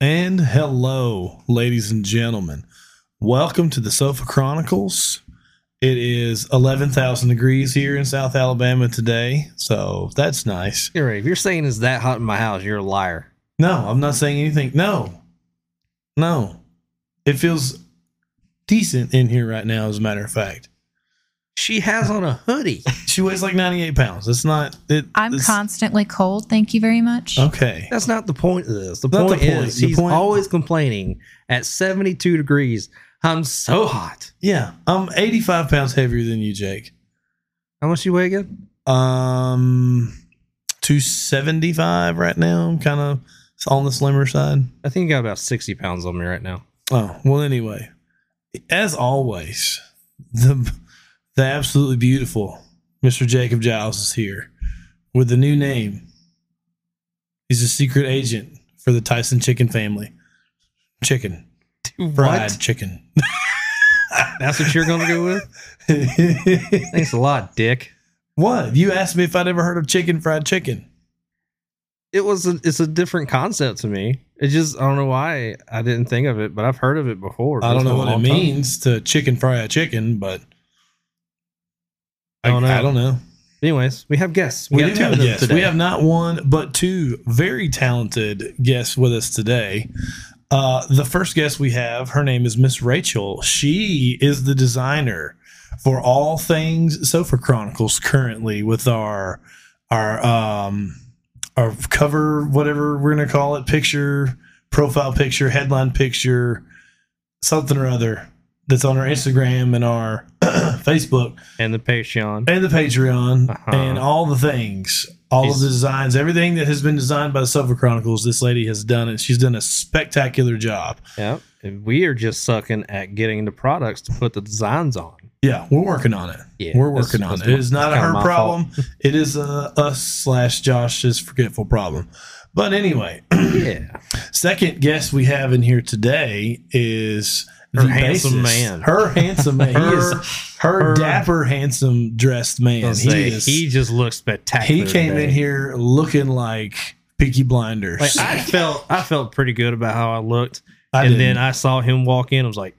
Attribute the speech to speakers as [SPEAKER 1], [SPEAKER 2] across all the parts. [SPEAKER 1] And hello, ladies and gentlemen. Welcome to the Sofa Chronicles. It is 11,000 degrees here in South Alabama today, so that's nice.
[SPEAKER 2] Gary, if you're saying it's that hot in my house, you're a liar.
[SPEAKER 1] No, I'm not saying anything. No, no. It feels decent in here right now, as a matter of fact.
[SPEAKER 2] She has on a hoodie.
[SPEAKER 1] She weighs like 98 pounds. It's not. It,
[SPEAKER 3] I'm
[SPEAKER 1] it's-
[SPEAKER 3] constantly cold. Thank you very much.
[SPEAKER 1] Okay.
[SPEAKER 2] That's not the point of this. The
[SPEAKER 1] Not the
[SPEAKER 2] point,
[SPEAKER 1] point.
[SPEAKER 2] is
[SPEAKER 1] The
[SPEAKER 2] he's
[SPEAKER 1] point-
[SPEAKER 2] always complaining at 72 degrees. I'm so hot.
[SPEAKER 1] Yeah. I'm 85 pounds heavier than you, Jake.
[SPEAKER 2] How much you weigh again?
[SPEAKER 1] Um, 275 right now. I'm kind of on the slimmer side.
[SPEAKER 2] I think you got about 60 pounds on me right now.
[SPEAKER 1] Oh, well, anyway, as always, the, the absolutely beautiful Mr. Jacob Giles is here with a new name. He's a secret agent for the Tyson chicken family. Chicken. Fried chicken.
[SPEAKER 2] That's what you're going to go with? Thanks a lot, Dick.
[SPEAKER 1] what? You asked me if I'd ever heard of chicken fried chicken.
[SPEAKER 2] It was a, it's a different concept to me. It just I don't know why I didn't think of it, but I've heard of it before.
[SPEAKER 1] I
[SPEAKER 2] It's
[SPEAKER 1] don't know
[SPEAKER 2] been
[SPEAKER 1] what
[SPEAKER 2] a
[SPEAKER 1] it
[SPEAKER 2] long time.
[SPEAKER 1] means to chicken fry a chicken, but
[SPEAKER 2] I don't know.
[SPEAKER 1] I don't know.
[SPEAKER 2] Anyways, we have guests.
[SPEAKER 1] We,
[SPEAKER 2] We, have
[SPEAKER 1] do
[SPEAKER 2] two
[SPEAKER 1] have
[SPEAKER 2] of them
[SPEAKER 1] guests.
[SPEAKER 2] today.
[SPEAKER 1] We have not one, but two very talented guests with us today. Uh, the first guest we have, her name is Miss Rachel. She is the designer for all things Sofa Chronicles currently with our our um our cover, whatever we're gonna call it, picture, profile picture, headline picture, something or other that's on our Instagram and our Facebook
[SPEAKER 2] and the Patreon.
[SPEAKER 1] and the Patreon
[SPEAKER 2] Uh-huh.
[SPEAKER 1] and all the things, all
[SPEAKER 2] She's-
[SPEAKER 1] of the designs, everything that has been designed by the Silver Chronicles. This lady has done it. She's done a spectacular job.
[SPEAKER 2] Yep. And we are just sucking at getting the products to put the designs on.
[SPEAKER 1] Yeah, we're working on it.
[SPEAKER 2] Yeah,
[SPEAKER 1] we're
[SPEAKER 2] that's-
[SPEAKER 1] working on
[SPEAKER 2] that's
[SPEAKER 1] it.
[SPEAKER 2] my-
[SPEAKER 1] It is not
[SPEAKER 2] that's kinda
[SPEAKER 1] her
[SPEAKER 2] my
[SPEAKER 1] problem. it is uh, us slash Josh's forgetful problem. But anyway,
[SPEAKER 2] Yeah.
[SPEAKER 1] second guest we have in here today is
[SPEAKER 2] Her handsome man.
[SPEAKER 1] Her handsome man. He is her,
[SPEAKER 2] her-
[SPEAKER 1] dapper, handsome, dressed man.
[SPEAKER 2] And he,
[SPEAKER 1] is-
[SPEAKER 2] he just looks spectacular.
[SPEAKER 1] he came
[SPEAKER 2] today.
[SPEAKER 1] in here looking like Peaky Blinders.
[SPEAKER 2] Like I felt I felt pretty good about how I looked.
[SPEAKER 1] I
[SPEAKER 2] and
[SPEAKER 1] didn't.
[SPEAKER 2] then I saw him walk in, I was like,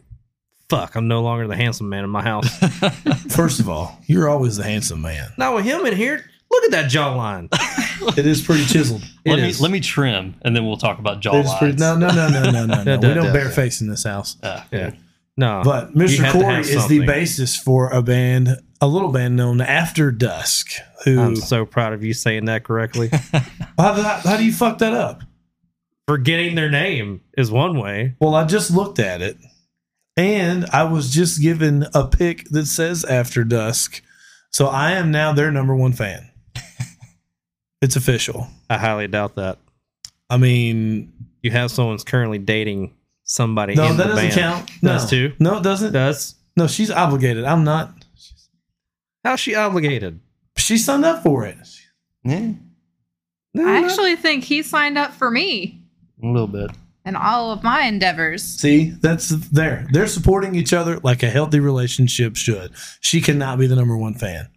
[SPEAKER 2] fuck, I'm no longer the handsome man in my house.
[SPEAKER 1] First of all, you're always the handsome man.
[SPEAKER 2] Not with him in here. Look at that jawline.
[SPEAKER 1] It is pretty chiseled.
[SPEAKER 2] It
[SPEAKER 4] Let me
[SPEAKER 2] is.
[SPEAKER 4] let me trim, and then we'll talk about
[SPEAKER 1] It is
[SPEAKER 4] jawlines.
[SPEAKER 1] pretty, no, no, no, no, no, no. no.
[SPEAKER 2] That
[SPEAKER 1] we
[SPEAKER 2] does,
[SPEAKER 1] don't
[SPEAKER 2] does,
[SPEAKER 1] bare
[SPEAKER 2] yeah.
[SPEAKER 1] face in this house.
[SPEAKER 4] Ah,
[SPEAKER 2] Yeah. No.
[SPEAKER 1] But
[SPEAKER 2] You
[SPEAKER 1] Mr.
[SPEAKER 2] have to
[SPEAKER 1] Corey
[SPEAKER 2] have
[SPEAKER 1] is the
[SPEAKER 2] something.
[SPEAKER 1] basis for a band, a little band known After Dusk. Who?
[SPEAKER 2] I'm so proud of you saying that correctly.
[SPEAKER 1] How, how, how do you fuck that up?
[SPEAKER 2] Forgetting their name is one way.
[SPEAKER 1] Well, I just looked at it, and I was just given a pick that says After Dusk, so I am now their number one fan. it's official.
[SPEAKER 2] I highly doubt that.
[SPEAKER 1] I mean,
[SPEAKER 2] You have someone's currently dating somebody.
[SPEAKER 1] no,
[SPEAKER 2] in
[SPEAKER 1] that
[SPEAKER 2] the
[SPEAKER 1] doesn't
[SPEAKER 2] band.
[SPEAKER 1] count. No,
[SPEAKER 2] Does too.
[SPEAKER 1] No, it doesn't.
[SPEAKER 2] Does
[SPEAKER 1] No, she's obligated. I'm not.
[SPEAKER 2] how's she obligated?
[SPEAKER 1] She signed up for it.
[SPEAKER 4] yeah,
[SPEAKER 2] No,
[SPEAKER 3] I
[SPEAKER 2] no.
[SPEAKER 3] actually think he signed up for me
[SPEAKER 4] a little bit.
[SPEAKER 3] and all of my endeavors.
[SPEAKER 1] See, that's there. They're supporting each other like a healthy relationship should. She cannot be the number one fan.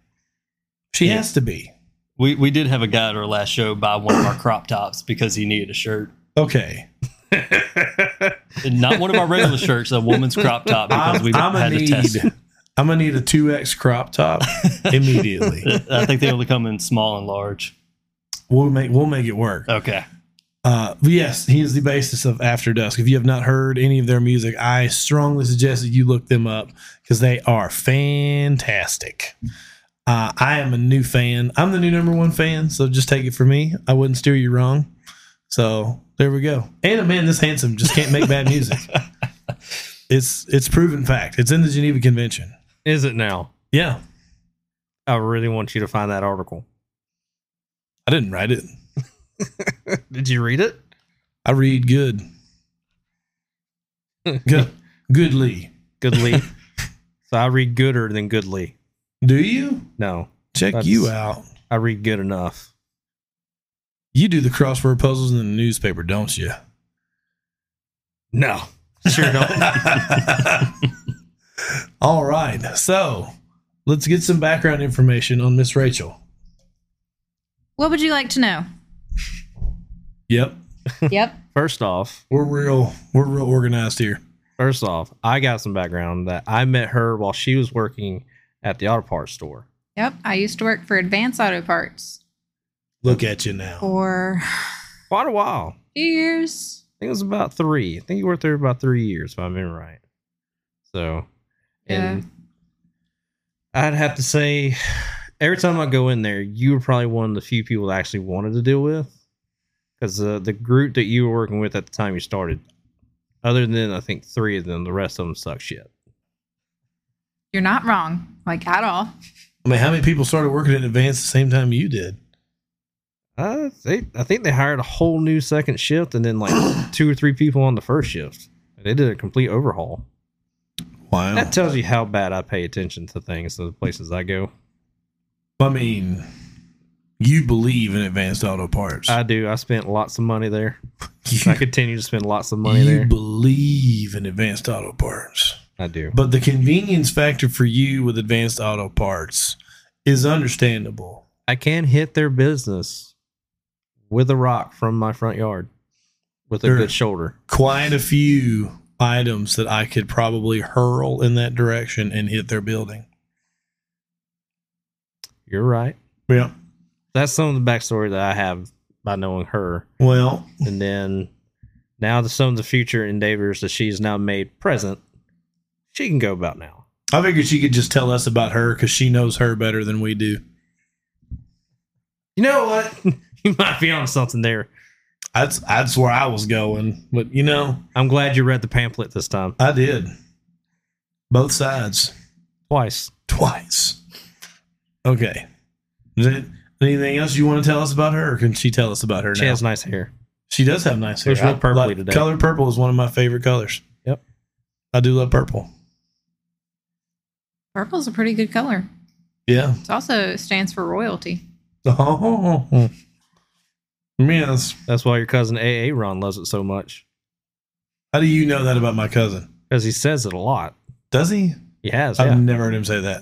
[SPEAKER 1] She
[SPEAKER 4] Yeah.
[SPEAKER 1] has to be.
[SPEAKER 4] We we did have a guy at our last show buy one of our crop tops because he needed a shirt,
[SPEAKER 1] Okay.
[SPEAKER 4] and not one of our regular shirts, a woman's crop top because
[SPEAKER 1] I'm,
[SPEAKER 4] we
[SPEAKER 1] I'm gonna
[SPEAKER 4] had to
[SPEAKER 1] need
[SPEAKER 4] test. it.
[SPEAKER 1] I'm gonna need a two X crop top immediately.
[SPEAKER 4] I think they only come in small and large.
[SPEAKER 1] we'll make we'll make it work.
[SPEAKER 4] Okay,
[SPEAKER 1] Uh, but yes, he is the basis of After Dusk. If you have not heard any of their music, I strongly suggest that you look them up because they are fantastic. Uh, I am a new fan. I'm the new number one fan, so just take it from me. I wouldn't steer you wrong. So there we go. And a man this handsome just can't make bad music. It's it's proven fact. It's in the Geneva Convention.
[SPEAKER 2] is it now?
[SPEAKER 1] Yeah,
[SPEAKER 2] I really want you to find that article.
[SPEAKER 1] I didn't write it.
[SPEAKER 2] Did you read it?
[SPEAKER 1] I read good. Good, goodly.
[SPEAKER 2] Goodly. so I read gooder than goodly.
[SPEAKER 1] Do you
[SPEAKER 2] No,
[SPEAKER 1] check
[SPEAKER 2] That's-
[SPEAKER 1] you out?
[SPEAKER 2] I read good enough.
[SPEAKER 1] You do the crossword puzzles in the newspaper, don't you?
[SPEAKER 2] No, sure don't.
[SPEAKER 1] All right. So let's get some background information on Miss Rachel.
[SPEAKER 3] What would you like to know?
[SPEAKER 1] Yep.
[SPEAKER 3] yep.
[SPEAKER 2] First off,
[SPEAKER 1] We're real. We're real organized here.
[SPEAKER 2] first off, I got some background that I met her while she was working at the auto parts store.
[SPEAKER 3] Yep. I used to work for Advance Auto Parts
[SPEAKER 1] Look at you now.
[SPEAKER 3] for
[SPEAKER 2] Quite a while.
[SPEAKER 3] years.
[SPEAKER 2] I think it was about three. I think you worked there about three years, if I remember right. So, and I'd have to say, every time I go in there, you were probably one of the few people that actually wanted to deal with, because uh, the group that you were working with at the time you started, other than I think three of them, the rest of them suck shit.
[SPEAKER 3] You're not wrong, like at all.
[SPEAKER 1] I mean, how many people started working in advance the same time you did?
[SPEAKER 2] Uh, they, I think they hired a whole new second shift and then like two or three people on the first shift. They did a complete overhaul.
[SPEAKER 1] Wow.
[SPEAKER 2] That tells you how bad I pay attention to things to the places I go.
[SPEAKER 1] I mean, you believe in advanced auto parts.
[SPEAKER 2] I do. I spent lots of money there.
[SPEAKER 1] you
[SPEAKER 2] I continue to spend lots of money
[SPEAKER 1] you
[SPEAKER 2] there.
[SPEAKER 1] believe in advanced auto parts.
[SPEAKER 2] I do.
[SPEAKER 1] But the convenience factor for you with advanced auto parts is understandable.
[SPEAKER 2] I can hit their business with a rock from my front yard with a
[SPEAKER 1] Sure.
[SPEAKER 2] good shoulder.
[SPEAKER 1] Quite a few items that I could probably hurl in that direction and hit their building.
[SPEAKER 2] You're right.
[SPEAKER 1] Yeah.
[SPEAKER 2] That's some of the backstory that I have by knowing her.
[SPEAKER 1] Well,
[SPEAKER 2] And then now the some of the future endeavors that she's now made present, she can go about now.
[SPEAKER 1] I figured she could just tell us about her because she knows her better than we do.
[SPEAKER 2] You know what? you might be on something there.
[SPEAKER 1] That's that's where I was going, but you know,
[SPEAKER 2] I'm glad you read the pamphlet this time.
[SPEAKER 1] I did both sides.
[SPEAKER 2] Twice.
[SPEAKER 1] twice. Okay. Is it anything else you want to tell us about her, or can she tell us about her
[SPEAKER 2] She
[SPEAKER 1] now?
[SPEAKER 2] has nice hair.
[SPEAKER 1] she does have nice hair.
[SPEAKER 2] Looks real purpley
[SPEAKER 1] Like,
[SPEAKER 2] today.
[SPEAKER 1] Color purple is one of my favorite colors.
[SPEAKER 2] Yep.
[SPEAKER 1] I do love purple.
[SPEAKER 3] Purple's a pretty good color.
[SPEAKER 1] Yeah.
[SPEAKER 3] It also stands for royalty.
[SPEAKER 1] Oh. Yes.
[SPEAKER 2] That's why your cousin AA Ron loves it so much
[SPEAKER 1] How do you know that about my cousin?
[SPEAKER 2] because he says it a lot.
[SPEAKER 1] Does he?
[SPEAKER 2] He has.
[SPEAKER 1] I've
[SPEAKER 2] yeah.
[SPEAKER 1] never heard him say that.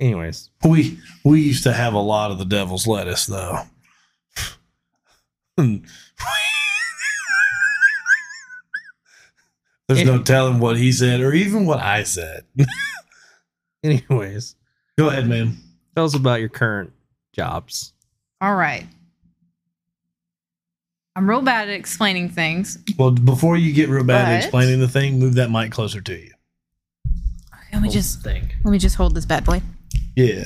[SPEAKER 2] Anyways,
[SPEAKER 1] We we used to have a lot of the devil's lettuce though. There's no telling what he said or even what I said.
[SPEAKER 2] anyways,
[SPEAKER 1] Go ahead, ma'am.
[SPEAKER 2] tell us about your current jobs.
[SPEAKER 3] All right. I'm real bad at explaining things.
[SPEAKER 1] Well, before you get real bad at
[SPEAKER 3] But-
[SPEAKER 1] explaining the thing, move that mic closer to you.
[SPEAKER 3] Let me just
[SPEAKER 2] think.
[SPEAKER 3] let me just hold this bad boy.
[SPEAKER 1] Yeah.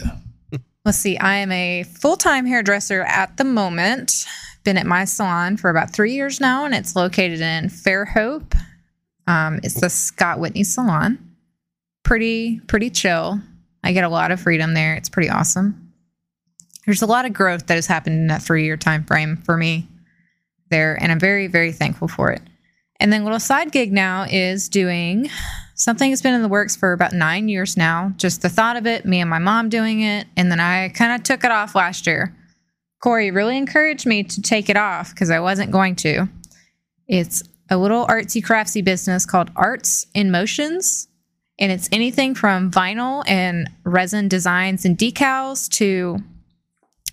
[SPEAKER 3] Let's see. I am a full-time hairdresser at the moment. Been at my salon for about three years now, and it's located in Fairhope. Um, it's the Scott Whitney Salon. Pretty, pretty chill. I get a lot of freedom there. It's pretty awesome. There's a lot of growth that has happened in that three-year time frame for me there, and I'm very, very thankful for it. And then little side gig now is doing something that's been in the works for about nine years now. Just the thought of it, me and my mom doing it, and then I kind of took it off last year. Corey really encouraged me to take it off because I wasn't going to. It's a little artsy craftsy business called Arts in Motions, and it's anything from vinyl and resin designs and decals to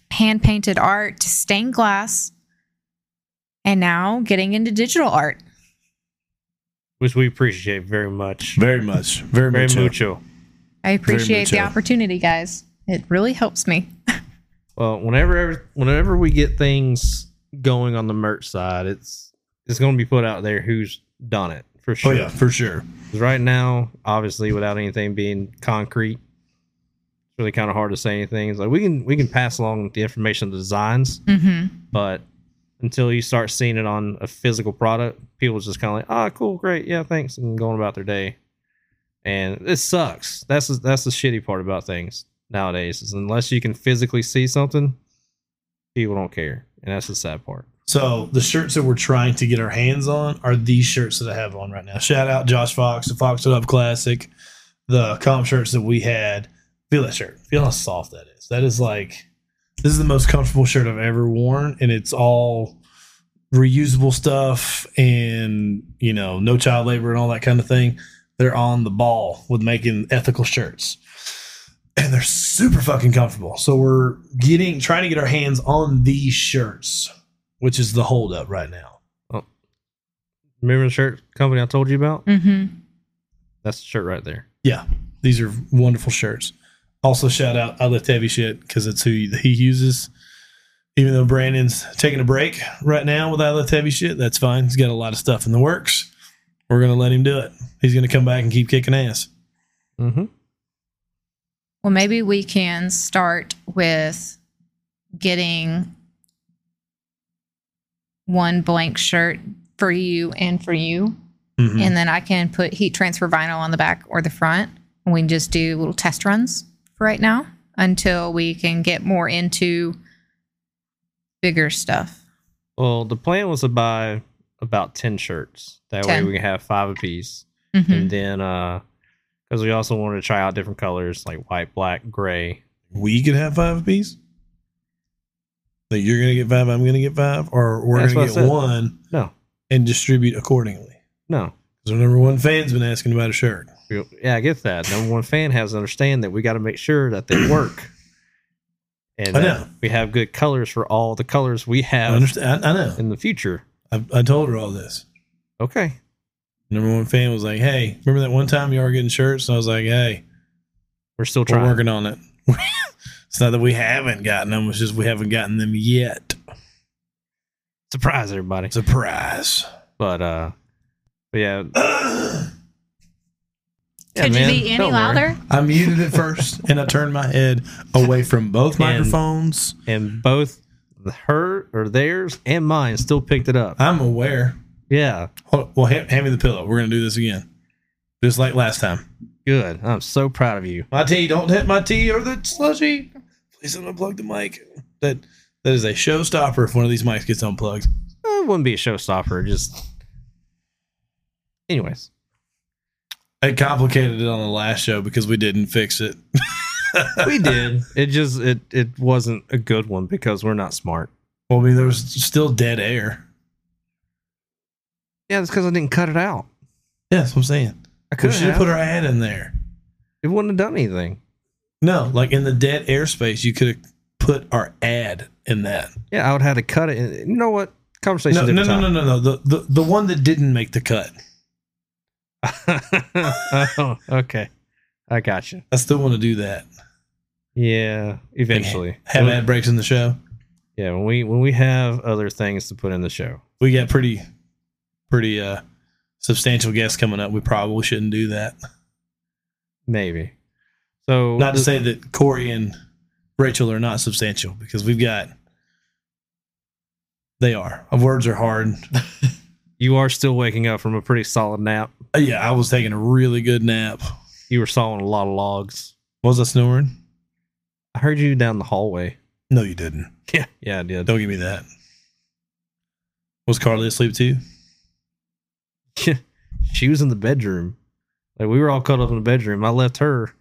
[SPEAKER 3] hand painted art to stained glass, and now getting into digital art.
[SPEAKER 2] Which we appreciate very much.
[SPEAKER 1] Very much. Very,
[SPEAKER 2] Very
[SPEAKER 1] much.
[SPEAKER 2] mucho.
[SPEAKER 3] I appreciate the
[SPEAKER 1] mucho.
[SPEAKER 3] opportunity, guys. It really helps me.
[SPEAKER 2] Well, whenever whenever we get things going on the merch side, it's it's going to be put out there who's done it for
[SPEAKER 1] Oh
[SPEAKER 2] sure.
[SPEAKER 1] yeah, for sure.
[SPEAKER 2] 'Cause Right now, obviously, without anything being concrete, it's really kind of hard to say anything. It's like we can we can pass along the information, of the designs,
[SPEAKER 3] Mm-hmm.
[SPEAKER 2] but until you start seeing it on a physical product, people just kind of like, ah, cool, great, yeah, thanks, and going about their day. And it sucks. That's the- that's the shitty part about things nowadays is unless you can physically see something, people don't care, and that's the sad part.
[SPEAKER 1] So the shirts that we're trying to get our hands on are these shirts that I have on right now. Shout out Josh Fox, the Fox It Up Classic, the com shirts that we had. Feel that shirt. Feel how soft that is. That is like this is the most comfortable shirt I've ever worn, and it's all reusable stuff and you know no child labor and all that kind of thing. They're on the ball with making ethical shirts. And they're super fucking comfortable. So we're getting trying to get our hands on these shirts which is the holdup right now.
[SPEAKER 2] Well, Remember the shirt company I told you about?
[SPEAKER 3] Mm-hmm.
[SPEAKER 2] That's the shirt right there.
[SPEAKER 1] Yeah, these are wonderful shirts. Also, shout out I lift heavy shit because it's who he uses. Even though Brandon's taking a break right now with I lift heavy shit, that's fine. He's got a lot of stuff in the works. We're gonna let him do it. He's gonna come back and keep kicking ass.
[SPEAKER 2] Mm-hmm.
[SPEAKER 3] Well, maybe we can start with getting one blank shirt for you and for you.
[SPEAKER 2] Mm.
[SPEAKER 1] Mhm.
[SPEAKER 3] And then I can put heat transfer vinyl on the back or the front. And we can just do little test runs for right now until we can get more into bigger stuff.
[SPEAKER 2] Well, the plan was to buy about ten shirts. That
[SPEAKER 3] Ten.
[SPEAKER 2] way we can have five apiece,
[SPEAKER 3] Mhm.
[SPEAKER 2] and then uh, because we also wanted to try out different colors like white, black, gray.
[SPEAKER 1] we could have five apiece. That you're gonna get five, I'm gonna get five, or we're
[SPEAKER 2] That's
[SPEAKER 1] gonna
[SPEAKER 2] what I
[SPEAKER 1] get
[SPEAKER 2] said.
[SPEAKER 1] one
[SPEAKER 2] No,
[SPEAKER 1] and distribute accordingly.
[SPEAKER 2] no.
[SPEAKER 1] Because our number one fan's been asking about a shirt.
[SPEAKER 2] Yeah, I get that. Number one fan has to understand that we got to make sure that they work, and
[SPEAKER 1] I
[SPEAKER 2] that
[SPEAKER 1] know.
[SPEAKER 2] we have good colors for all the colors we
[SPEAKER 1] I
[SPEAKER 2] have
[SPEAKER 1] understand. I, I know.
[SPEAKER 2] in the future.
[SPEAKER 1] I, I told her all this.
[SPEAKER 2] Okay,
[SPEAKER 1] Number one fan was like, "Hey, remember that one time you were getting shirts?" And I was like, "Hey,
[SPEAKER 2] we're still
[SPEAKER 1] we're
[SPEAKER 2] trying.
[SPEAKER 1] working on it. it's not that we haven't gotten them; it's just we haven't gotten them yet.
[SPEAKER 2] Surprise everybody!
[SPEAKER 1] Surprise!
[SPEAKER 2] But uh, but yeah,
[SPEAKER 1] I
[SPEAKER 2] Yeah,
[SPEAKER 3] Could
[SPEAKER 2] man,
[SPEAKER 3] you be any
[SPEAKER 2] don't worry.
[SPEAKER 3] louder?
[SPEAKER 1] muted it first, and I turned my head away from both microphones.
[SPEAKER 2] and both her or theirs and mine still picked it up.
[SPEAKER 1] I'm aware.
[SPEAKER 2] Yeah,
[SPEAKER 1] Hold, well, hand, hand me the pillow. We're gonna do this again, just like last time.
[SPEAKER 2] good. I'm so proud of you.
[SPEAKER 1] My tea, don't hit my tea or the slushy. Please don't unplug the mic. That that is a showstopper if one of these mics gets unplugged.
[SPEAKER 2] Uh, It wouldn't be a showstopper. Just, anyways,
[SPEAKER 1] It complicated it on the last show because we didn't fix it.
[SPEAKER 2] we did. It just it it wasn't a good one because we're not smart.
[SPEAKER 1] Well, I mean, there was still dead air.
[SPEAKER 2] Yeah, that's because I didn't cut it out.
[SPEAKER 1] Yeah, that's what I'm saying.
[SPEAKER 2] I
[SPEAKER 1] We
[SPEAKER 2] could
[SPEAKER 1] should
[SPEAKER 2] have.
[SPEAKER 1] have put our ad in there.
[SPEAKER 2] it wouldn't have done anything.
[SPEAKER 1] No, like in the dead airspace, you could have put our ad in that.
[SPEAKER 2] Yeah, I would have had to cut it. and- You know what? Conversation.
[SPEAKER 1] No, no,
[SPEAKER 2] different
[SPEAKER 1] no,
[SPEAKER 2] time.
[SPEAKER 1] no, no, no. The, the the one that didn't make the cut.
[SPEAKER 2] oh, okay, I got you.
[SPEAKER 1] I still want to do that.
[SPEAKER 2] Yeah, eventually.
[SPEAKER 1] Have ad breaks in the show.
[SPEAKER 2] Yeah, when we when we have other things to put in the show.
[SPEAKER 1] We got pretty, pretty uh, substantial guests coming up. We probably shouldn't do that.
[SPEAKER 2] Maybe. So
[SPEAKER 1] Not to say that Corey and Rachel are not substantial because we've got. They are. Words are hard.
[SPEAKER 2] you are still waking up from a pretty solid nap.
[SPEAKER 1] Uh, Yeah, I was taking a really good nap.
[SPEAKER 2] You were sawing a lot of logs.
[SPEAKER 1] Was I snoring?
[SPEAKER 2] I heard you down the hallway.
[SPEAKER 1] No, you didn't.
[SPEAKER 2] Yeah, yeah, I did.
[SPEAKER 1] Don't give me that. Was Carly asleep too?
[SPEAKER 2] She was in the bedroom. Like we were all cuddled up in the bedroom. I left her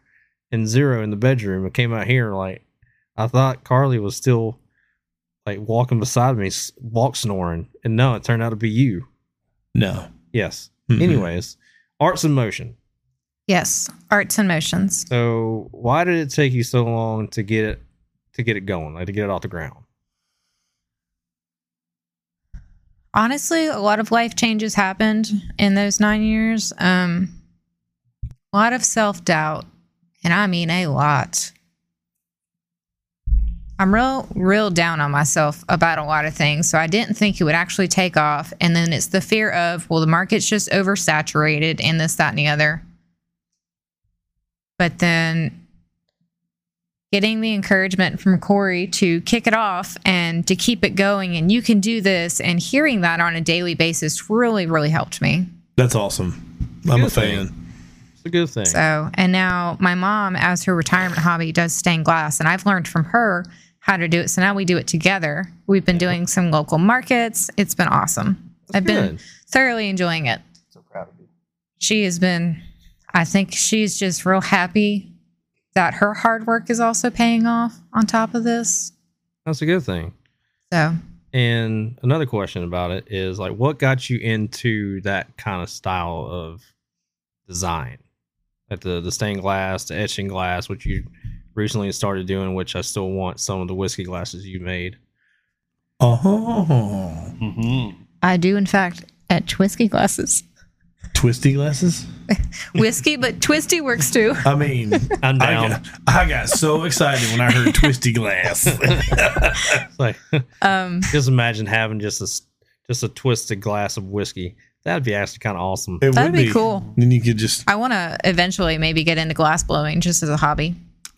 [SPEAKER 2] and Zero in the bedroom. I came out here like I thought Carly was still like walking beside me, s- walk snoring. And no, it turned out to be you.
[SPEAKER 1] No.
[SPEAKER 2] Yes.
[SPEAKER 1] Mhm.
[SPEAKER 2] Anyways, arts in motion.
[SPEAKER 3] Yes, arts and motions.
[SPEAKER 2] So why did it take you so long to get it to get it going, like to get it off the ground?
[SPEAKER 3] honestly, a lot of life changes happened in those nine years. Um, a lot of self doubt, and I mean a lot. I'm real, real down on myself about a lot of things. So I didn't think it would actually take off. And then it's the fear of, well, the market's just oversaturated and this, that, and the other. But then getting the encouragement from Corey to kick it off and to keep it going and you can do this and hearing that on a daily basis really, really helped me.
[SPEAKER 1] That's awesome. I'm a
[SPEAKER 2] Good thing.
[SPEAKER 1] fan.
[SPEAKER 2] It's a good thing.
[SPEAKER 3] So, and now my mom, as her retirement hobby, does stained glass, and I've learned from her how to do it. So now we do it together. We've been doing some local markets. It's been awesome. I've been
[SPEAKER 2] good.
[SPEAKER 3] thoroughly enjoying it.
[SPEAKER 4] So proud of you.
[SPEAKER 3] She has been, I think she's just real happy that her hard work is also paying off on top of this.
[SPEAKER 2] That's a good thing.
[SPEAKER 3] So,
[SPEAKER 2] And another question about it is like, what got you into that kind of style of design, like the the stained glass, the etching glass, which you recently started doing, which I still want some of the whiskey glasses you made.
[SPEAKER 1] Oh.
[SPEAKER 4] Mm-hmm.
[SPEAKER 3] I do, in fact, at Twisky Glasses.
[SPEAKER 1] Twisty glasses?
[SPEAKER 3] Whiskey, but Twisty works too.
[SPEAKER 1] I mean,
[SPEAKER 2] I'm
[SPEAKER 1] I
[SPEAKER 2] down.
[SPEAKER 1] got, I got so excited when I heard twisty glass.
[SPEAKER 2] It's like
[SPEAKER 3] Um,
[SPEAKER 2] just imagine having just a s- just a twisted glass of whiskey. That'd be actually kind of awesome.
[SPEAKER 1] It
[SPEAKER 3] That'd
[SPEAKER 1] would
[SPEAKER 3] be cool.
[SPEAKER 1] Then you could just,
[SPEAKER 3] I want to eventually maybe get into glass blowing just as a hobby.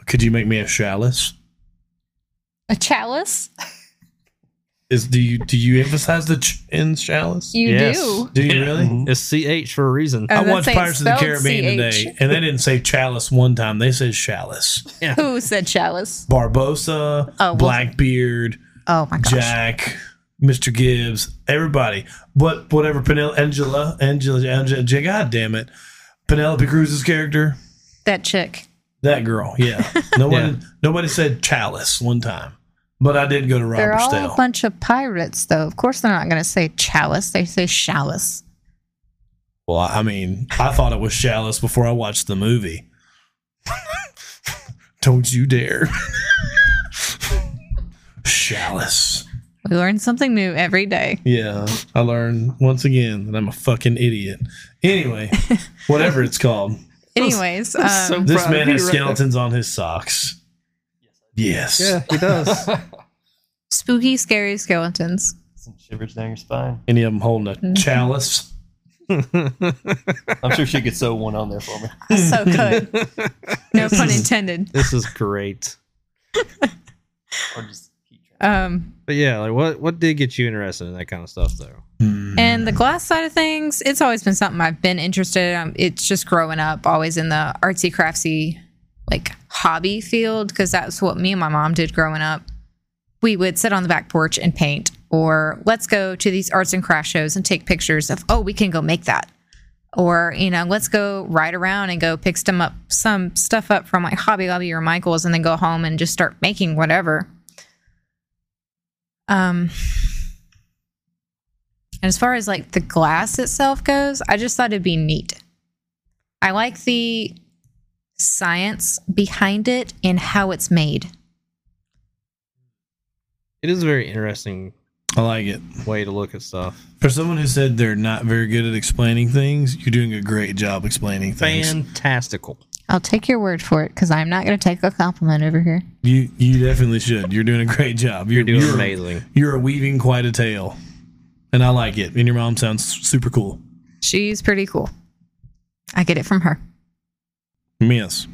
[SPEAKER 1] could you make me a chalice?
[SPEAKER 3] A chalice?
[SPEAKER 1] Is do you do you emphasize the ch- in chalice?
[SPEAKER 3] You
[SPEAKER 2] Yes.
[SPEAKER 3] do.
[SPEAKER 1] Do you really?
[SPEAKER 2] It's ch for a reason.
[SPEAKER 3] Oh,
[SPEAKER 1] I
[SPEAKER 3] that's
[SPEAKER 1] watched
[SPEAKER 3] say it's
[SPEAKER 1] Pirates of the
[SPEAKER 3] spelled
[SPEAKER 1] Caribbean
[SPEAKER 3] CH.
[SPEAKER 1] today, and they didn't say chalice one time. They said chalice.
[SPEAKER 3] Who said chalice?
[SPEAKER 1] Barbosa,
[SPEAKER 3] Oh, well-
[SPEAKER 1] Blackbeard,
[SPEAKER 3] Oh my gosh.
[SPEAKER 1] Jack, Mr. Gibbs, everybody. But whatever Penel Angela, Angela, Angela, J- God damn it, Penelope Cruz's character,
[SPEAKER 3] That chick.
[SPEAKER 1] that girl. Yeah, no
[SPEAKER 2] Yeah.
[SPEAKER 1] one, nobody said chalice one time. But I did go to
[SPEAKER 3] They're
[SPEAKER 1] Robert
[SPEAKER 3] all
[SPEAKER 1] Stale.
[SPEAKER 3] a bunch of pirates, though. Of course, they're not going to say chalice. They say chalice.
[SPEAKER 1] Well, I mean, I thought it was chalice before I watched the movie. Don't you dare, chalice.
[SPEAKER 3] We learn something new every day.
[SPEAKER 1] Yeah, I learned once again that I'm a fucking idiot. Anyway, whatever it's called,
[SPEAKER 3] Anyways, um,
[SPEAKER 2] so-
[SPEAKER 1] this
[SPEAKER 2] Proud of
[SPEAKER 1] man
[SPEAKER 2] you
[SPEAKER 1] has
[SPEAKER 2] right there.
[SPEAKER 1] skeletons on his socks. Yes.
[SPEAKER 2] Yeah, he does.
[SPEAKER 3] spooky, scary skeletons.
[SPEAKER 4] Some shivers down your spine.
[SPEAKER 1] Any of them holding
[SPEAKER 2] Mm-hmm.
[SPEAKER 1] a chalice?
[SPEAKER 4] I'm sure she could sew one on there for me.
[SPEAKER 3] So good. No pun intended.
[SPEAKER 2] this is great.
[SPEAKER 4] Or just keep track.
[SPEAKER 3] Um,
[SPEAKER 2] But yeah, like what what did get you interested in that kind of stuff though?
[SPEAKER 1] Hmm.
[SPEAKER 3] And the glass side of things, it's always been something I've been interested in. Um, It's just growing up, always in the artsy craftsy, like hobby field, because that's what me and my mom did growing up. We would sit on the back porch and paint, or let's go to these arts and crafts shows and take pictures of, oh, we can go make that. Or, you know, let's go ride around and go pick some up some stuff up from like Hobby Lobby or Michael's and then go home and just start making whatever. Um, and as far as like the glass itself goes, I just thought it'd be neat. I like the science behind it and how it's made.
[SPEAKER 2] It is a very interesting
[SPEAKER 1] I like it.
[SPEAKER 2] way to look at stuff.
[SPEAKER 1] For someone who said they're not very good at explaining things, you're doing a great job explaining things.
[SPEAKER 2] Fantastical.
[SPEAKER 3] I'll take your word for it because I'm not going to take a compliment over here.
[SPEAKER 1] You you definitely should. You're doing a great job. You're,
[SPEAKER 2] You're doing
[SPEAKER 1] you're-
[SPEAKER 2] amazing.
[SPEAKER 1] You're weaving quite a tale, and I like it. And your mom sounds super cool.
[SPEAKER 3] She's pretty cool. I get it from her.
[SPEAKER 1] Miss.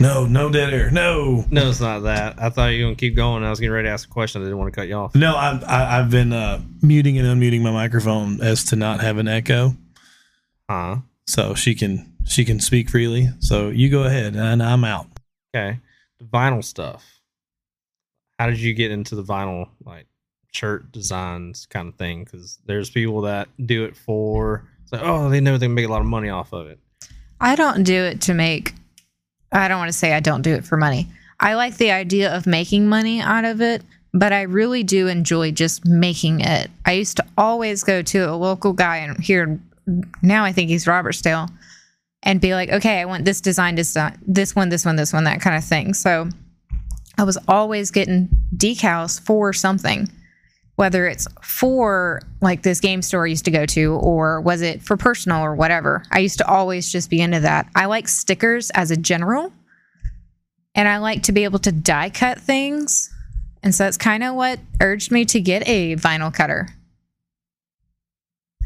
[SPEAKER 1] No, no dead air. No,
[SPEAKER 2] No, it's not that. I thought you were gonna keep going. I was getting ready to ask a question. I didn't want to cut you off.
[SPEAKER 1] no. I'm, I, I've been uh, muting and unmuting my microphone as to not have an echo,
[SPEAKER 2] Huh?
[SPEAKER 1] so she can she can speak freely. So you go ahead, and I'm out.
[SPEAKER 2] Okay. The vinyl stuff. How did you get into the vinyl like shirt designs kind of thing? Because there's people that do it for it's like, oh, they know they can make a lot of money off of it.
[SPEAKER 3] I don't do it to make, I don't want to say I don't do it for money. I like the idea of making money out of it, but I really do enjoy just making it. I used to always go to a local guy and here, now I think he's Robert Stale, and be like, okay, I want this design, design, this one, this one, this one, that kind of thing. So I was always getting decals for something whether it's for like this game store I used to go to, or was it for personal or whatever. I used to always just be into that. I like stickers as a general, and I like to be able to die cut things. And so that's kind of what urged me to get a vinyl cutter.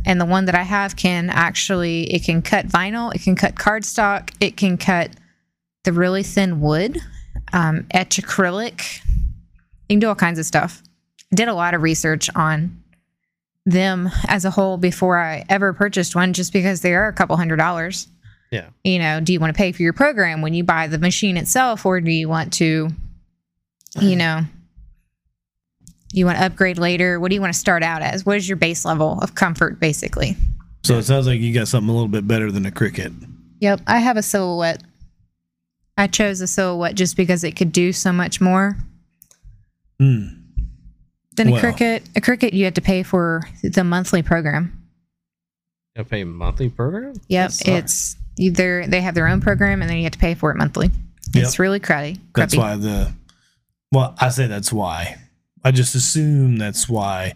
[SPEAKER 3] And the one that I have can actually, it can cut vinyl, it can cut cardstock, it can cut the really thin wood, um, etch acrylic. You can do all kinds of stuff did a lot of research on them as a whole before I ever purchased one, just because they are a couple hundred dollars.
[SPEAKER 2] Yeah.
[SPEAKER 3] You know, do you want to pay for your program when you buy the machine itself, or do you want to, you know, you want to upgrade later? What do you want to start out as? What is your base level of comfort, basically?
[SPEAKER 1] So it sounds like you got something a little bit better than a cricket.
[SPEAKER 3] Yep, I have a silhouette. I chose a silhouette just because it could do so much more
[SPEAKER 1] Mm.
[SPEAKER 3] than
[SPEAKER 1] Well.
[SPEAKER 3] a cricket. A cricket, you had to pay for the monthly program.
[SPEAKER 2] You gotta pay a monthly program?
[SPEAKER 3] Yep,
[SPEAKER 1] That sucks.
[SPEAKER 3] it's you- they're they have their own program and then you have to pay for it monthly.
[SPEAKER 1] Yep.
[SPEAKER 3] It's really cruddy.
[SPEAKER 1] That's
[SPEAKER 3] crappy.
[SPEAKER 1] why the. Well, I say that's why. I just assume that's why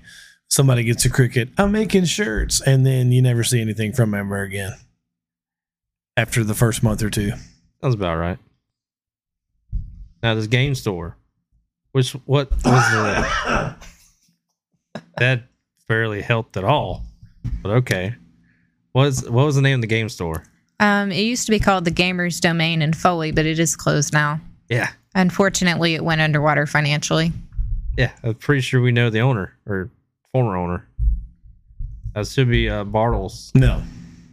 [SPEAKER 1] somebody gets a cricket. I'm making shirts, and then you never see anything from them ever again after the first month or two.
[SPEAKER 2] Sounds about right. Now this game store, which what was the that barely helped at all, but okay. What is what was the name of the game store?
[SPEAKER 3] Um, it used to be called the Gamers Domain in Foley, but it is closed now.
[SPEAKER 2] Yeah,
[SPEAKER 3] Unfortunately, it went underwater financially.
[SPEAKER 2] yeah. I'm pretty sure we know the owner or former owner. That should be uh, Bartles.
[SPEAKER 1] No,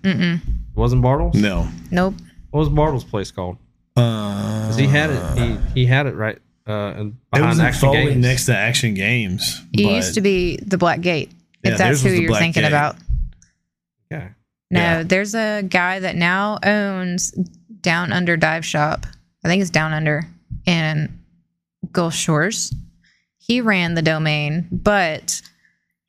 [SPEAKER 3] Mm-mm.
[SPEAKER 2] It wasn't Bartles?
[SPEAKER 1] no.
[SPEAKER 3] Nope.
[SPEAKER 2] What was Bartles' place called?
[SPEAKER 1] Uh,
[SPEAKER 2] 'Cause he had it. He, he had it right uh, in-
[SPEAKER 1] it
[SPEAKER 2] behind
[SPEAKER 1] was in
[SPEAKER 2] Action
[SPEAKER 1] Foley
[SPEAKER 2] Games.
[SPEAKER 1] next to Action Games.
[SPEAKER 3] It
[SPEAKER 1] but-
[SPEAKER 3] used to be the Black Gate, if
[SPEAKER 1] Yeah,
[SPEAKER 3] that's
[SPEAKER 1] theirs
[SPEAKER 3] who
[SPEAKER 1] was the
[SPEAKER 3] you're
[SPEAKER 1] Black
[SPEAKER 3] thinking
[SPEAKER 1] Gate.
[SPEAKER 3] about.
[SPEAKER 2] Yeah.
[SPEAKER 3] No,
[SPEAKER 1] Yeah.
[SPEAKER 3] there's a guy that now owns Down Under Dive Shop. I think it's Down Under in Gulf Shores. He ran the domain, but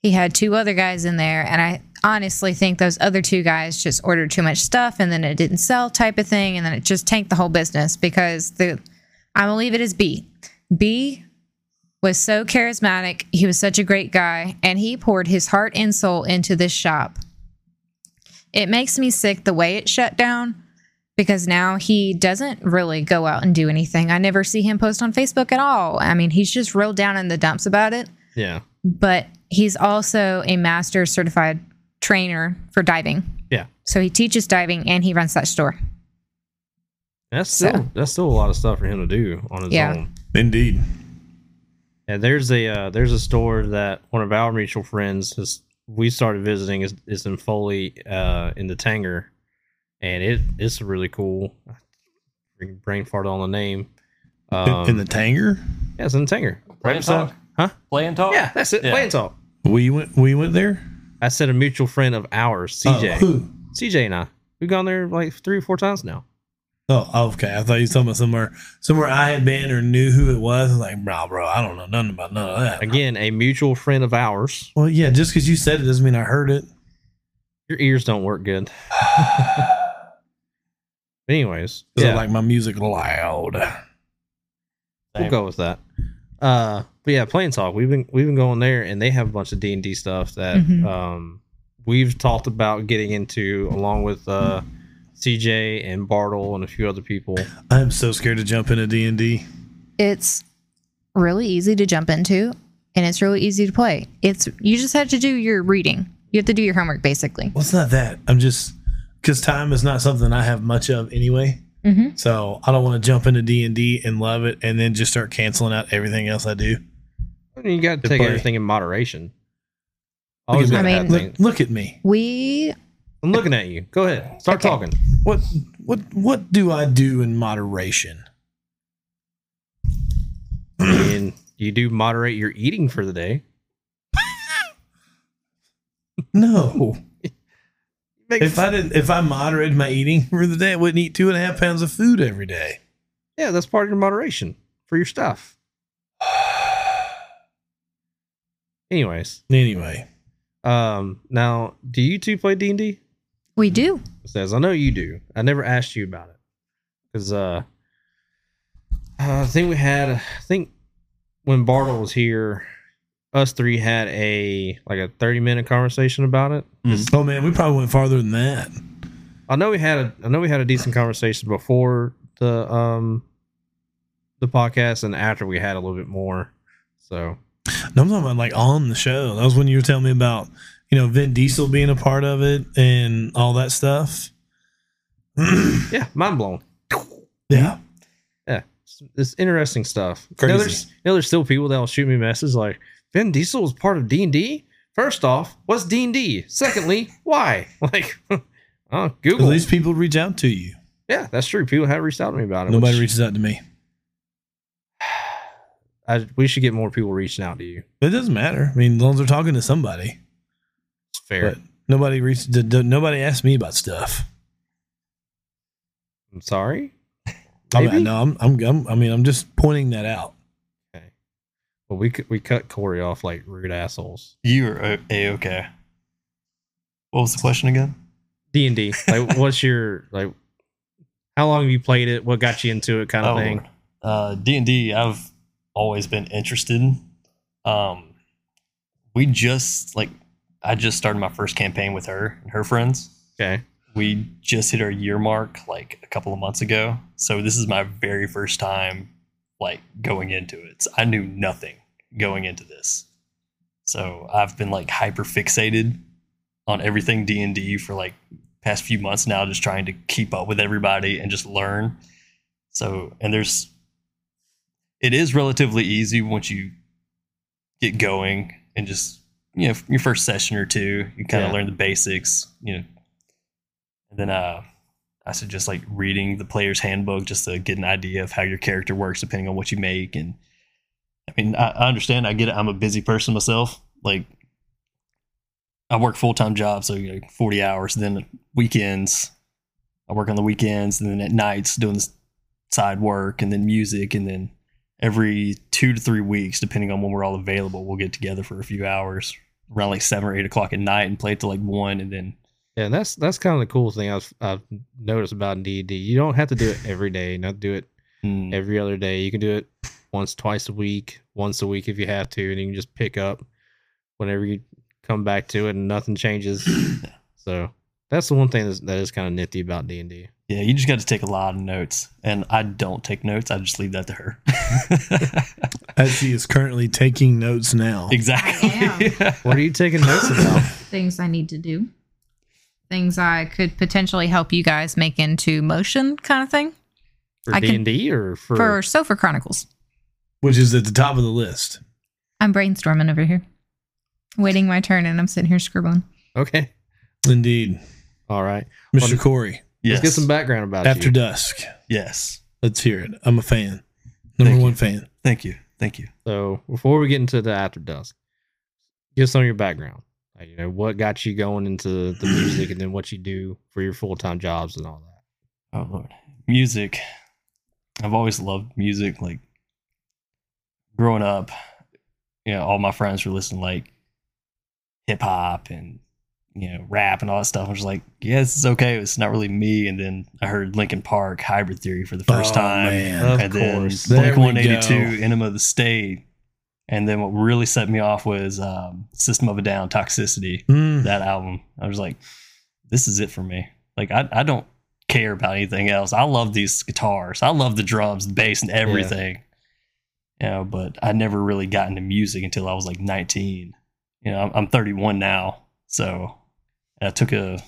[SPEAKER 3] he had two other guys in there. And I honestly think those other two guys just ordered too much stuff and then it didn't sell, type of thing. And then it just tanked the whole business because the, I'm going to leave it as B. B was so charismatic. He was such a great guy. And he poured his heart and soul into this shop it makes me sick the way it shut down because now he doesn't really go out and do anything. I never see him post on Facebook at all. I mean, he's just real down in the dumps about it,
[SPEAKER 2] Yeah.
[SPEAKER 3] but he's also a master certified trainer for diving.
[SPEAKER 2] Yeah.
[SPEAKER 3] So he teaches diving and he runs that store.
[SPEAKER 2] That's
[SPEAKER 3] So-
[SPEAKER 2] still that's still a lot of stuff for him to do on his
[SPEAKER 3] Yeah.
[SPEAKER 2] own.
[SPEAKER 1] Indeed.
[SPEAKER 2] And there's a uh, there's a store that one of our mutual friends has we started visiting is, is in Foley uh, in the Tanger, and it it's really cool. Freaking Brain fart on the name.
[SPEAKER 1] In-
[SPEAKER 2] Um,
[SPEAKER 1] in the Tanger,
[SPEAKER 2] yeah, it's in the Tanger.
[SPEAKER 4] Play and
[SPEAKER 2] beside-
[SPEAKER 4] talk.
[SPEAKER 2] huh?
[SPEAKER 4] Play and talk.
[SPEAKER 2] Yeah, that's it.
[SPEAKER 4] Yeah.
[SPEAKER 2] Play and talk.
[SPEAKER 1] we went. We went there.
[SPEAKER 2] I said a mutual friend of ours,
[SPEAKER 1] Oh,
[SPEAKER 2] CJ.
[SPEAKER 1] who?
[SPEAKER 2] CJ and I, we've gone there like three or four times now.
[SPEAKER 1] Oh, okay. I thought you were talking about somewhere, somewhere I had been or knew who it was. I was like, bro, bro, I don't know nothing about none of that.
[SPEAKER 2] Again, a mutual friend of ours.
[SPEAKER 1] Well, yeah, just because you said it doesn't mean I heard it.
[SPEAKER 2] Your ears don't work good. Anyways,
[SPEAKER 1] 'Cause
[SPEAKER 2] yeah.
[SPEAKER 1] I like my music loud.
[SPEAKER 2] we'll go with that. Uh, but yeah, Plain Talk. We've been we've been going there, and they have a bunch of D and D stuff that
[SPEAKER 3] Mhm.
[SPEAKER 2] um we've talked about getting into, along with uh CJ and Bartle and a few other people.
[SPEAKER 1] I'm so scared to jump into D and D.
[SPEAKER 3] It's really easy to jump into and it's really easy to play. It's you just have to do your reading. You have to do your homework basically.
[SPEAKER 1] Well, it's not that. I'm just because time is not something I have much of anyway.
[SPEAKER 3] Mhm.
[SPEAKER 1] So I don't want to jump into D and D and love it, and then just start canceling out everything else I do.
[SPEAKER 2] I mean, you got to
[SPEAKER 1] Good
[SPEAKER 2] take
[SPEAKER 1] play.
[SPEAKER 2] everything in moderation.
[SPEAKER 1] Look
[SPEAKER 2] Always
[SPEAKER 1] at
[SPEAKER 2] gotta
[SPEAKER 3] that. I
[SPEAKER 2] have
[SPEAKER 3] mean-
[SPEAKER 2] things.
[SPEAKER 1] Look, look at me.
[SPEAKER 3] We
[SPEAKER 2] I'm looking at you. Go ahead, start
[SPEAKER 3] Okay.
[SPEAKER 2] talking.
[SPEAKER 1] What what what do I do in moderation?
[SPEAKER 2] and you do moderate your eating for the day.
[SPEAKER 1] No.
[SPEAKER 2] Make
[SPEAKER 1] If I didn't, if I moderated my eating for the day, I wouldn't eat two and a half pounds of food every day.
[SPEAKER 2] Yeah, that's part of your moderation for your stuff. Anyways,
[SPEAKER 1] Anyway,
[SPEAKER 2] um, now do you two play D and D?
[SPEAKER 3] we do.
[SPEAKER 2] Says I know you do. I never asked you about it because uh, I think we had I think when Bartle was here, us three had a like a thirty minute conversation about it.
[SPEAKER 1] oh man, we probably went farther than that.
[SPEAKER 2] I know we had a I know we had a decent conversation before the um the podcast and after we had a little bit more. So
[SPEAKER 1] No, I'm talking about like on the show. That was when you were telling me about, you know, Vin Diesel being a part of it and all that stuff.
[SPEAKER 2] yeah, mind blown.
[SPEAKER 1] Yeah.
[SPEAKER 2] Yeah. It's, it's interesting stuff. You know,
[SPEAKER 1] Crazy.
[SPEAKER 2] there's you know, there's still people that will shoot me messages like Vin Diesel was part of D and D. First off, what's D and D? Secondly, why? Like oh
[SPEAKER 1] At
[SPEAKER 2] Google.
[SPEAKER 1] least people reach out to you.
[SPEAKER 2] yeah, that's true. People have reached out to me about it.
[SPEAKER 1] Nobody
[SPEAKER 2] which
[SPEAKER 1] reaches out to me.
[SPEAKER 2] I, we should get more people reaching out to you.
[SPEAKER 1] It doesn't matter. I mean, as long as they're talking to somebody.
[SPEAKER 2] It's fair.
[SPEAKER 1] But nobody reached. d- d- Nobody asked me about stuff.
[SPEAKER 2] I'm sorry.
[SPEAKER 1] I mean,
[SPEAKER 2] Maybe.
[SPEAKER 1] no, I'm, I'm, I'm. I mean, I'm just pointing that out.
[SPEAKER 2] But we cu- we cut Corey off like rude assholes.
[SPEAKER 4] You are a okay. uh, What was the question again?
[SPEAKER 2] D and D. Like, what's your like? How long have you played it? What got you into it? Kind of
[SPEAKER 4] Oh,
[SPEAKER 2] thing.
[SPEAKER 4] Lord. Uh, D and D. I've always been interested. Um, we just like I just started my first campaign with her and her friends.
[SPEAKER 2] Okay.
[SPEAKER 4] We just hit our year mark like a couple of months ago, so this is my very first time like going into it. So I knew nothing going into this, so I've been like hyper fixated on everything D and D for like past few months now, just trying to keep up with everybody and just learn. So and there's it is relatively easy once you get going and just you know your first session or two you kind of
[SPEAKER 2] Yeah.
[SPEAKER 4] learn the basics you know and then uh i suggest like reading the player's handbook just to get an idea of how your character works depending on what you make and i mean i, I understand i get it i'm a busy person myself like i work full-time job so you know 40 hours then weekends i work on the weekends and then at nights doing this side work and then music and then every two to three weeks, depending on when we're all available, we'll get together for a few hours around like seven or eight o'clock at night and play till like one and then
[SPEAKER 2] Yeah, that's that's kind of the cool thing I've I've noticed about D D. You don't have to do it every day. Not do it
[SPEAKER 4] mm,
[SPEAKER 2] every other day. You can do it once, twice a week, once a week if you have to, and you can just pick up whenever you come back to it, and nothing changes. so that's the one thing that's, that is kind of nifty about D and D.
[SPEAKER 4] yeah, you just got to take a lot of notes. And I don't take notes. I just leave that to her.
[SPEAKER 1] As he is currently taking notes now.
[SPEAKER 4] exactly.
[SPEAKER 2] What are you taking notes about?
[SPEAKER 3] Things I need to do. Things I could potentially help you guys make into motion kind of thing
[SPEAKER 2] For
[SPEAKER 3] I can-
[SPEAKER 2] D and D or for,
[SPEAKER 3] for Sofa Chronicles.
[SPEAKER 1] Which is at the top of the list.
[SPEAKER 3] I'm brainstorming over here, waiting my turn, and I'm sitting here scribbling.
[SPEAKER 2] okay?
[SPEAKER 1] Indeed.
[SPEAKER 2] All right,
[SPEAKER 1] Mr. Corey,
[SPEAKER 2] let's
[SPEAKER 4] Yes.
[SPEAKER 2] get some background about
[SPEAKER 1] After
[SPEAKER 2] you.
[SPEAKER 1] Dusk.
[SPEAKER 4] yes.
[SPEAKER 1] Let's hear it. I'm a fan. Number
[SPEAKER 4] Thank
[SPEAKER 1] one fan.
[SPEAKER 4] Thank you. Thank you.
[SPEAKER 2] So before we get into the after dusk, give some of your background. Like, you know, what got you going into the music and then what you do for your full time jobs and all that.
[SPEAKER 4] Oh Lord. Music. I've always loved music. Like growing up, you know, all my friends were listening to, like hip hop and you know, rap and all that stuff. I was just like, yeah, this is okay. It's not really me. And then I heard Linkin Park, Hybrid Theory for the first
[SPEAKER 1] Oh,
[SPEAKER 4] time.
[SPEAKER 1] man.
[SPEAKER 2] Of
[SPEAKER 4] and then
[SPEAKER 2] course.
[SPEAKER 1] There
[SPEAKER 4] Blink
[SPEAKER 1] we
[SPEAKER 4] 182, Enema of the State. And then what really set me off was um, System of a Down, Toxicity
[SPEAKER 1] Mm.
[SPEAKER 4] that album. I was like, this is it for me. Like I, I don't care about anything else. I love these guitars. I love the drums, the bass, and everything. You know, but I never really got into music until I was like 19. You know, I'm, I'm 31 now, so and I took a.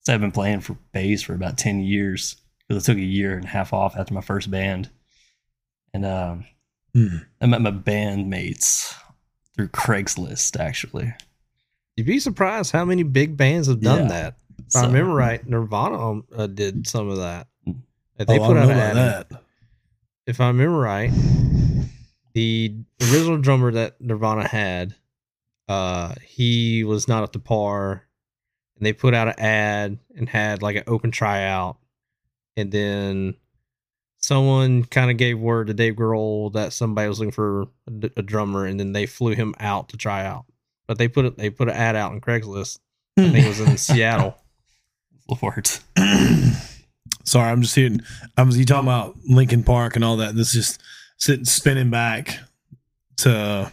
[SPEAKER 4] So I've been playing for bass for about 10 years because I took a year and a half off after my first band, and um,
[SPEAKER 1] Mm.
[SPEAKER 4] I met my bandmates through Craigslist actually.
[SPEAKER 2] You'd be surprised how many big bands have done
[SPEAKER 4] Yeah.
[SPEAKER 2] that. If
[SPEAKER 4] So-
[SPEAKER 2] I remember right, Nirvana um, uh, did some of that. Like,
[SPEAKER 1] Oh,
[SPEAKER 2] They
[SPEAKER 1] I
[SPEAKER 2] put
[SPEAKER 1] don't
[SPEAKER 2] out
[SPEAKER 1] know
[SPEAKER 2] an
[SPEAKER 1] about
[SPEAKER 2] album.
[SPEAKER 1] that.
[SPEAKER 2] If I remember right, the original drummer that Nirvana had, uh, he was not up to par, and they put out an ad and had like an open tryout, and then someone kind of gave word to Dave Grohl that somebody was looking for a, d- a drummer, and then they flew him out to try out. But they put it, they put an ad out on Craigslist. I think it was in Seattle.
[SPEAKER 4] Lord.
[SPEAKER 1] Sorry, I'm just hearing. I was you talking about Lincoln Park and all that. This is just sitting spinning back to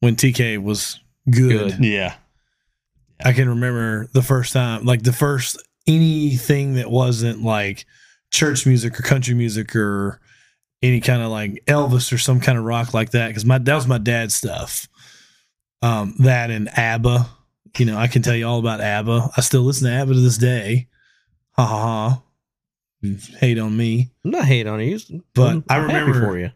[SPEAKER 1] when TK was good.
[SPEAKER 2] Good.
[SPEAKER 4] Yeah.
[SPEAKER 1] I can remember the first time, like the first anything that wasn't like church music or country music or any kind of like Elvis or some kind of rock like that. Cause my, that was my dad's stuff. Um, that and ABBA, you know, I can tell you all about ABBA. I still listen to ABBA to this day. Ha ha ha. You Hate on me.
[SPEAKER 2] I'm not hating on you,
[SPEAKER 1] But
[SPEAKER 2] I'm
[SPEAKER 1] I
[SPEAKER 2] happy
[SPEAKER 1] remember-
[SPEAKER 2] for you.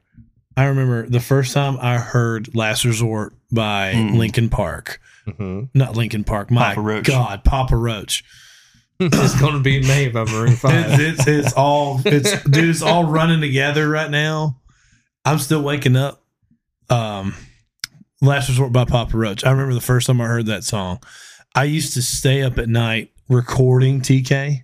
[SPEAKER 1] I remember the first time I heard Last Resort by
[SPEAKER 4] Mm.
[SPEAKER 1] Lincoln Park,
[SPEAKER 2] Mhm.
[SPEAKER 1] not Lincoln Park. My
[SPEAKER 4] Papa Roach.
[SPEAKER 1] God, Papa Roach.
[SPEAKER 2] it's gonna be made by Maroon Five.
[SPEAKER 1] It's, it's it's all it's dude, it's all running together right now. I'm still waking up. Um Last Resort by Papa Roach. I remember the first time I heard that song. I used to stay up at night recording TK,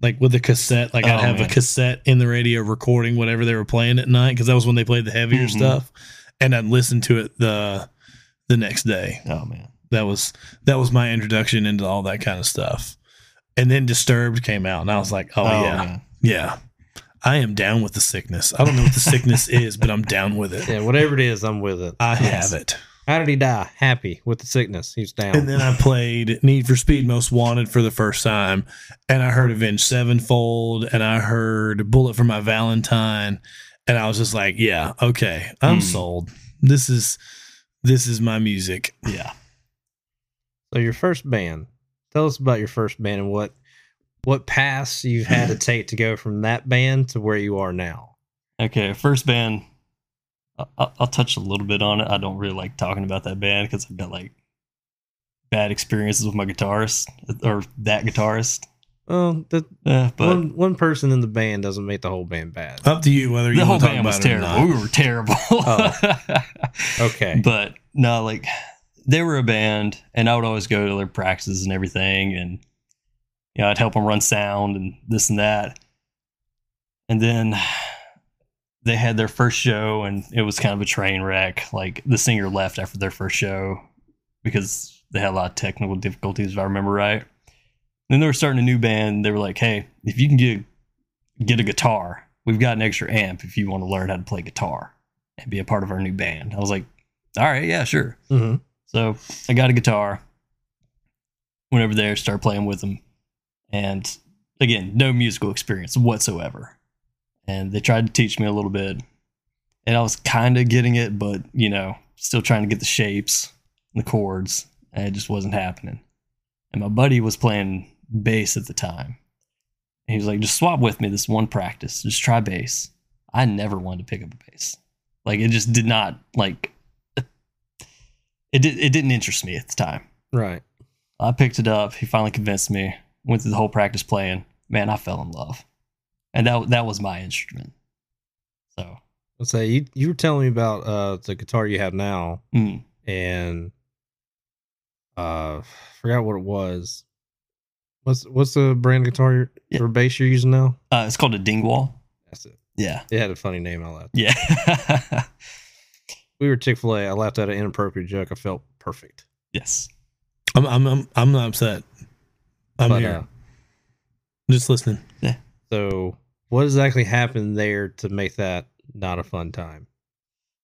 [SPEAKER 1] like with a cassette. Like I'd
[SPEAKER 4] Oh,
[SPEAKER 1] have
[SPEAKER 4] man.
[SPEAKER 1] a cassette in the radio recording whatever they were playing at night because that was when they played the heavier
[SPEAKER 4] Mhm.
[SPEAKER 1] stuff, and I'd listen to it the the next day
[SPEAKER 4] Oh man.
[SPEAKER 1] that was that was my introduction into all that kind of stuff and then disturbed came out and i was like oh, yeah
[SPEAKER 4] man.
[SPEAKER 1] yeah i am down with the sickness i don't know what the sickness is but i'm down with it
[SPEAKER 2] Yeah, whatever it is, I'm with it.
[SPEAKER 1] i
[SPEAKER 4] Yes.
[SPEAKER 1] have it
[SPEAKER 2] How did he die? Happy with the sickness. He's down.
[SPEAKER 1] And then I played Need for Speed Most Wanted for the first time, and I heard Avenged Sevenfold, and I heard Bullet for My Valentine, and I was just like, yeah, okay, I'm
[SPEAKER 4] Hmm.
[SPEAKER 1] sold. This is this is my music.
[SPEAKER 4] Yeah.
[SPEAKER 2] so your first band. Tell us about your first band and what what paths you've had to take to go from that band to where you are now.
[SPEAKER 4] Okay, first band. I- I- I'll touch a little bit on it. I don't really like talking about that band because I've got like bad experiences with my guitarist or that guitarist.
[SPEAKER 2] Well, Um, the
[SPEAKER 4] Uh, but
[SPEAKER 2] one one person in the band doesn't make the whole band bad.
[SPEAKER 1] Up to you whether you
[SPEAKER 4] the whole
[SPEAKER 1] want to talk
[SPEAKER 4] band
[SPEAKER 1] about
[SPEAKER 4] was
[SPEAKER 1] it or
[SPEAKER 4] terrible.
[SPEAKER 1] not. Oh.
[SPEAKER 4] We were terrible.
[SPEAKER 2] Okay.
[SPEAKER 4] But no, like they were a band, and I would always go to their practices and everything, and you know, I'd help them run sound and this and that. And then they had their first show, and it was kind of a train wreck. Like the singer left after their first show because they had a lot of technical difficulties, if I remember right. Then they were starting a new band. They were like, "Hey, if you can get get a guitar, we've got an extra amp. If you want to learn how to play guitar and be a part of our new band," I was like, "All right, yeah, sure."
[SPEAKER 2] Mhm.
[SPEAKER 4] So I got a guitar, went over there, started playing with them. And again, no musical experience whatsoever. And they tried to teach me a little bit. And I was kind of getting it, but, you know, still trying to get the shapes and the chords. And it just wasn't happening. And my buddy was playing bass at the time. And he was like, just swap with me this one practice. Just try bass. I never wanted to pick up a bass. Like, it just did not, like, it did, it didn't interest me at the time.
[SPEAKER 2] Right.
[SPEAKER 4] I picked it up. He finally convinced me. Went through the whole practice playing. Man, I fell in love, and that that was my instrument. So,
[SPEAKER 2] Let's say you you were telling me about uh the guitar you have now.
[SPEAKER 4] mm,
[SPEAKER 2] and uh forgot what it was. What's what's the brand of guitar you're-
[SPEAKER 4] Yeah.
[SPEAKER 2] or bass you're using now?
[SPEAKER 4] uh, it's called a dingwall.
[SPEAKER 2] That's it.
[SPEAKER 4] Yeah,
[SPEAKER 2] It had a funny name. I laughed.
[SPEAKER 4] yeah,
[SPEAKER 2] We were Chick Fil A. I laughed at an inappropriate joke. I felt perfect.
[SPEAKER 4] yes.
[SPEAKER 1] I'm I'm I'm, I'm not upset. I'm
[SPEAKER 2] but,
[SPEAKER 1] here
[SPEAKER 2] Uh,
[SPEAKER 1] just listening.
[SPEAKER 2] so what exactly happened there to make that not a fun time?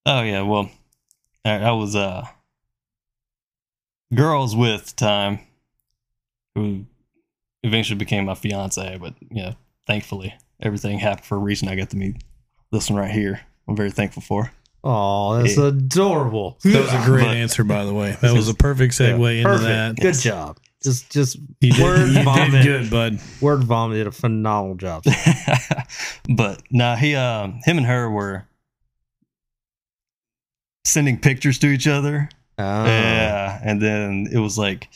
[SPEAKER 4] Oh yeah. Well, I, I was uh, girls with time, who eventually became my fiance. But yeah, thankfully everything happened for a reason. I got to meet this one right here. I'm very thankful for.
[SPEAKER 2] Oh, that's
[SPEAKER 4] Yeah.
[SPEAKER 2] adorable.
[SPEAKER 1] That was a great
[SPEAKER 4] But-
[SPEAKER 1] answer, by the way. That was a perfect
[SPEAKER 2] Yeah,
[SPEAKER 1] segue into
[SPEAKER 2] perfect.
[SPEAKER 1] that.
[SPEAKER 2] Good job. Just just
[SPEAKER 1] You
[SPEAKER 2] Word
[SPEAKER 1] did, you did
[SPEAKER 2] vomit.
[SPEAKER 1] good, bud.
[SPEAKER 2] word vomit did a phenomenal job. Oh,
[SPEAKER 4] but no, he um him and her were sending pictures to each other.
[SPEAKER 2] Oh.
[SPEAKER 4] Yeah. And then it was like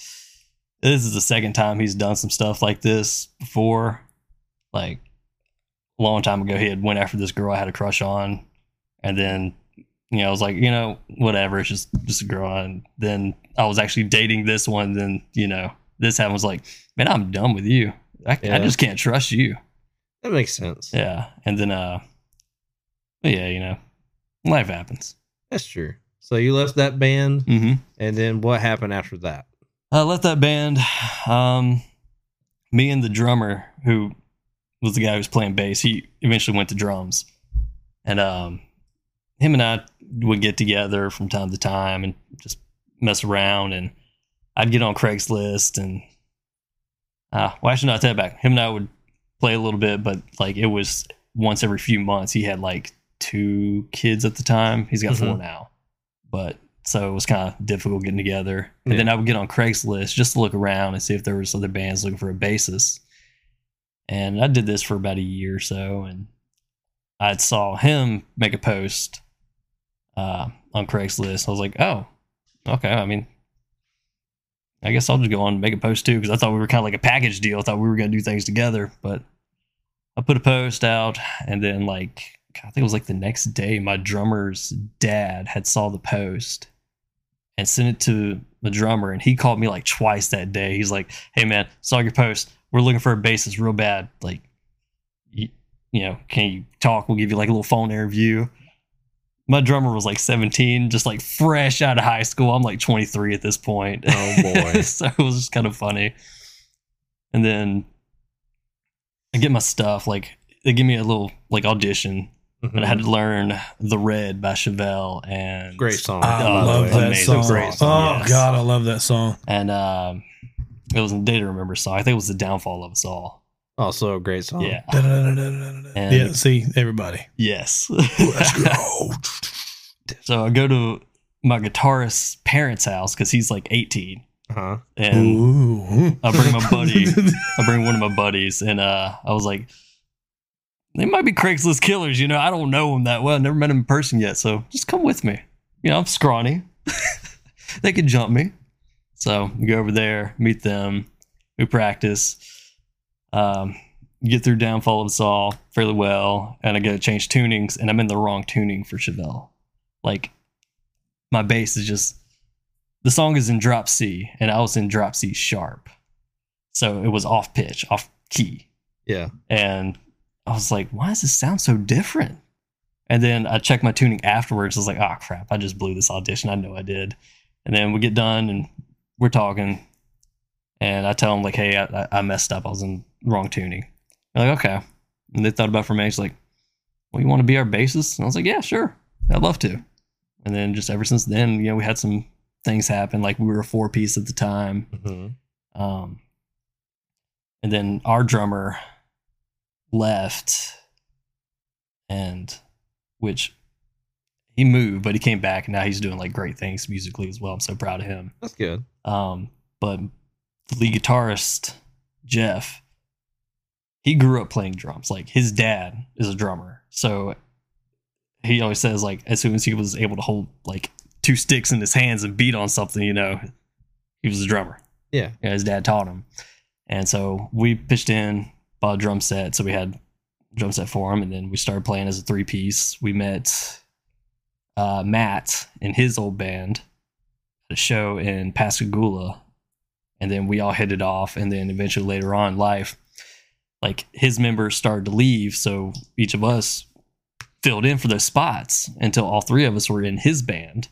[SPEAKER 4] this is the second time he's done some stuff like this before. Like a long time ago he had went after this girl I had a crush on. And then you know, I was like, you know, whatever, it's just just a girl. And then I was actually dating this one, then, you know, this happened I was like, man, I'm done with you. I,
[SPEAKER 2] Yeah.
[SPEAKER 4] I just can't trust you.
[SPEAKER 2] That makes sense.
[SPEAKER 4] Yeah, and then uh, but yeah, you know, life happens.
[SPEAKER 2] That's true. So you left that band
[SPEAKER 4] Mm-hmm.
[SPEAKER 2] And then what happened after that?
[SPEAKER 4] I left that band. Um, me and the drummer, who was the guy who was playing bass, he eventually went to drums, and um, him and I would get together from time to time and just mess around, and I'd get on Craigslist and. Uh, well, actually, not that back. Him and I would play a little bit, but like it was once every few months. He had like two kids at the time. He's got four now, but so it was kind of difficult getting together. And then I would get on Craigslist just to look around and see if there was other bands looking for a bassist. And I did this for about a year or so, and I saw him make a post uh, on Craigslist. I was like, oh, okay. I mean, I guess I'll just go on and make a post too because I thought we were kind of like a package deal. I thought we were going to do things together, but I put a post out, and then like I think it was like the next day, my drummer's dad had saw the post and sent it to the drummer, and he called me like twice that day. He's like, "Hey man, saw your post. We're looking for a bassist real bad. Like, you, you know, can you talk? We'll give you like a little phone interview." My drummer was like 17, just like fresh out of high school. I'm like 23 at this point.
[SPEAKER 2] Oh, boy.
[SPEAKER 4] so it was just kind of funny. And then I get my stuff. Like they give me a little like audition and I had to learn "The Red" by Chevelle and
[SPEAKER 2] Mm-hmm. Great song.
[SPEAKER 1] I
[SPEAKER 4] Oh,
[SPEAKER 1] love
[SPEAKER 4] amazing.
[SPEAKER 1] that song.
[SPEAKER 4] Great song,
[SPEAKER 1] Oh
[SPEAKER 4] yes.
[SPEAKER 1] God, I love that song.
[SPEAKER 4] and um, it was a day to remember song. I think it was the downfall of us all.
[SPEAKER 2] Also a great song.
[SPEAKER 4] Yeah.
[SPEAKER 1] Da-da-da-da-da-da-da.
[SPEAKER 4] And-
[SPEAKER 1] Yeah, see everybody.
[SPEAKER 4] Yes.
[SPEAKER 1] Let's go.
[SPEAKER 4] so I go to my guitarist's parents' house because he's like 18,
[SPEAKER 2] Uh-huh.
[SPEAKER 4] and
[SPEAKER 1] Ooh.
[SPEAKER 4] I bring my buddy. I bring one of my buddies, and uh, I was like, they might be Craigslist killers. You know, I don't know them that well. Never met them in person yet, so just come with me. You know, I'm scrawny. they could jump me. So we go over there, meet them. We practice. Um, get through downfall of Saul fairly well, and I go to change tunings, and I'm in the wrong tuning for Chevelle. Like my bass is just the song is in drop C, and I was in drop C sharp, so it was off pitch, off key,
[SPEAKER 2] Yeah.
[SPEAKER 4] and I was like, why does this sound so different? And then I checked my tuning afterwards. I was like, oh crap, I just blew this audition. I know I did. And then we get done and we're talking. And I tell him, like, hey, I, I- I messed up. I was in wrong tuning. They're like, okay. And they thought about it for me. He's like, well, you want to be our bassist? And I was like, yeah, sure. I'd love to. And then just ever since then, you know, we had some things happen. Like we were a four piece at the time.
[SPEAKER 2] hmm
[SPEAKER 4] Um, and then our drummer left, and which he moved, but he came back, and now he's doing like great things musically as well. I'm so proud of him.
[SPEAKER 2] That's good.
[SPEAKER 4] Um, but the lead guitarist Jeff, he grew up playing drums. Like his dad is a drummer, so he always says like as soon as he was able to hold like two sticks in his hands and beat on something, you know, he was a drummer
[SPEAKER 2] Yeah.
[SPEAKER 4] you know, his dad taught him. And so we pitched in, bought a drum set. So we had drum set for him. And then we started playing as a three piece. We met uh, Matt and his old band at a show in Pascagoula. And then we all hit it off. And then eventually later on in life, like his members started to leave. So each of us filled in for those spots until all three of us were in his band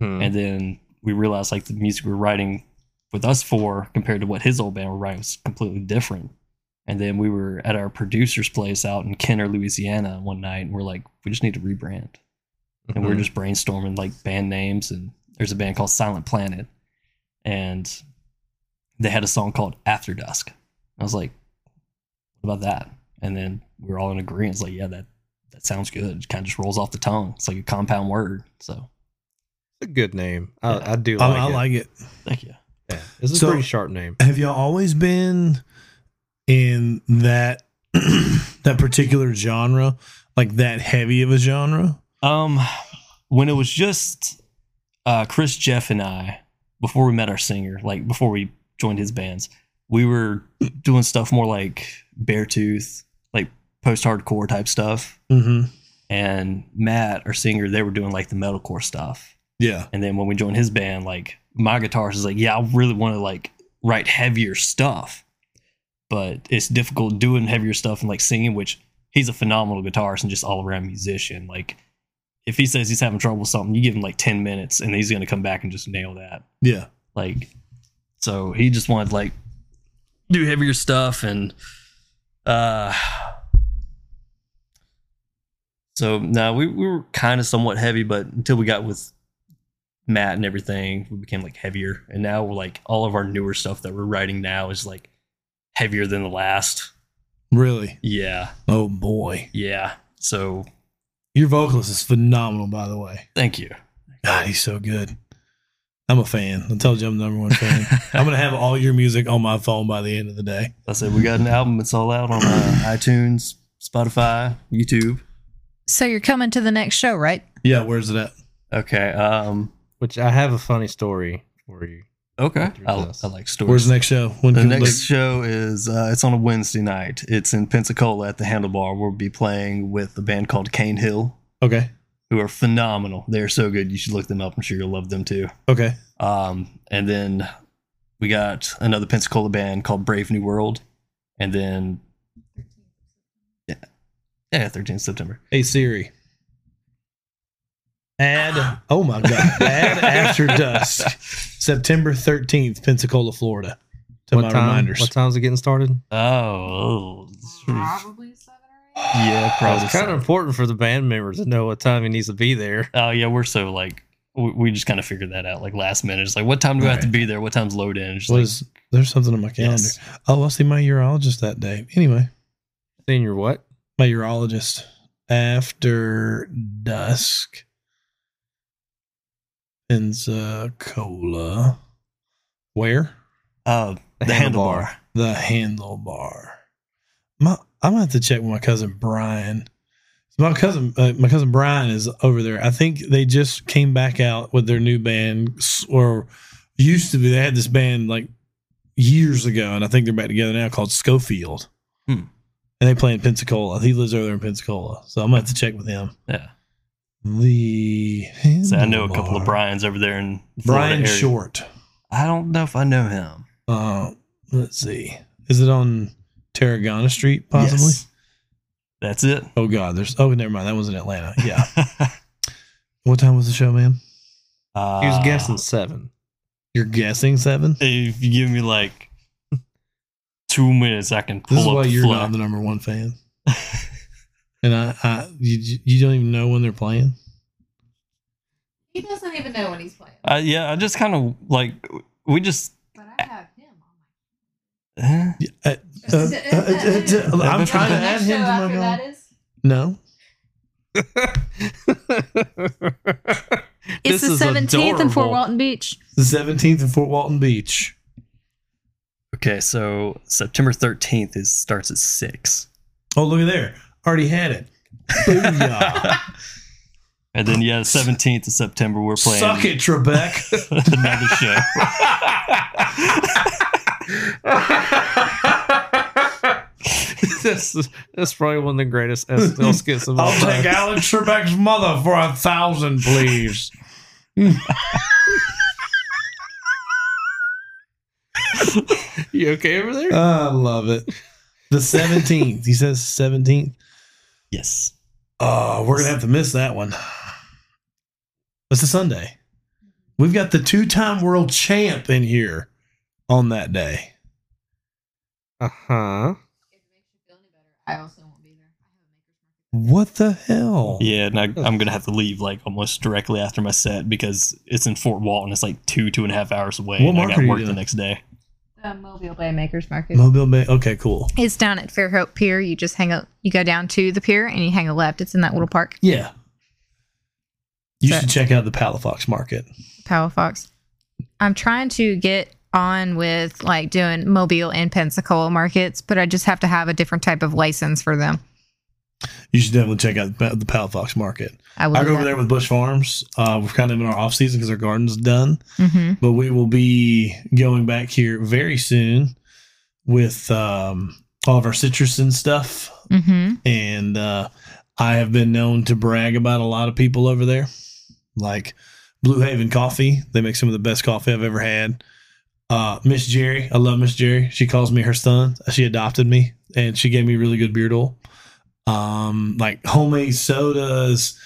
[SPEAKER 2] Mhm.
[SPEAKER 4] and then we realized like the music we were writing with us four compared to what his old band were writing was completely different and then we were at our producer's place out in kenner louisiana one night and we're like we just need to rebrand and we we're
[SPEAKER 2] Mhm.
[SPEAKER 4] just brainstorming like band names and there's a band called silent planet and they had a song called after dusk i was like what about that and then we were all in agreement it's like yeah that that sounds good it kind of just rolls off the tongue it's like a compound word so
[SPEAKER 2] It's a good name. I,
[SPEAKER 4] Yeah.
[SPEAKER 2] I do
[SPEAKER 1] I, I
[SPEAKER 2] like it.
[SPEAKER 1] like it.
[SPEAKER 4] thank you
[SPEAKER 2] Yeah. It's a
[SPEAKER 1] So-
[SPEAKER 2] pretty sharp name.
[SPEAKER 1] Have y'all always been in that that particular genre, like that heavy of a genre?
[SPEAKER 4] Um, when it was just uh, Chris, Jeff, and I, before we met our singer, like before we joined his bands, we were doing stuff more like Beartooth, like post-hardcore type stuff.
[SPEAKER 1] Mm-hmm.
[SPEAKER 4] And Matt, our singer, they were doing like the metalcore stuff.
[SPEAKER 1] Yeah.
[SPEAKER 4] And then when we joined his band, like my guitarist is like, yeah, I really want to like write heavier stuff, but it's difficult doing heavier stuff and like singing, which he's a phenomenal guitarist and just all around musician. Like if he says he's having trouble with something, you give him like 10 minutes and he's going to come back and just nail that.
[SPEAKER 1] Yeah.
[SPEAKER 4] Like, so he just wanted to, like do heavier stuff and, uh, so no, we, we were kind of somewhat heavy, but until we got with Matt and everything, we became like heavier. And now we're like all of our newer stuff that we're writing now is like heavier than the last.
[SPEAKER 1] Really.
[SPEAKER 4] Yeah.
[SPEAKER 1] Oh boy.
[SPEAKER 4] Yeah. So
[SPEAKER 1] Your vocalist is phenomenal, by the way.
[SPEAKER 4] thank you.
[SPEAKER 1] God, he's so good. I'm a fan. I told you I'm the number one fan. I'm gonna have all your music on my phone by the end of the day.
[SPEAKER 4] That's it. We got an album. It's all out on uh, iTunes, Spotify, YouTube.
[SPEAKER 3] So you're coming to the next show, right?
[SPEAKER 1] Yeah, where's it at?
[SPEAKER 4] Okay. Um,
[SPEAKER 2] Which I have a funny story for you.
[SPEAKER 4] okay.
[SPEAKER 2] Through
[SPEAKER 4] I,
[SPEAKER 2] this.
[SPEAKER 4] I like
[SPEAKER 1] Where's
[SPEAKER 4] stories.
[SPEAKER 1] the next show? When
[SPEAKER 4] The
[SPEAKER 1] can-
[SPEAKER 4] next show is uh, it's on a Wednesday night. It's in Pensacola at the Handlebar. We'll be playing with a band called Cane Hill,
[SPEAKER 1] okay.
[SPEAKER 4] who are phenomenal. They're so good. You should look them up. I'm sure you'll love them too.
[SPEAKER 1] Okay.
[SPEAKER 4] Um, and then we got another Pensacola band called Brave New World, and then yeah, yeah, 13th September.
[SPEAKER 1] Hey Siri. Add oh my god. Add after dusk. September 13th, Pensacola, Florida. To my
[SPEAKER 2] time?
[SPEAKER 1] reminders.
[SPEAKER 2] What time's it getting started?
[SPEAKER 4] Oh,
[SPEAKER 3] Probably seven or
[SPEAKER 4] Yeah,
[SPEAKER 2] Well,
[SPEAKER 4] probably.
[SPEAKER 2] it's kind of important for the band member to know what time he needs to be there.
[SPEAKER 4] Oh yeah, we're so like we, we just kind of figured that out like last minute. It's like what time do I have to be there? What time's load in? Just
[SPEAKER 1] Was there's something on my
[SPEAKER 4] like,
[SPEAKER 1] calendar?
[SPEAKER 4] yes.
[SPEAKER 1] Oh, I'll see my urologist that day. Anyway,
[SPEAKER 2] Senior what?
[SPEAKER 1] my urologist after dusk. Pensacola. Where?
[SPEAKER 4] Uh, the handlebar.
[SPEAKER 1] The handlebar. My, I'm gonna have to check with my cousin Brian. My cousin, uh, my cousin Brian is over there. I think they just came back out with their new band, s- or used to be. They had this band like years ago, and I think they're back together now called Schofield.
[SPEAKER 4] Hmm.
[SPEAKER 1] And they play in Pensacola. He lives over there in Pensacola, so I'm gonna have to check with him.
[SPEAKER 4] Yeah.
[SPEAKER 1] The
[SPEAKER 4] So I know a couple of
[SPEAKER 1] handlebar.
[SPEAKER 4] Brian's over there in Florida
[SPEAKER 1] Brian
[SPEAKER 4] area.
[SPEAKER 1] Short.
[SPEAKER 4] I don't know if I know him.
[SPEAKER 1] Uh, let's see. Is it on Tarragona Street, possibly?
[SPEAKER 4] Yes. That's it.
[SPEAKER 1] Oh God, there's. Oh, never mind. That was in Atlanta. Yeah. what time was the show, man?
[SPEAKER 4] uh,
[SPEAKER 2] He was guessing seven.
[SPEAKER 1] You're guessing seven.
[SPEAKER 4] If you give me like two minutes, I can pull
[SPEAKER 1] This is
[SPEAKER 4] up.
[SPEAKER 1] why
[SPEAKER 4] the
[SPEAKER 1] you're
[SPEAKER 4] flight.
[SPEAKER 1] not the number one fan. and I, I you, you don't even know when they're playing.
[SPEAKER 3] He doesn't even know when he's playing.
[SPEAKER 4] Uh, yeah, I just kind of like we just.
[SPEAKER 3] But I have him.
[SPEAKER 4] eh,
[SPEAKER 1] Yeah, uh, uh, uh, uh, uh, I'm trying to add him to my phone.
[SPEAKER 3] is
[SPEAKER 1] No,
[SPEAKER 2] This
[SPEAKER 5] It's the
[SPEAKER 2] is
[SPEAKER 5] seventeenth in Fort
[SPEAKER 2] adorable.
[SPEAKER 5] Walton Beach.
[SPEAKER 1] the 17th in Fort Walton Beach.
[SPEAKER 4] Okay, so September thirteenth is starts at six,
[SPEAKER 1] Oh, look at there. Already had it. Booyah.
[SPEAKER 4] and then yeah, seventeenth of September we're playing
[SPEAKER 1] Suck it, Trebek.
[SPEAKER 4] another show.
[SPEAKER 2] this is, that's probably one of the greatest SNL skits of all
[SPEAKER 1] I'll take
[SPEAKER 2] time.
[SPEAKER 1] Alex Trebek's mother for a thousand, please.
[SPEAKER 2] You okay over there?
[SPEAKER 1] I love it. The 17th. He says 17th.
[SPEAKER 4] Yes.
[SPEAKER 1] Oh, we're gonna have to miss that one. It's a Sunday. We've got the two-time world champ in here on that day.
[SPEAKER 2] Uh huh.
[SPEAKER 4] Uh-huh.
[SPEAKER 3] I also won't be there.
[SPEAKER 1] What the hell?
[SPEAKER 4] Yeah, and I, I'm gonna have to leave like almost directly after my set because it's in Fort Walton. It's like two, two and a half hours away.
[SPEAKER 1] What
[SPEAKER 4] and I
[SPEAKER 1] market
[SPEAKER 4] got
[SPEAKER 1] are you
[SPEAKER 4] work the
[SPEAKER 1] doing?
[SPEAKER 4] next day.
[SPEAKER 3] The Mobile Bay Makers Market.
[SPEAKER 1] Mobile Bay. Okay, cool.
[SPEAKER 3] It's down at Fairhope Pier. You just hang up. You go down to the pier and you hang a left. It's in that little park,
[SPEAKER 1] Yeah. You
[SPEAKER 3] That-
[SPEAKER 1] should check out the Palafox Market.
[SPEAKER 3] Palafox. I'm trying to get on with like doing Mobile and Pensacola markets, but I just have to have a different type of license for them.
[SPEAKER 1] You should definitely check out the the Palafox Market.
[SPEAKER 3] I will.
[SPEAKER 1] I go over there with Bush Farms. Uh, we're kind of in our off season because our garden's done.
[SPEAKER 3] hmm
[SPEAKER 1] but we will be going back here very soon with um, all of our citrus and stuff.
[SPEAKER 3] hmm
[SPEAKER 1] And uh, I have been known to brag about a lot of people over there, like Blue Haven Coffee. They make some of the best coffee I've ever had. Uh, Miss Jerry, I love Miss Jerry. She calls me her son. She adopted me, and she gave me really good beard oil. Um, like homemade sodas,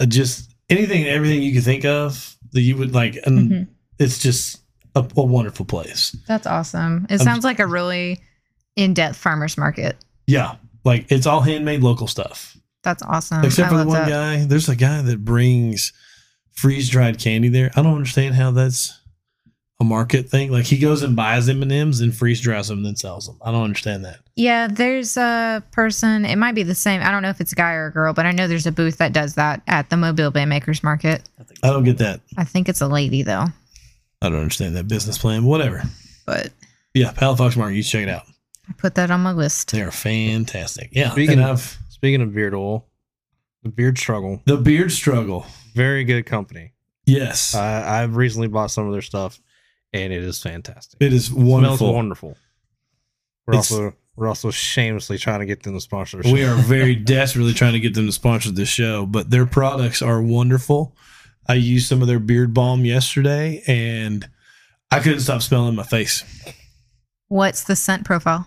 [SPEAKER 1] uh, just anything and everything you could think of that you would like. And
[SPEAKER 3] Mhm.
[SPEAKER 1] it's just a, a wonderful place.
[SPEAKER 3] That's awesome. It
[SPEAKER 1] I'm-
[SPEAKER 3] sounds like a really in-depth farmers market.
[SPEAKER 1] Yeah, like it's all handmade local stuff.
[SPEAKER 3] That's awesome.
[SPEAKER 1] Except
[SPEAKER 3] Mm, I
[SPEAKER 1] for the
[SPEAKER 3] love
[SPEAKER 1] one
[SPEAKER 3] that.
[SPEAKER 1] guy, there's a guy that brings freeze dried candy there. I don't understand how that's a market thing. Like he goes and buys M and M's and freeze dries them and then sells them. I don't understand that.
[SPEAKER 3] Yeah, there's a person. It might be the same. I don't know if it's a guy or a girl, but I know there's a booth that does that at the Mobile Bay Makers Market.
[SPEAKER 4] I think
[SPEAKER 1] I don't get that.
[SPEAKER 3] I think it's a lady though.
[SPEAKER 1] I don't understand that business plan. Whatever.
[SPEAKER 3] But
[SPEAKER 1] Yeah, Palafox Market. You should check it out.
[SPEAKER 3] I put that on my list.
[SPEAKER 1] They are fantastic. Yeah,
[SPEAKER 2] Speaking
[SPEAKER 1] and
[SPEAKER 2] of-
[SPEAKER 1] I've-
[SPEAKER 2] Speaking of beard oil, the beard struggle,
[SPEAKER 1] the beard struggle.
[SPEAKER 2] very good company.
[SPEAKER 1] Yes,
[SPEAKER 2] I, I've recently bought some of their stuff, and it is fantastic.
[SPEAKER 1] it is
[SPEAKER 2] Smells
[SPEAKER 1] wonderful.
[SPEAKER 2] wonderful. We're
[SPEAKER 1] It's-
[SPEAKER 2] also we're also shamelessly trying to get them the sponsorship.
[SPEAKER 1] We are very desperately trying to get them to sponsor this show, but their products are wonderful. I used some of their beard balm yesterday and I couldn't stop smelling my face.
[SPEAKER 3] What's the scent profile?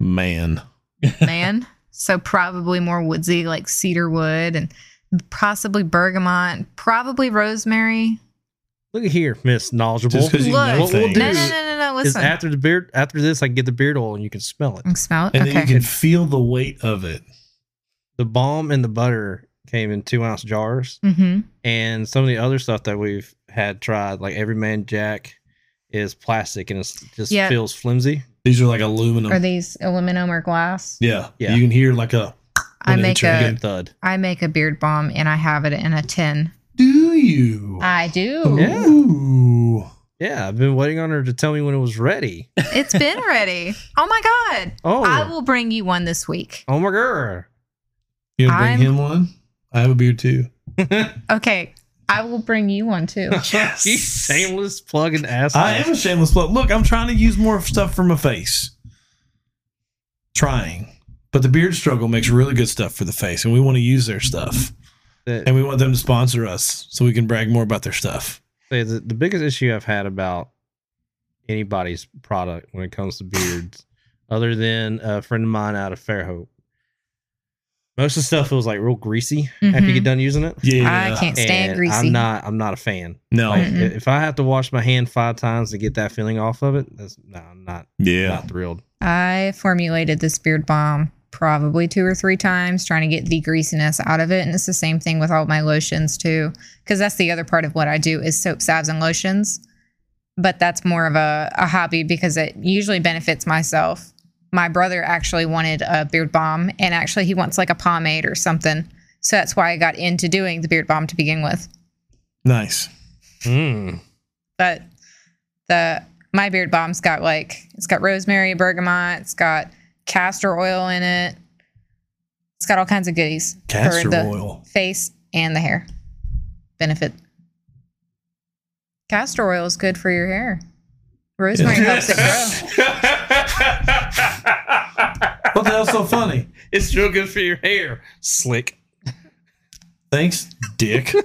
[SPEAKER 1] Man.
[SPEAKER 3] Man. so probably more woodsy like cedar wood and possibly bergamot, probably rosemary.
[SPEAKER 2] Look at here, Miss Knowledgeable.
[SPEAKER 1] Just 'cause you
[SPEAKER 3] Look,
[SPEAKER 1] know
[SPEAKER 2] What we'll
[SPEAKER 1] things.
[SPEAKER 2] do
[SPEAKER 3] No, no, no, no, no.
[SPEAKER 2] is
[SPEAKER 3] Listen.
[SPEAKER 2] after the beard, after this, I can get the beard oil and you can smell it.
[SPEAKER 3] I can smell it.
[SPEAKER 1] And
[SPEAKER 3] okay.
[SPEAKER 1] then you can feel the weight of it.
[SPEAKER 2] The balm and the butter came in two ounce jars,
[SPEAKER 3] mm-hmm.
[SPEAKER 2] and some of the other stuff that we've had tried, like Everyman Jack, is plastic and it just
[SPEAKER 3] Yeah.
[SPEAKER 2] feels flimsy.
[SPEAKER 1] These are like aluminum.
[SPEAKER 3] Are these aluminum or glass?
[SPEAKER 1] Oh. yeah.
[SPEAKER 2] Yeah.
[SPEAKER 1] You can hear like a.
[SPEAKER 3] I
[SPEAKER 1] when it
[SPEAKER 3] make
[SPEAKER 1] turns
[SPEAKER 3] a
[SPEAKER 1] in.
[SPEAKER 2] Thud.
[SPEAKER 3] I make a beard balm and I have it in a tin.
[SPEAKER 1] Do you?
[SPEAKER 3] I do.
[SPEAKER 2] Yeah.
[SPEAKER 1] Ooh.
[SPEAKER 2] Yeah, I've been waiting on her to tell me when it was ready.
[SPEAKER 3] It's been ready. Oh my god.
[SPEAKER 2] Oh,
[SPEAKER 3] I will bring you one this week.
[SPEAKER 2] oh my girl.
[SPEAKER 1] You gonna bring
[SPEAKER 3] I'm-
[SPEAKER 1] him one? I have a beard too.
[SPEAKER 3] Okay. I will bring you one too.
[SPEAKER 4] Yes.
[SPEAKER 2] you shameless plugging ass.
[SPEAKER 1] I am a shameless plug. Look, I'm trying to use more stuff for my face. Trying. But the beard struggle makes really good stuff for the face, and we want to use their stuff.
[SPEAKER 2] That-
[SPEAKER 1] And we want them to sponsor us so we can brag more about their stuff.
[SPEAKER 2] say the, the biggest issue I've had about anybody's product when it comes to beards, other than a friend of mine out of Fairhope, most of the stuff feels like real greasy after you get
[SPEAKER 3] Mhm.
[SPEAKER 2] done using it.
[SPEAKER 1] Yeah.
[SPEAKER 3] I can't stand
[SPEAKER 2] And
[SPEAKER 3] greasy.
[SPEAKER 2] I'm not. I'm not a fan.
[SPEAKER 1] No.
[SPEAKER 2] Like,
[SPEAKER 3] Mm-mm.
[SPEAKER 2] if I have to wash my hand five times to get that feeling off of it, that's no. I'm not.
[SPEAKER 1] Yeah.
[SPEAKER 2] Not thrilled.
[SPEAKER 3] I formulated this beard balm probably two or three times trying to get the greasiness out of it. And it's the same thing with all my lotions too. Cause that's the other part of what I do is soap, salves, and lotions. But that's more of a, a hobby because it usually benefits myself. My brother actually wanted a beard balm and actually he wants like a pomade or something. So that's why I got into doing the beard balm to begin with.
[SPEAKER 1] Nice.
[SPEAKER 2] Mm.
[SPEAKER 3] But the my beard bomb's got like it's got rosemary, bergamot, it's got castor oil in it. It's got all kinds of goodies
[SPEAKER 1] Castor
[SPEAKER 3] for the
[SPEAKER 1] oil.
[SPEAKER 3] face and the hair. Benefit. Castor oil is good for your hair. Rosemary helps it grow.
[SPEAKER 1] What the hell's so funny?
[SPEAKER 2] It's real good for your hair. Slick.
[SPEAKER 1] Thanks, Dick.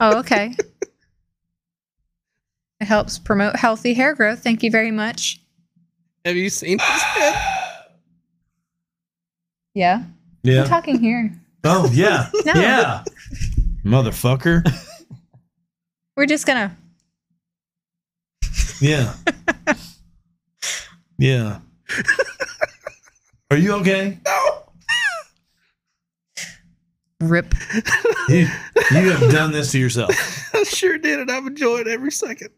[SPEAKER 3] Oh, okay. It helps promote healthy hair growth. Thank you very much.
[SPEAKER 2] Have you seen this?
[SPEAKER 3] Yeah. I'm
[SPEAKER 1] Yeah.
[SPEAKER 3] talking here.
[SPEAKER 1] Oh yeah.
[SPEAKER 3] No.
[SPEAKER 1] Yeah. Motherfucker.
[SPEAKER 3] We're just gonna
[SPEAKER 1] Yeah. Yeah. Are you okay?
[SPEAKER 3] rip.
[SPEAKER 1] You, you have done this to yourself.
[SPEAKER 2] I sure did, and I've enjoyed every second.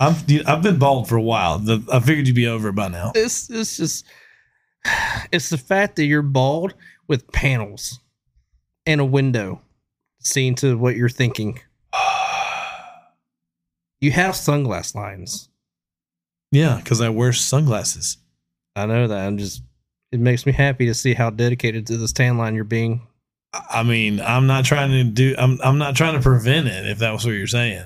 [SPEAKER 1] I'm, dude, I've been bald for a while. The, I figured you'd be over it by now.
[SPEAKER 2] It's it's just it's the fact that you're bald with panels and a window seeing to what you're thinking. You have sunglass lines.
[SPEAKER 1] Yeah, because I wear sunglasses.
[SPEAKER 2] I know that. I'm just it makes me happy to see how dedicated to this tan line you're being.
[SPEAKER 1] I I mean, I'm not trying to do. I'm I'm not trying to prevent it. If that was what you're saying.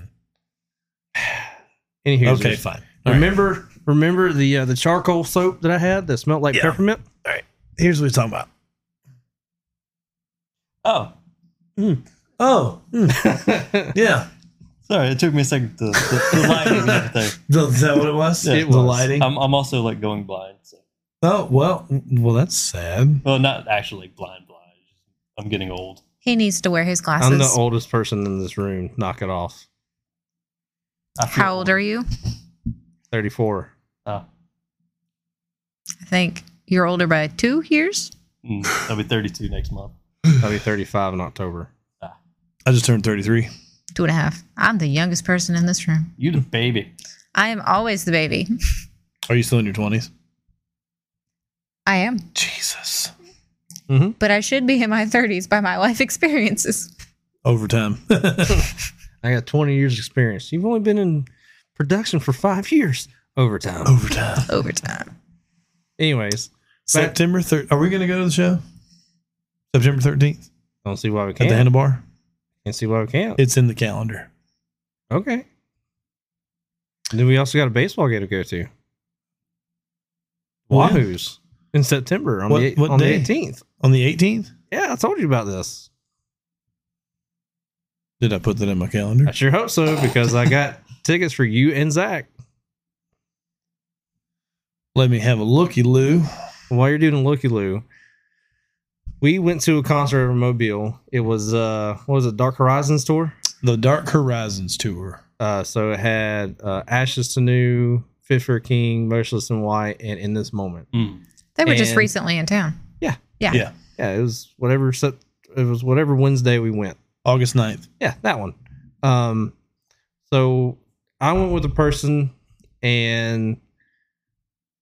[SPEAKER 2] Anywho,
[SPEAKER 1] okay,
[SPEAKER 2] just-
[SPEAKER 1] fine. All right.
[SPEAKER 2] remember remember the uh, the charcoal soap that I had that smelled like
[SPEAKER 1] Yeah.
[SPEAKER 2] peppermint?
[SPEAKER 1] Here's what we're talking about.
[SPEAKER 4] Oh,
[SPEAKER 1] Oh, yeah.
[SPEAKER 4] sorry. It took me a second. The, the, the lighting and everything.
[SPEAKER 1] The, is that what it was? Um,
[SPEAKER 4] Yeah.
[SPEAKER 1] the
[SPEAKER 4] It
[SPEAKER 2] was.
[SPEAKER 1] lighting.
[SPEAKER 4] I'm, I'm also like going blind. So.
[SPEAKER 1] oh well, well that's sad.
[SPEAKER 4] Well, not actually blind, blind. I'm getting old.
[SPEAKER 3] He needs to wear his glasses.
[SPEAKER 2] I'm the oldest person in this room. Knock it off.
[SPEAKER 4] I feel
[SPEAKER 3] How old are you?
[SPEAKER 2] 34.
[SPEAKER 4] Oh,
[SPEAKER 3] I think you're older by two years.
[SPEAKER 4] mm, I'll be 32 next month.
[SPEAKER 2] I'll be 35 in October.
[SPEAKER 1] I just turned 33.
[SPEAKER 3] Two and a half. I'm the youngest person in this room.
[SPEAKER 4] You the baby.
[SPEAKER 3] I am always the baby.
[SPEAKER 1] Are you still in your 20s?
[SPEAKER 3] I am.
[SPEAKER 1] Jesus.
[SPEAKER 3] But I should be in my 30s by my life experiences.
[SPEAKER 1] Overtime.
[SPEAKER 2] I got 20 years experience. You've only been in production for five years. Overtime.
[SPEAKER 1] Overtime.
[SPEAKER 3] Overtime.
[SPEAKER 2] Anyways,
[SPEAKER 1] September 3rd. Are we going to go to the show? September 13th
[SPEAKER 2] don't see why we
[SPEAKER 1] at the
[SPEAKER 2] can't.
[SPEAKER 1] Handlebar.
[SPEAKER 2] Can't see why we can't.
[SPEAKER 1] It's in the calendar.
[SPEAKER 2] Okay. And then we also got a baseball game to go to.
[SPEAKER 1] When?
[SPEAKER 2] Wahoos in September on
[SPEAKER 1] What-
[SPEAKER 2] the eight-
[SPEAKER 1] what
[SPEAKER 2] on
[SPEAKER 1] day?
[SPEAKER 2] the 18th.
[SPEAKER 1] On the 18th?
[SPEAKER 2] Yeah, I told you about this.
[SPEAKER 1] Did I put that in my calendar?
[SPEAKER 2] I sure hope so because I got tickets for you and Zach.
[SPEAKER 1] Let me have a looky, Lou.
[SPEAKER 2] while you're doing looky loo, we went to a concert in Mobile. It was uh, what was it? Dark Horizons tour.
[SPEAKER 1] The Dark Horizons tour.
[SPEAKER 2] Uh, so it had uh, Ashes to New, Fit for a King, Motionless in White, and In This Moment.
[SPEAKER 4] Mm.
[SPEAKER 3] They were just
[SPEAKER 2] And-
[SPEAKER 3] recently in town.
[SPEAKER 2] Yeah, it was whatever. Sep- It was whatever Wednesday we went.
[SPEAKER 1] August 9th.
[SPEAKER 2] Yeah, that one. Um, so I went with a person, and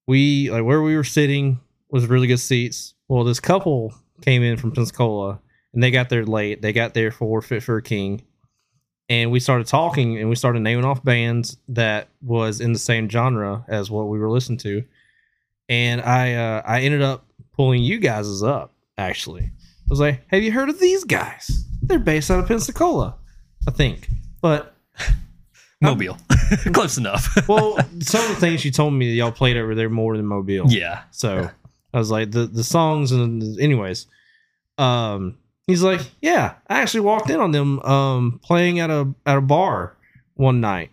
[SPEAKER 2] we like where we were sitting was really good seats. Well, this couple came in from Pensacola, and they got there late. They got there for Fit for a King, and we started talking, and we started naming off bands that was in the same genre as what we were listening to, and I uh, I ended up pulling you guys up actually. I was like, "Have you heard of these guys? They're based out of Pensacola, I think." But
[SPEAKER 4] Mobile, close enough.
[SPEAKER 2] well, some of the things you told me that y'all played over there more than Mobile.
[SPEAKER 4] yeah,
[SPEAKER 2] So I was like, the the songs and the- anyways. Um, he's like, yeah, I actually walked in on them um playing at a at a bar one night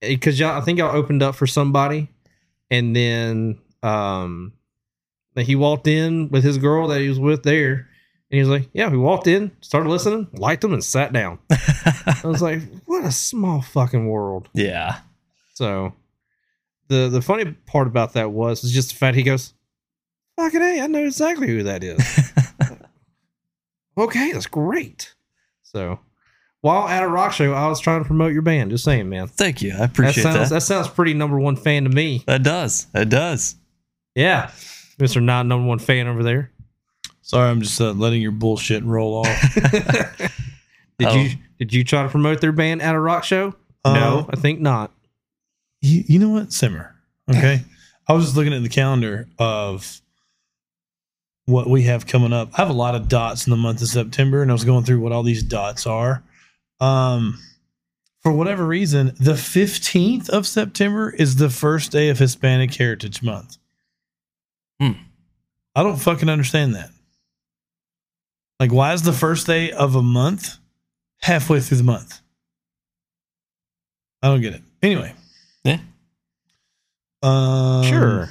[SPEAKER 2] because y'all I think y'all opened up for somebody, and then um, then he walked in with his girl that he was with there, and he was like, yeah, we walked in, started listening, liked them, and sat down. I was like, what a small fucking world.
[SPEAKER 4] yeah.
[SPEAKER 2] So the the funny part about that was is just the fact he goes, "Fucking hey, I know exactly who that is." okay, that's great. So while at a rock show, I was trying to promote your band. Just saying, man.
[SPEAKER 4] Thank you. I appreciate
[SPEAKER 2] that
[SPEAKER 4] that.
[SPEAKER 2] sounds that. sounds pretty number one fan to me.
[SPEAKER 4] that does. That does.
[SPEAKER 2] Yeah, Mister Not Number One Fan over there.
[SPEAKER 1] Sorry, I'm just uh, letting your bullshit roll off.
[SPEAKER 2] Did
[SPEAKER 4] Oh.
[SPEAKER 2] you did you try to promote their band at a rock show? no,
[SPEAKER 1] Um,
[SPEAKER 2] I think not.
[SPEAKER 1] you, you know what? Simmer. Okay. I was just looking at the calendar of what we have coming up. I have a lot of dots in the month of September, and I was going through what all these dots are. Um, for whatever reason, the 15th of September is the first day of Hispanic Heritage Month.
[SPEAKER 4] Hmm.
[SPEAKER 1] I don't fucking understand that. Like, why is the first day of a month halfway through the month? I don't get it. Anyway.
[SPEAKER 4] Yeah.
[SPEAKER 1] Um,
[SPEAKER 2] sure.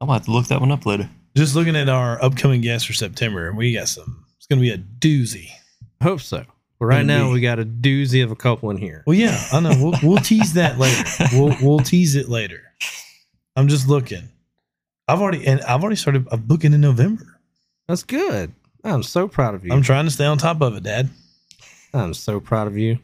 [SPEAKER 4] I'm gonna have to look that one up later.
[SPEAKER 1] Just looking at our upcoming guests for September, we got some. It's going to be a doozy.
[SPEAKER 2] Hope so. But right now
[SPEAKER 1] Indeed.
[SPEAKER 2] we got a doozy of a couple in here.
[SPEAKER 1] Well, yeah, I know. We'll, we'll tease that later. We'll we'll tease it later. I'm just looking. I've already and I've already started uh, booking in November.
[SPEAKER 2] That's good. I'm so proud of you.
[SPEAKER 1] I'm trying to stay on top of it, Dad.
[SPEAKER 2] I'm so proud of you.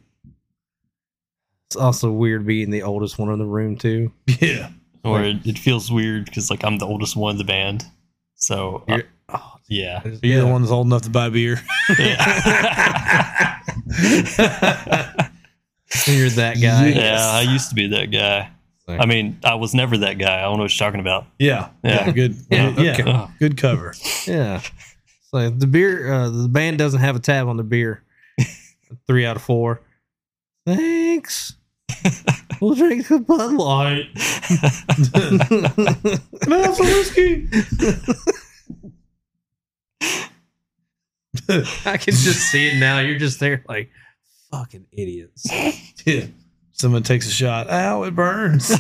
[SPEAKER 2] It's also weird being the oldest one in the room too.
[SPEAKER 1] Yeah,
[SPEAKER 4] Or it, it feels weird because like I'm the oldest one in the band. So uh,
[SPEAKER 2] You're- oh,
[SPEAKER 4] yeah.
[SPEAKER 1] you're the one that's old enough to buy beer.
[SPEAKER 4] yeah.
[SPEAKER 2] You're that guy.
[SPEAKER 4] Yeah, I used to be that guy. I mean, I was never that guy. I don't know what you're talking about.
[SPEAKER 1] Yeah,
[SPEAKER 4] Yeah.
[SPEAKER 1] good.
[SPEAKER 2] Yeah,
[SPEAKER 1] Yeah, yeah,
[SPEAKER 4] Ugh.
[SPEAKER 1] good cover.
[SPEAKER 2] Yeah. So the beer, uh, the band doesn't have a tab on the beer. Three out of four. Thanks. we'll drink a Bud Light.
[SPEAKER 1] No, it's a whiskey.
[SPEAKER 2] I can just see it now. You're just there like fucking idiots.
[SPEAKER 1] Yeah. Someone takes a shot. Ow, it burns.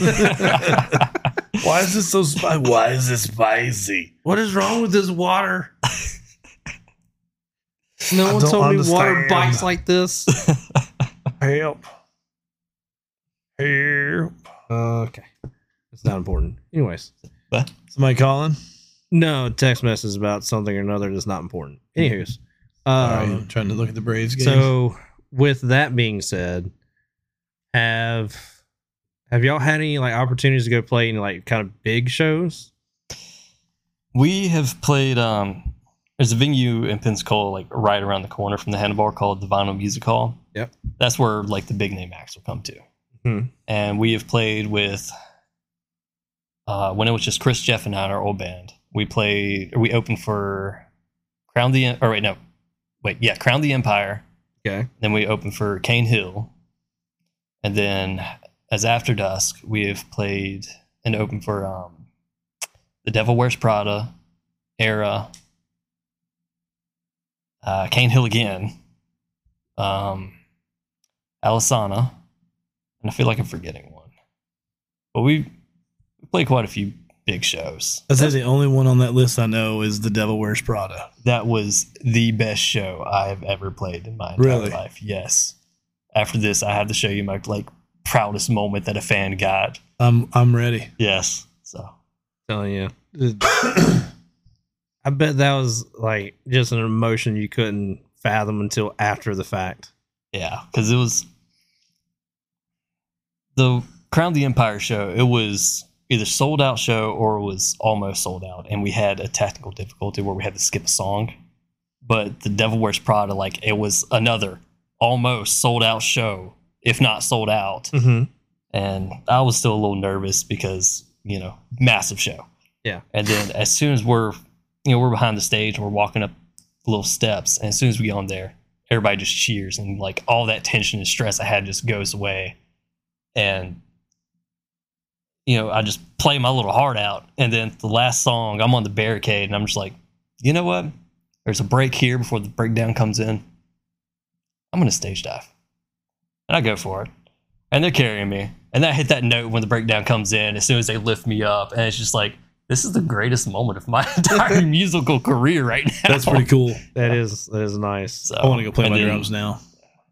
[SPEAKER 1] Why is this so spicy? Why is it spicy?
[SPEAKER 2] What is wrong with this water? No
[SPEAKER 1] I
[SPEAKER 2] one
[SPEAKER 1] don't
[SPEAKER 2] told me water
[SPEAKER 1] understand.
[SPEAKER 2] bites like this.
[SPEAKER 1] Help. Help.
[SPEAKER 2] okay. It's not important. Anyways.
[SPEAKER 4] But
[SPEAKER 1] Somebody calling?
[SPEAKER 2] No text message about something or another that's not important. Anyways.
[SPEAKER 1] Sorry,
[SPEAKER 2] Um,
[SPEAKER 1] I'm trying to look at the Braves game.
[SPEAKER 2] so with that being said, have have y'all had any like opportunities to go play any like kind of big shows?
[SPEAKER 4] we have played um there's a venue in Pensacola like right around the corner from the handlebar called the Vinyl Music Hall.
[SPEAKER 2] Yep.
[SPEAKER 4] That's where like the big name acts will come to.
[SPEAKER 2] Mhm.
[SPEAKER 4] And we have played with uh when it was just Chris Jeff and I our old band. We played or we opened for Crown the or wait no. Wait, yeah, Crown the Empire.
[SPEAKER 2] Okay.
[SPEAKER 4] Then we opened for Cane Hill. And then as After Dusk, we have played and opened for um, The Devil Wears Prada, Era, uh, Cane Hill again, um, Alisana, and I feel like I'm forgetting one. But we we played quite a few big shows.
[SPEAKER 1] I'd say the only one on that list I know is The Devil Wears Prada.
[SPEAKER 4] That was the best show I have ever played in my entire
[SPEAKER 1] Really?
[SPEAKER 4] life. Yes. After this, I have to show you my like proudest moment that a fan got.
[SPEAKER 1] I'm I'm ready.
[SPEAKER 4] Yes. So
[SPEAKER 2] telling you. I bet that was like just an emotion you couldn't fathom until after the fact.
[SPEAKER 4] yeah, because it was the Crown of the Empire show. It was either sold out show or it was almost sold out, and we had a technical difficulty where we had to skip a song. But the Devil Wears Prada, like it was another almost sold out show, if not sold out.
[SPEAKER 2] Mm-hmm.
[SPEAKER 4] and I was still a little nervous because you know massive show.
[SPEAKER 2] Yeah.
[SPEAKER 4] And then as soon as we're you know we're behind the stage and we're walking up little steps, and as soon as we get on there, everybody just cheers and like all that tension and stress I had just goes away, and you know I just play my little heart out, and then the last song I'm on the barricade and I'm just like, you know what? There's a break here before the breakdown comes in. I'm gonna stage dive, and I go for it and they're carrying me. And I hit that note when the breakdown comes in as soon as they lift me up. And it's just like, this is the greatest moment of my entire musical career right now.
[SPEAKER 1] That's pretty cool.
[SPEAKER 2] That is that is nice.
[SPEAKER 4] So,
[SPEAKER 1] I want to go play
[SPEAKER 4] and
[SPEAKER 1] my
[SPEAKER 4] then,
[SPEAKER 1] drums now.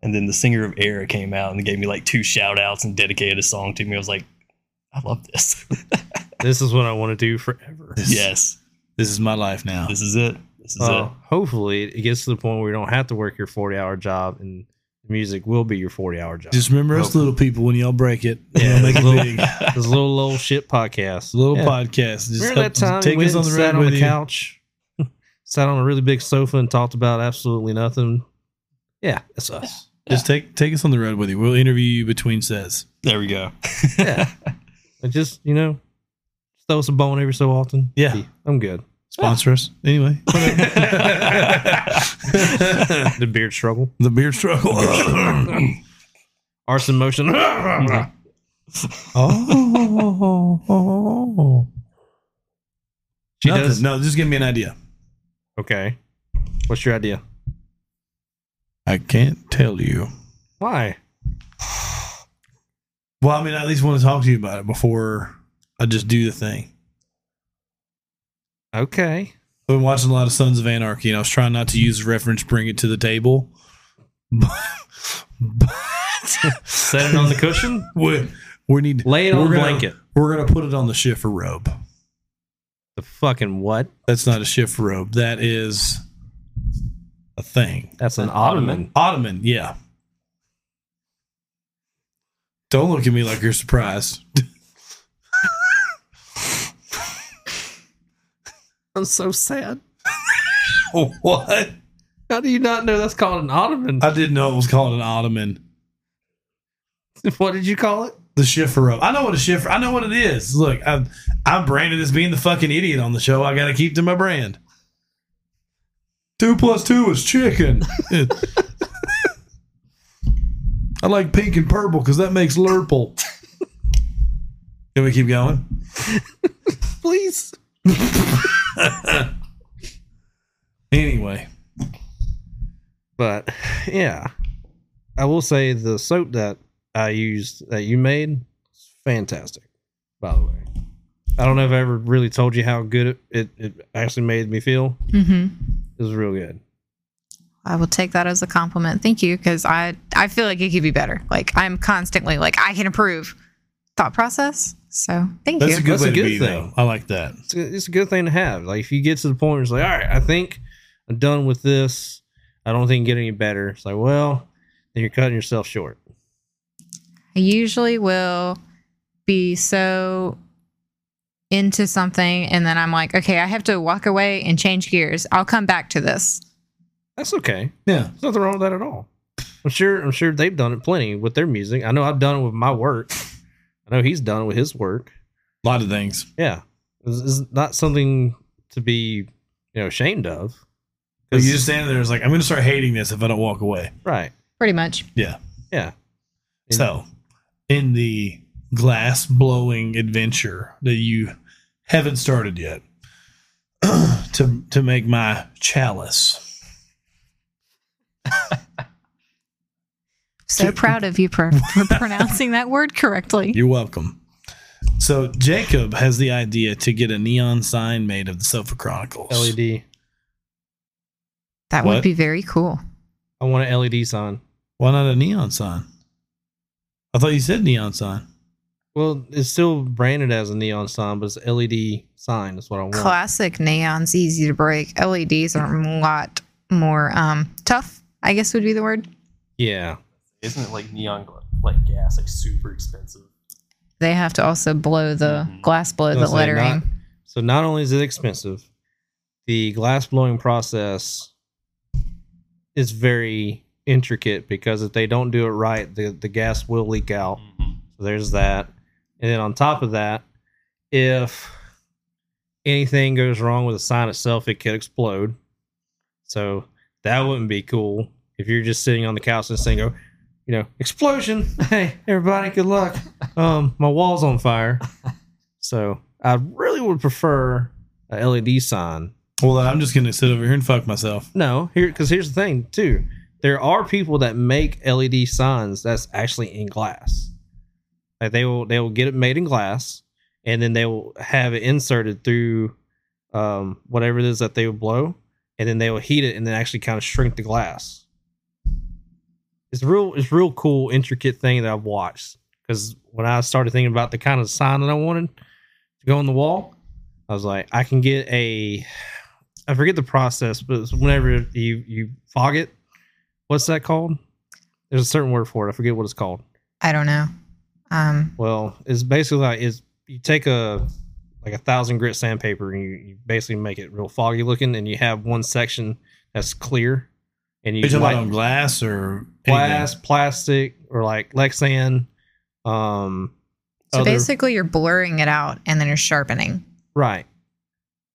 [SPEAKER 4] And then the singer of Era came out and gave me like two shout outs and dedicated a song to me. I was like, I love this.
[SPEAKER 2] This is what I want to do forever.
[SPEAKER 1] This-
[SPEAKER 4] yes,
[SPEAKER 1] This is my life now.
[SPEAKER 4] this is it. This is
[SPEAKER 2] Uh, hopefully, it gets to the point where you don't have to work your forty-hour job, and music will be your forty-hour job.
[SPEAKER 1] Just remember us
[SPEAKER 2] Nope.
[SPEAKER 1] little people when y'all break it.
[SPEAKER 2] Yeah,
[SPEAKER 1] Yeah, make it
[SPEAKER 2] little-
[SPEAKER 1] big.
[SPEAKER 2] this little old shit podcast.
[SPEAKER 1] It's a little
[SPEAKER 2] Yeah.
[SPEAKER 1] podcast. Just
[SPEAKER 2] Remember that
[SPEAKER 1] help-
[SPEAKER 2] time
[SPEAKER 1] take
[SPEAKER 2] we
[SPEAKER 1] us on the road
[SPEAKER 2] sat on
[SPEAKER 1] with
[SPEAKER 2] the
[SPEAKER 1] you.
[SPEAKER 2] couch, sat on a really big sofa, and talked about absolutely nothing? Yeah, that's us.
[SPEAKER 1] Just take take us on the road with you. We'll interview you between sets.
[SPEAKER 4] There we go.
[SPEAKER 2] Yeah. And just, you know, just throw us a bone every so often.
[SPEAKER 1] Yeah.
[SPEAKER 2] I'm good.
[SPEAKER 1] Sponsor us anyway.
[SPEAKER 2] The beard struggle.
[SPEAKER 1] the beer struggle.
[SPEAKER 2] Arson motion.
[SPEAKER 1] oh,
[SPEAKER 2] She
[SPEAKER 1] Nothing.
[SPEAKER 2] does.
[SPEAKER 1] No, just give me an idea.
[SPEAKER 2] Okay. What's your idea?
[SPEAKER 1] I can't tell you.
[SPEAKER 2] Why?
[SPEAKER 1] Well, I mean, I at least want to talk to you about it before I just do the thing.
[SPEAKER 2] Okay.
[SPEAKER 1] I've been watching a lot of Sons of Anarchy, and I was trying not to use reference, bring it to the table.
[SPEAKER 2] Set it on the cushion.
[SPEAKER 1] we, we need
[SPEAKER 2] Lay it
[SPEAKER 1] we're
[SPEAKER 2] on a
[SPEAKER 1] gonna-
[SPEAKER 2] blanket.
[SPEAKER 1] We're gonna put it on the shiffer robe.
[SPEAKER 2] The fucking what?
[SPEAKER 1] That's not a shiffer robe. That is a thing.
[SPEAKER 2] That's an,
[SPEAKER 4] An
[SPEAKER 2] ottoman.
[SPEAKER 4] ottoman.
[SPEAKER 1] Ottoman, yeah. Don't look at me like you're surprised.
[SPEAKER 2] I'm so sad.
[SPEAKER 1] what?
[SPEAKER 2] How do you not know that's called an ottoman?
[SPEAKER 1] I didn't know it was called an ottoman.
[SPEAKER 2] what did you call it?
[SPEAKER 1] The shiffer robe. I know what a shiffer. I know what it is. Look, I'm I'm branded as being the fucking idiot on the show. I gotta keep to my brand. Two plus two is chicken. I like pink and purple because that makes lurple. Can we keep going?
[SPEAKER 2] Please.
[SPEAKER 1] Anyway,
[SPEAKER 2] But yeah, I will say the soap that I used that you made is fantastic. By the way, I don't know if I ever really told you how good it it, it actually made me feel.
[SPEAKER 3] Mm-hmm.
[SPEAKER 2] It was real good.
[SPEAKER 3] I will take that as a compliment. Thank you, because I I feel like it could be better. Like I'm constantly like I can improve thought process. So thank
[SPEAKER 1] that's
[SPEAKER 3] you.
[SPEAKER 1] a good
[SPEAKER 2] That's a
[SPEAKER 1] way
[SPEAKER 2] good
[SPEAKER 1] to be.
[SPEAKER 2] thing.
[SPEAKER 1] Though I like that.
[SPEAKER 2] It's a, it's a good thing to have. Like if you get to the point where it's like, all right, I think I'm done with this. I don't think it get any better. It's like, well, then you're cutting yourself short.
[SPEAKER 3] I usually will be so into something, and then I'm like, okay, I have to walk away and change gears. I'll come back to this.
[SPEAKER 2] That's okay.
[SPEAKER 1] Yeah,
[SPEAKER 2] There's nothing wrong with that at all. I'm sure I'm sure they've done it plenty with their music. I know I've done it with my work. I know he's done it with his work.
[SPEAKER 1] a lot of things.
[SPEAKER 2] Yeah. This is not something to be, you know, ashamed of.
[SPEAKER 1] But you just standing there, it's like I'm gonna start hating this if I don't walk away.
[SPEAKER 2] Right.
[SPEAKER 3] Pretty much.
[SPEAKER 2] Yeah.
[SPEAKER 1] So, in the glass blowing adventure that you haven't started yet, to to make my chalice,
[SPEAKER 3] So proud of you for, for pronouncing that word correctly.
[SPEAKER 1] you're welcome. So Jacob has the idea to get a neon sign made of the Sofa Chronicles.
[SPEAKER 2] LED.
[SPEAKER 3] That
[SPEAKER 1] What?
[SPEAKER 3] would be very cool.
[SPEAKER 2] I want an LED sign.
[SPEAKER 1] Why not a neon sign? I thought you said neon sign.
[SPEAKER 2] Well, it's still branded as a neon sign, but it's an LED sign. That's what I want.
[SPEAKER 3] Classic neon's easy to break. LEDs are a lot more um, tough, I guess would be the word.
[SPEAKER 2] Yeah.
[SPEAKER 4] Isn't it like neon gl- like gas, like super expensive?
[SPEAKER 3] They have to also blow the
[SPEAKER 1] Mm-hmm.
[SPEAKER 4] Mhm.
[SPEAKER 3] glass blow the
[SPEAKER 2] Let's say not-
[SPEAKER 3] lettering.
[SPEAKER 2] So not only is it expensive, the glass blowing process is very intricate because if they don't do it right, the, the gas will leak out.
[SPEAKER 4] Mm-hmm.
[SPEAKER 2] So there's that. And then on top of that, if anything goes wrong with the sign itself, it could explode. So that wouldn't be cool if you're just sitting on the couch and saying, "Oh, you know, explosion! Hey, everybody, good luck. Um, my wall's on fire." So I really would prefer a LED sign.
[SPEAKER 1] Well, then I'm just gonna sit over here and fuck myself.
[SPEAKER 2] No, here because here's the thing too. There are people that make LED signs that's actually in glass. Like they will they will get it made in glass, and then they will have it inserted through um, whatever it is that they will blow, and then they will heat it and then actually kind of shrink the glass. It's real it's real cool intricate thing that I've watched because when I started thinking about the kind of sign that I wanted to go on the wall, I was like, I can get a I forget the process, but it's whenever you you fog it, what's that called? There's a certain word for it. I forget what it's called.
[SPEAKER 3] I don't know. Um,
[SPEAKER 2] Well, it's basically like is you take a like a thousand grit sandpaper and you, you basically make it real foggy looking, and you have one section that's clear, and you
[SPEAKER 1] Are you talking
[SPEAKER 2] light-
[SPEAKER 1] about on glass or
[SPEAKER 2] glass, plastic, or like Lexan. Um,
[SPEAKER 3] so
[SPEAKER 2] other-
[SPEAKER 3] basically, you're blurring it out and then you're sharpening.
[SPEAKER 2] right.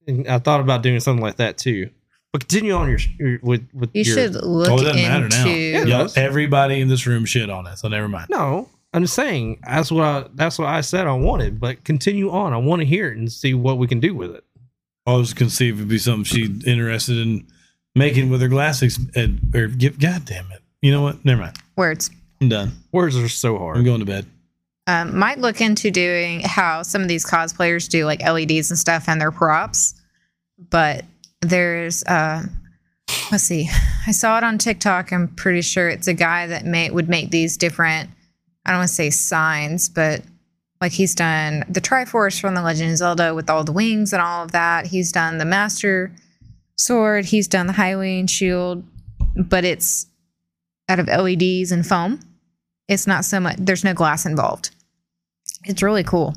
[SPEAKER 2] And I thought about doing something like that too. But continue on your, your with with
[SPEAKER 3] You
[SPEAKER 2] your,
[SPEAKER 3] should look
[SPEAKER 1] Oh, it doesn't matter now.
[SPEAKER 3] into.
[SPEAKER 2] Yeah.
[SPEAKER 1] anything? Yup, everybody in this room shit on it, so never mind.
[SPEAKER 2] No, I'm just saying that's what I, that's what I said I wanted. But continue on. I want to hear it and see what we can do with it.
[SPEAKER 1] I was gonna see if it'd be something she'd interested in making with her glass ex- ed- or give god damn it. You know what? Never mind.
[SPEAKER 3] Words.
[SPEAKER 1] I'm done.
[SPEAKER 2] Words are so hard.
[SPEAKER 1] I'm going to bed.
[SPEAKER 3] Um, might look into doing how some of these cosplayers do like LEDs and stuff and their props. But there's, uh, let's see, I saw it on TikTok. I'm pretty sure it's a guy that made, would make these different, I don't want to say signs, but like he's done the Triforce from The Legend of Zelda with all the wings and all of that. He's done the Master Sword. He's done the Highway and Shield, but it's out of LEDs and foam it's not so much there's no glass involved it's really cool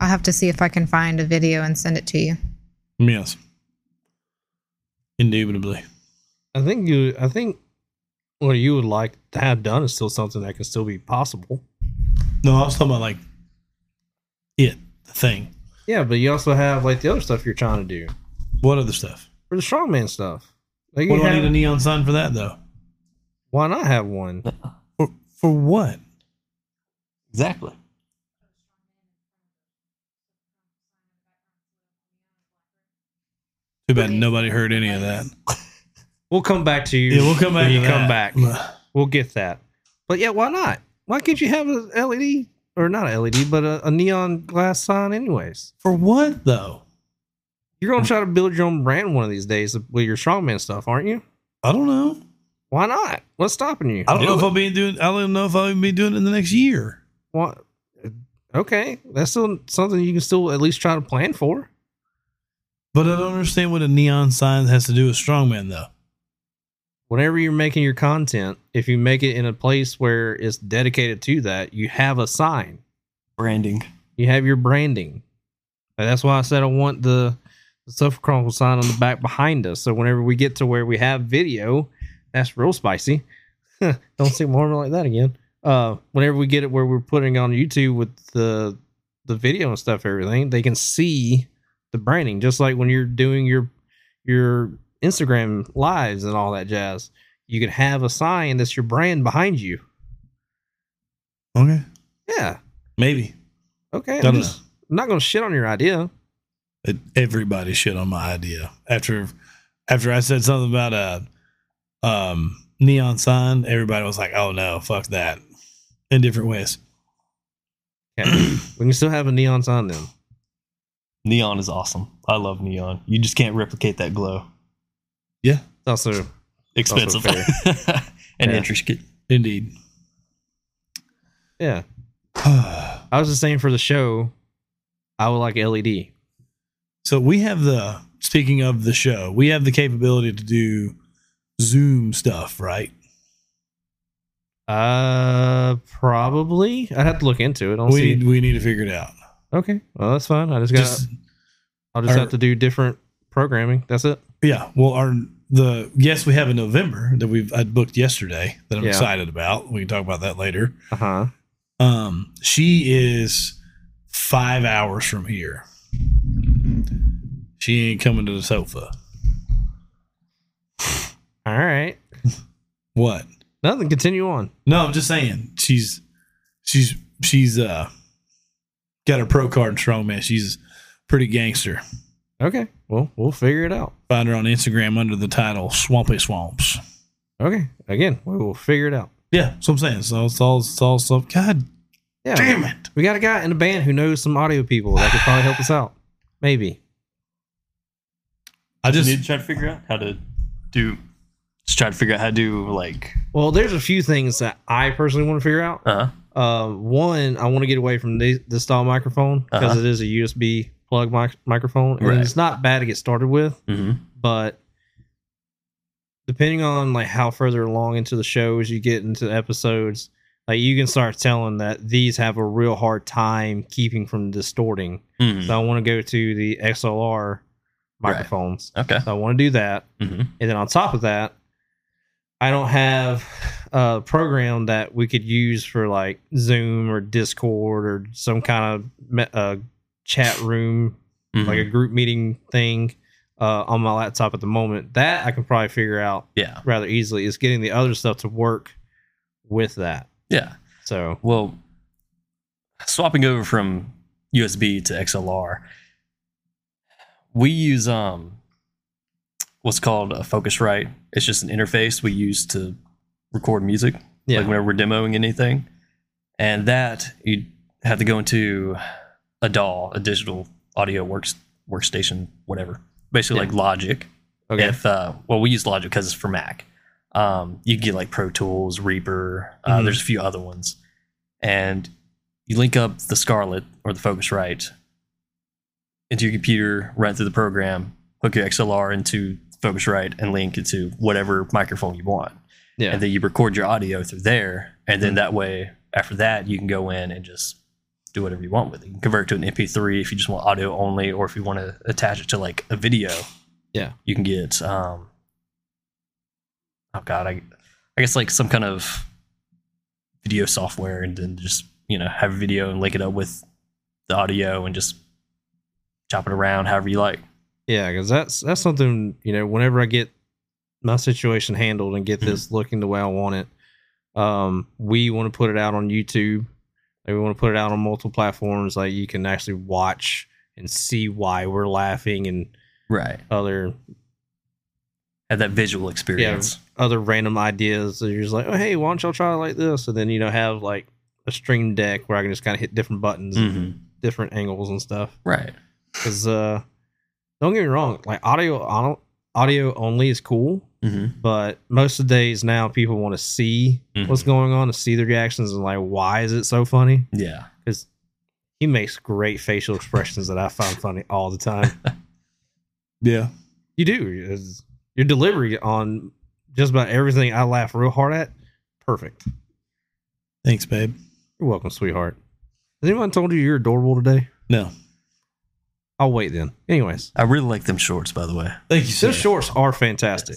[SPEAKER 3] i'll have to see if i can find a video and send it to you
[SPEAKER 1] Yes. Indubitably.
[SPEAKER 2] I think you. I think what you would like to have done is still something that can still be possible.
[SPEAKER 1] No, I was talking about like it, the thing.
[SPEAKER 2] Yeah, but you also have like the other stuff you're trying to do
[SPEAKER 1] What other stuff?
[SPEAKER 2] for the strongman stuff. Like you
[SPEAKER 1] What do I
[SPEAKER 2] have-
[SPEAKER 1] need a neon sign for that though?
[SPEAKER 2] why not have one?
[SPEAKER 1] For for what?
[SPEAKER 4] Exactly.
[SPEAKER 1] Too bad nobody heard any of that.
[SPEAKER 2] We'll come back to you.
[SPEAKER 1] Yeah, we'll come back.
[SPEAKER 2] When you
[SPEAKER 1] to
[SPEAKER 2] come
[SPEAKER 1] that.
[SPEAKER 2] back, we'll get that. But yeah, why not? Why can't you have a LED or not a LED, but a, a neon glass sign, anyways?
[SPEAKER 1] For what though?
[SPEAKER 2] You're gonna try to build your own brand one of these days with your strongman stuff, aren't you?
[SPEAKER 1] I don't know.
[SPEAKER 2] Why not? What's stopping you?
[SPEAKER 1] I don't
[SPEAKER 4] Do
[SPEAKER 1] know if
[SPEAKER 4] it.
[SPEAKER 1] I'll be doing. I don't know if I'll even be doing it in the next year.
[SPEAKER 2] What? Okay, that's still something you can still at least try to plan for.
[SPEAKER 1] But I don't understand what a neon sign has to do with strongman though.
[SPEAKER 2] Whenever you're making your content, if you make it in a place where it's dedicated to that, you have a sign.
[SPEAKER 4] Branding.
[SPEAKER 2] You have your branding. And that's why I said I want the, the Suffer Chronicle sign on the back behind us. So whenever we get to where we have video, that's real spicy. Don't say Mormon like that again. Uh, whenever we get it where we're putting on YouTube with the the video and stuff, everything they can see the branding. Just like when you're doing your your Instagram lives and all that jazz, you can have a sign that's your brand behind you.
[SPEAKER 1] Okay,
[SPEAKER 2] Yeah.
[SPEAKER 1] maybe.
[SPEAKER 2] Okay.
[SPEAKER 1] Don't
[SPEAKER 2] I'm, just, I'm not gonna shit on your idea.
[SPEAKER 1] It, everybody shit on my idea after after I said something about a um, neon sign. Everybody was like, "Oh no, fuck that!" In different ways.
[SPEAKER 2] Okay. we can still have a neon sign then.
[SPEAKER 4] Neon is awesome. I love neon. You just can't replicate that glow.
[SPEAKER 2] It's also
[SPEAKER 4] Expensive
[SPEAKER 2] fair.
[SPEAKER 4] and
[SPEAKER 2] Yeah.
[SPEAKER 4] intricate.
[SPEAKER 1] Indeed.
[SPEAKER 2] yeah. I was just saying for the show, I would like E LED.
[SPEAKER 1] so we have the speaking of the show, we have the capability to do Zoom stuff, right?
[SPEAKER 2] Uh, probably. I'd have to look into it.
[SPEAKER 1] we
[SPEAKER 2] Honestly.
[SPEAKER 1] need, we need to figure it out.
[SPEAKER 2] okay. Well, that's fine. I just got.
[SPEAKER 1] Just-
[SPEAKER 2] I'll just
[SPEAKER 1] our-
[SPEAKER 2] have to do different programming. That's it.
[SPEAKER 1] yeah. Well, our the guest we have in November that we've I booked yesterday that I'm
[SPEAKER 2] Yeah.
[SPEAKER 1] excited about. We can talk about that later.
[SPEAKER 2] Uh huh.
[SPEAKER 1] Um, she is five hours from here. She ain't coming to the sofa.
[SPEAKER 2] All right.
[SPEAKER 1] What?
[SPEAKER 2] Nothing. Continue on.
[SPEAKER 1] No, I'm just saying she's she's she's uh got her pro card in strongman. She's pretty gangster.
[SPEAKER 2] Okay. Well, we'll figure it out.
[SPEAKER 1] Find her on Instagram under the title Swampy Swamps.
[SPEAKER 2] Okay. Again, we will figure it out.
[SPEAKER 1] Yeah, that's what I'm saying. So it's all it's all stuff. God
[SPEAKER 2] Yeah.
[SPEAKER 1] damn it.
[SPEAKER 2] We got a guy in the band who knows some audio people that could probably help us out. Maybe.
[SPEAKER 1] I
[SPEAKER 4] Just need
[SPEAKER 1] just
[SPEAKER 4] to try to figure out how to do. Just try to figure out how to do like.
[SPEAKER 2] Well, there's a few things that I personally want to figure out.
[SPEAKER 4] Uh
[SPEAKER 2] Uh, one, I want to get away from the, the stall microphone because
[SPEAKER 4] Uh-huh.
[SPEAKER 2] it is a USB plug mic- microphone, and
[SPEAKER 4] Right.
[SPEAKER 2] it's not bad to get started with.
[SPEAKER 4] mm-hmm.
[SPEAKER 2] But depending on like how further along into the shows you get into the episodes, like you can start telling that these have a real hard time keeping from distorting.
[SPEAKER 4] Mm-hmm.
[SPEAKER 2] So I want to go to the XLR
[SPEAKER 4] Mm. Right.
[SPEAKER 2] microphones.
[SPEAKER 4] Okay.
[SPEAKER 2] So I want to do that.
[SPEAKER 4] Mm-hmm.
[SPEAKER 2] And then on top of that, I don't have a program that we could use for like Zoom or Discord or some kind of me- uh, chat room,
[SPEAKER 4] Mm-hmm.
[SPEAKER 2] like a group meeting thing uh, on my laptop at the moment. That I can probably figure out
[SPEAKER 4] yeah.
[SPEAKER 2] rather easily is getting the other stuff to work with that.
[SPEAKER 4] Yeah.
[SPEAKER 2] So,
[SPEAKER 4] Well, swapping over from USB to XLR, we use um, what's called a Focusrite. It's just an interface we use to record music,
[SPEAKER 2] yeah.
[SPEAKER 4] like whenever we're demoing anything. And that you have to go into a DAW, a digital audio works workstation, whatever. Basically,
[SPEAKER 2] Yeah.
[SPEAKER 4] like Logic.
[SPEAKER 2] okay.
[SPEAKER 4] If uh, well, we use Logic because it's for Mac. Um, you can get like Pro Tools, Reaper. Uh,
[SPEAKER 1] Mhm.
[SPEAKER 4] There's a few other ones, and you link up the Scarlett or the Focusrite into your computer, run through the program, hook your XLR into Focusrite, and link it to whatever microphone you want.
[SPEAKER 2] Yeah.
[SPEAKER 4] And then you record your audio through there, and then that way, after that, you can go in and just do whatever you want with it. You can convert it to an MP3 if you just want audio only, or if you want to attach it to like a video you can get um oh god i i guess like some kind of video software and then just you know have video and link it up with the audio and just chop it around however you like
[SPEAKER 2] Yeah, because that's that's something you know. Whenever I get my situation handled and get this looking the way I want it, um, we want to put it out on YouTube. And we want to put it out on multiple platforms. Like you can actually watch and see why we're laughing and
[SPEAKER 4] right
[SPEAKER 2] other
[SPEAKER 4] have that visual experience
[SPEAKER 2] other random ideas. So you're just like, oh hey, why don't y'all try it like this? And then you know have like a stream deck where I can just kind of hit different buttons,
[SPEAKER 4] hmm
[SPEAKER 2] different angles and stuff.
[SPEAKER 4] right
[SPEAKER 2] Because uh, don't get me wrong, like audio on audio only is cool.
[SPEAKER 4] hmm
[SPEAKER 2] but most of the days now people want to see
[SPEAKER 4] Mhm.
[SPEAKER 2] what's going on to see the reactions and like why is it so funny
[SPEAKER 4] yeah
[SPEAKER 2] because he makes great facial expressions that i find funny all the time
[SPEAKER 1] yeah.
[SPEAKER 2] you do It's- your delivery on just about everything i laugh real hard at perfect
[SPEAKER 1] Thanks, babe.
[SPEAKER 2] you're welcome sweetheart has anyone told you you're adorable today
[SPEAKER 1] No.
[SPEAKER 2] i'll wait then anyways
[SPEAKER 4] i really like them shorts by the way
[SPEAKER 1] Thank you, sir.
[SPEAKER 2] those shorts are fantastic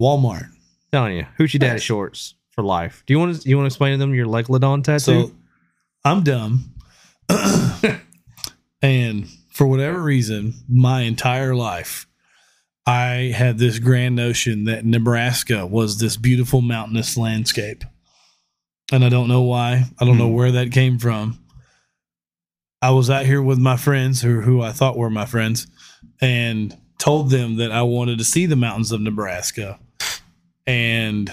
[SPEAKER 1] Walmart.
[SPEAKER 2] telling you hoochie daddy shorts for life do you want to you want to explain to them your leglodon tattoo
[SPEAKER 1] So I'm dumb. and for whatever reason, my entire life, I had this grand notion that Nebraska was this beautiful mountainous landscape. And I don't know why. I don't know where that came from. I was out here with my friends who, who I thought were my friends and told them that I wanted to see the mountains of Nebraska. And